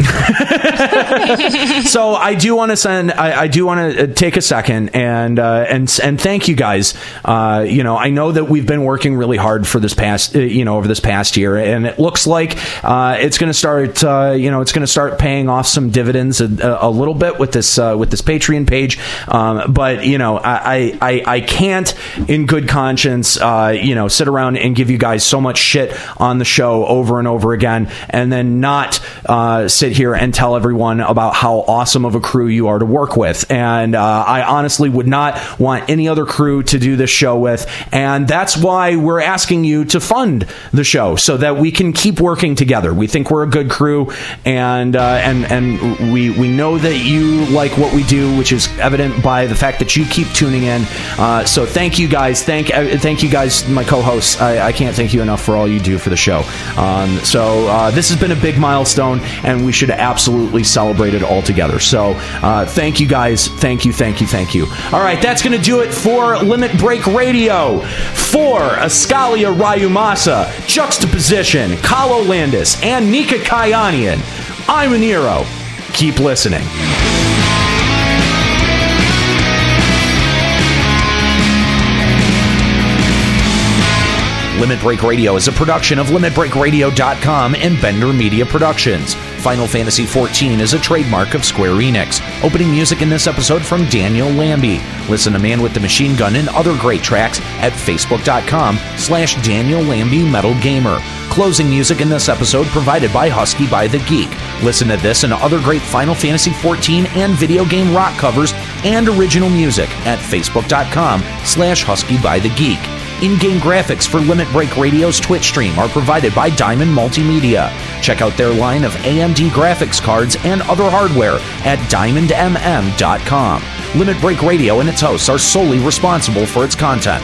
so I do want to send. I, I do want to take a second and uh, and and thank you guys. Uh, you know, I know that we've been working really hard for this past uh, you know over this past year, and it looks like uh, it's going to start. Uh, you know, it's going to start paying off some dividends a, a little bit with this uh, with this Patreon page. Um, but you know, I, I I I can't in good conscience uh, you know sit around and give you guys so much shit on the show over and over again, and then not uh, sit here and tell everyone about how awesome of a crew you are to work with. And uh, I honestly would not want any other crew to do this show with. And that's why we're asking you to fund the show so that we can keep working together. We think we're a good crew, and uh, and and we we know that you like what we do, which is evident by the fact that you keep tuning in. Uh, so thank you guys. Thank uh, thank you guys, my co-hosts. I, I can't thank you enough for all you do for the show. Um, so uh, this has been a big milestone, and we should absolutely celebrate it all together. So uh, thank you guys. Thank you. Thank you. Thank you. All right, that's going to do it for Limit Break Radio. For Ascalia Rayumasa, Juxtaposition, Kalo Landis, and Nika Kayanian, I'm an hero. Keep listening. Limit Break Radio is a production of LimitBreakRadio.com and Bender Media Productions. Final Fantasy XIV is a trademark of Square Enix. Opening music in this episode from Daniel Lambie. Listen to Man with the Machine Gun and other great tracks at Facebook.com slash Daniel Lambie Metal Gamer. closing music in this episode provided by Husky by the Geek. Listen to this and other great Final Fantasy XIV and video game rock covers and original music at facebook.com slash husky by the geek. In-game graphics for Limit Break Radio's Twitch stream are provided by Diamond Multimedia. Check out their line of AMD graphics cards and other hardware at diamondmm.com. Limit Break Radio and its hosts are solely responsible for its content.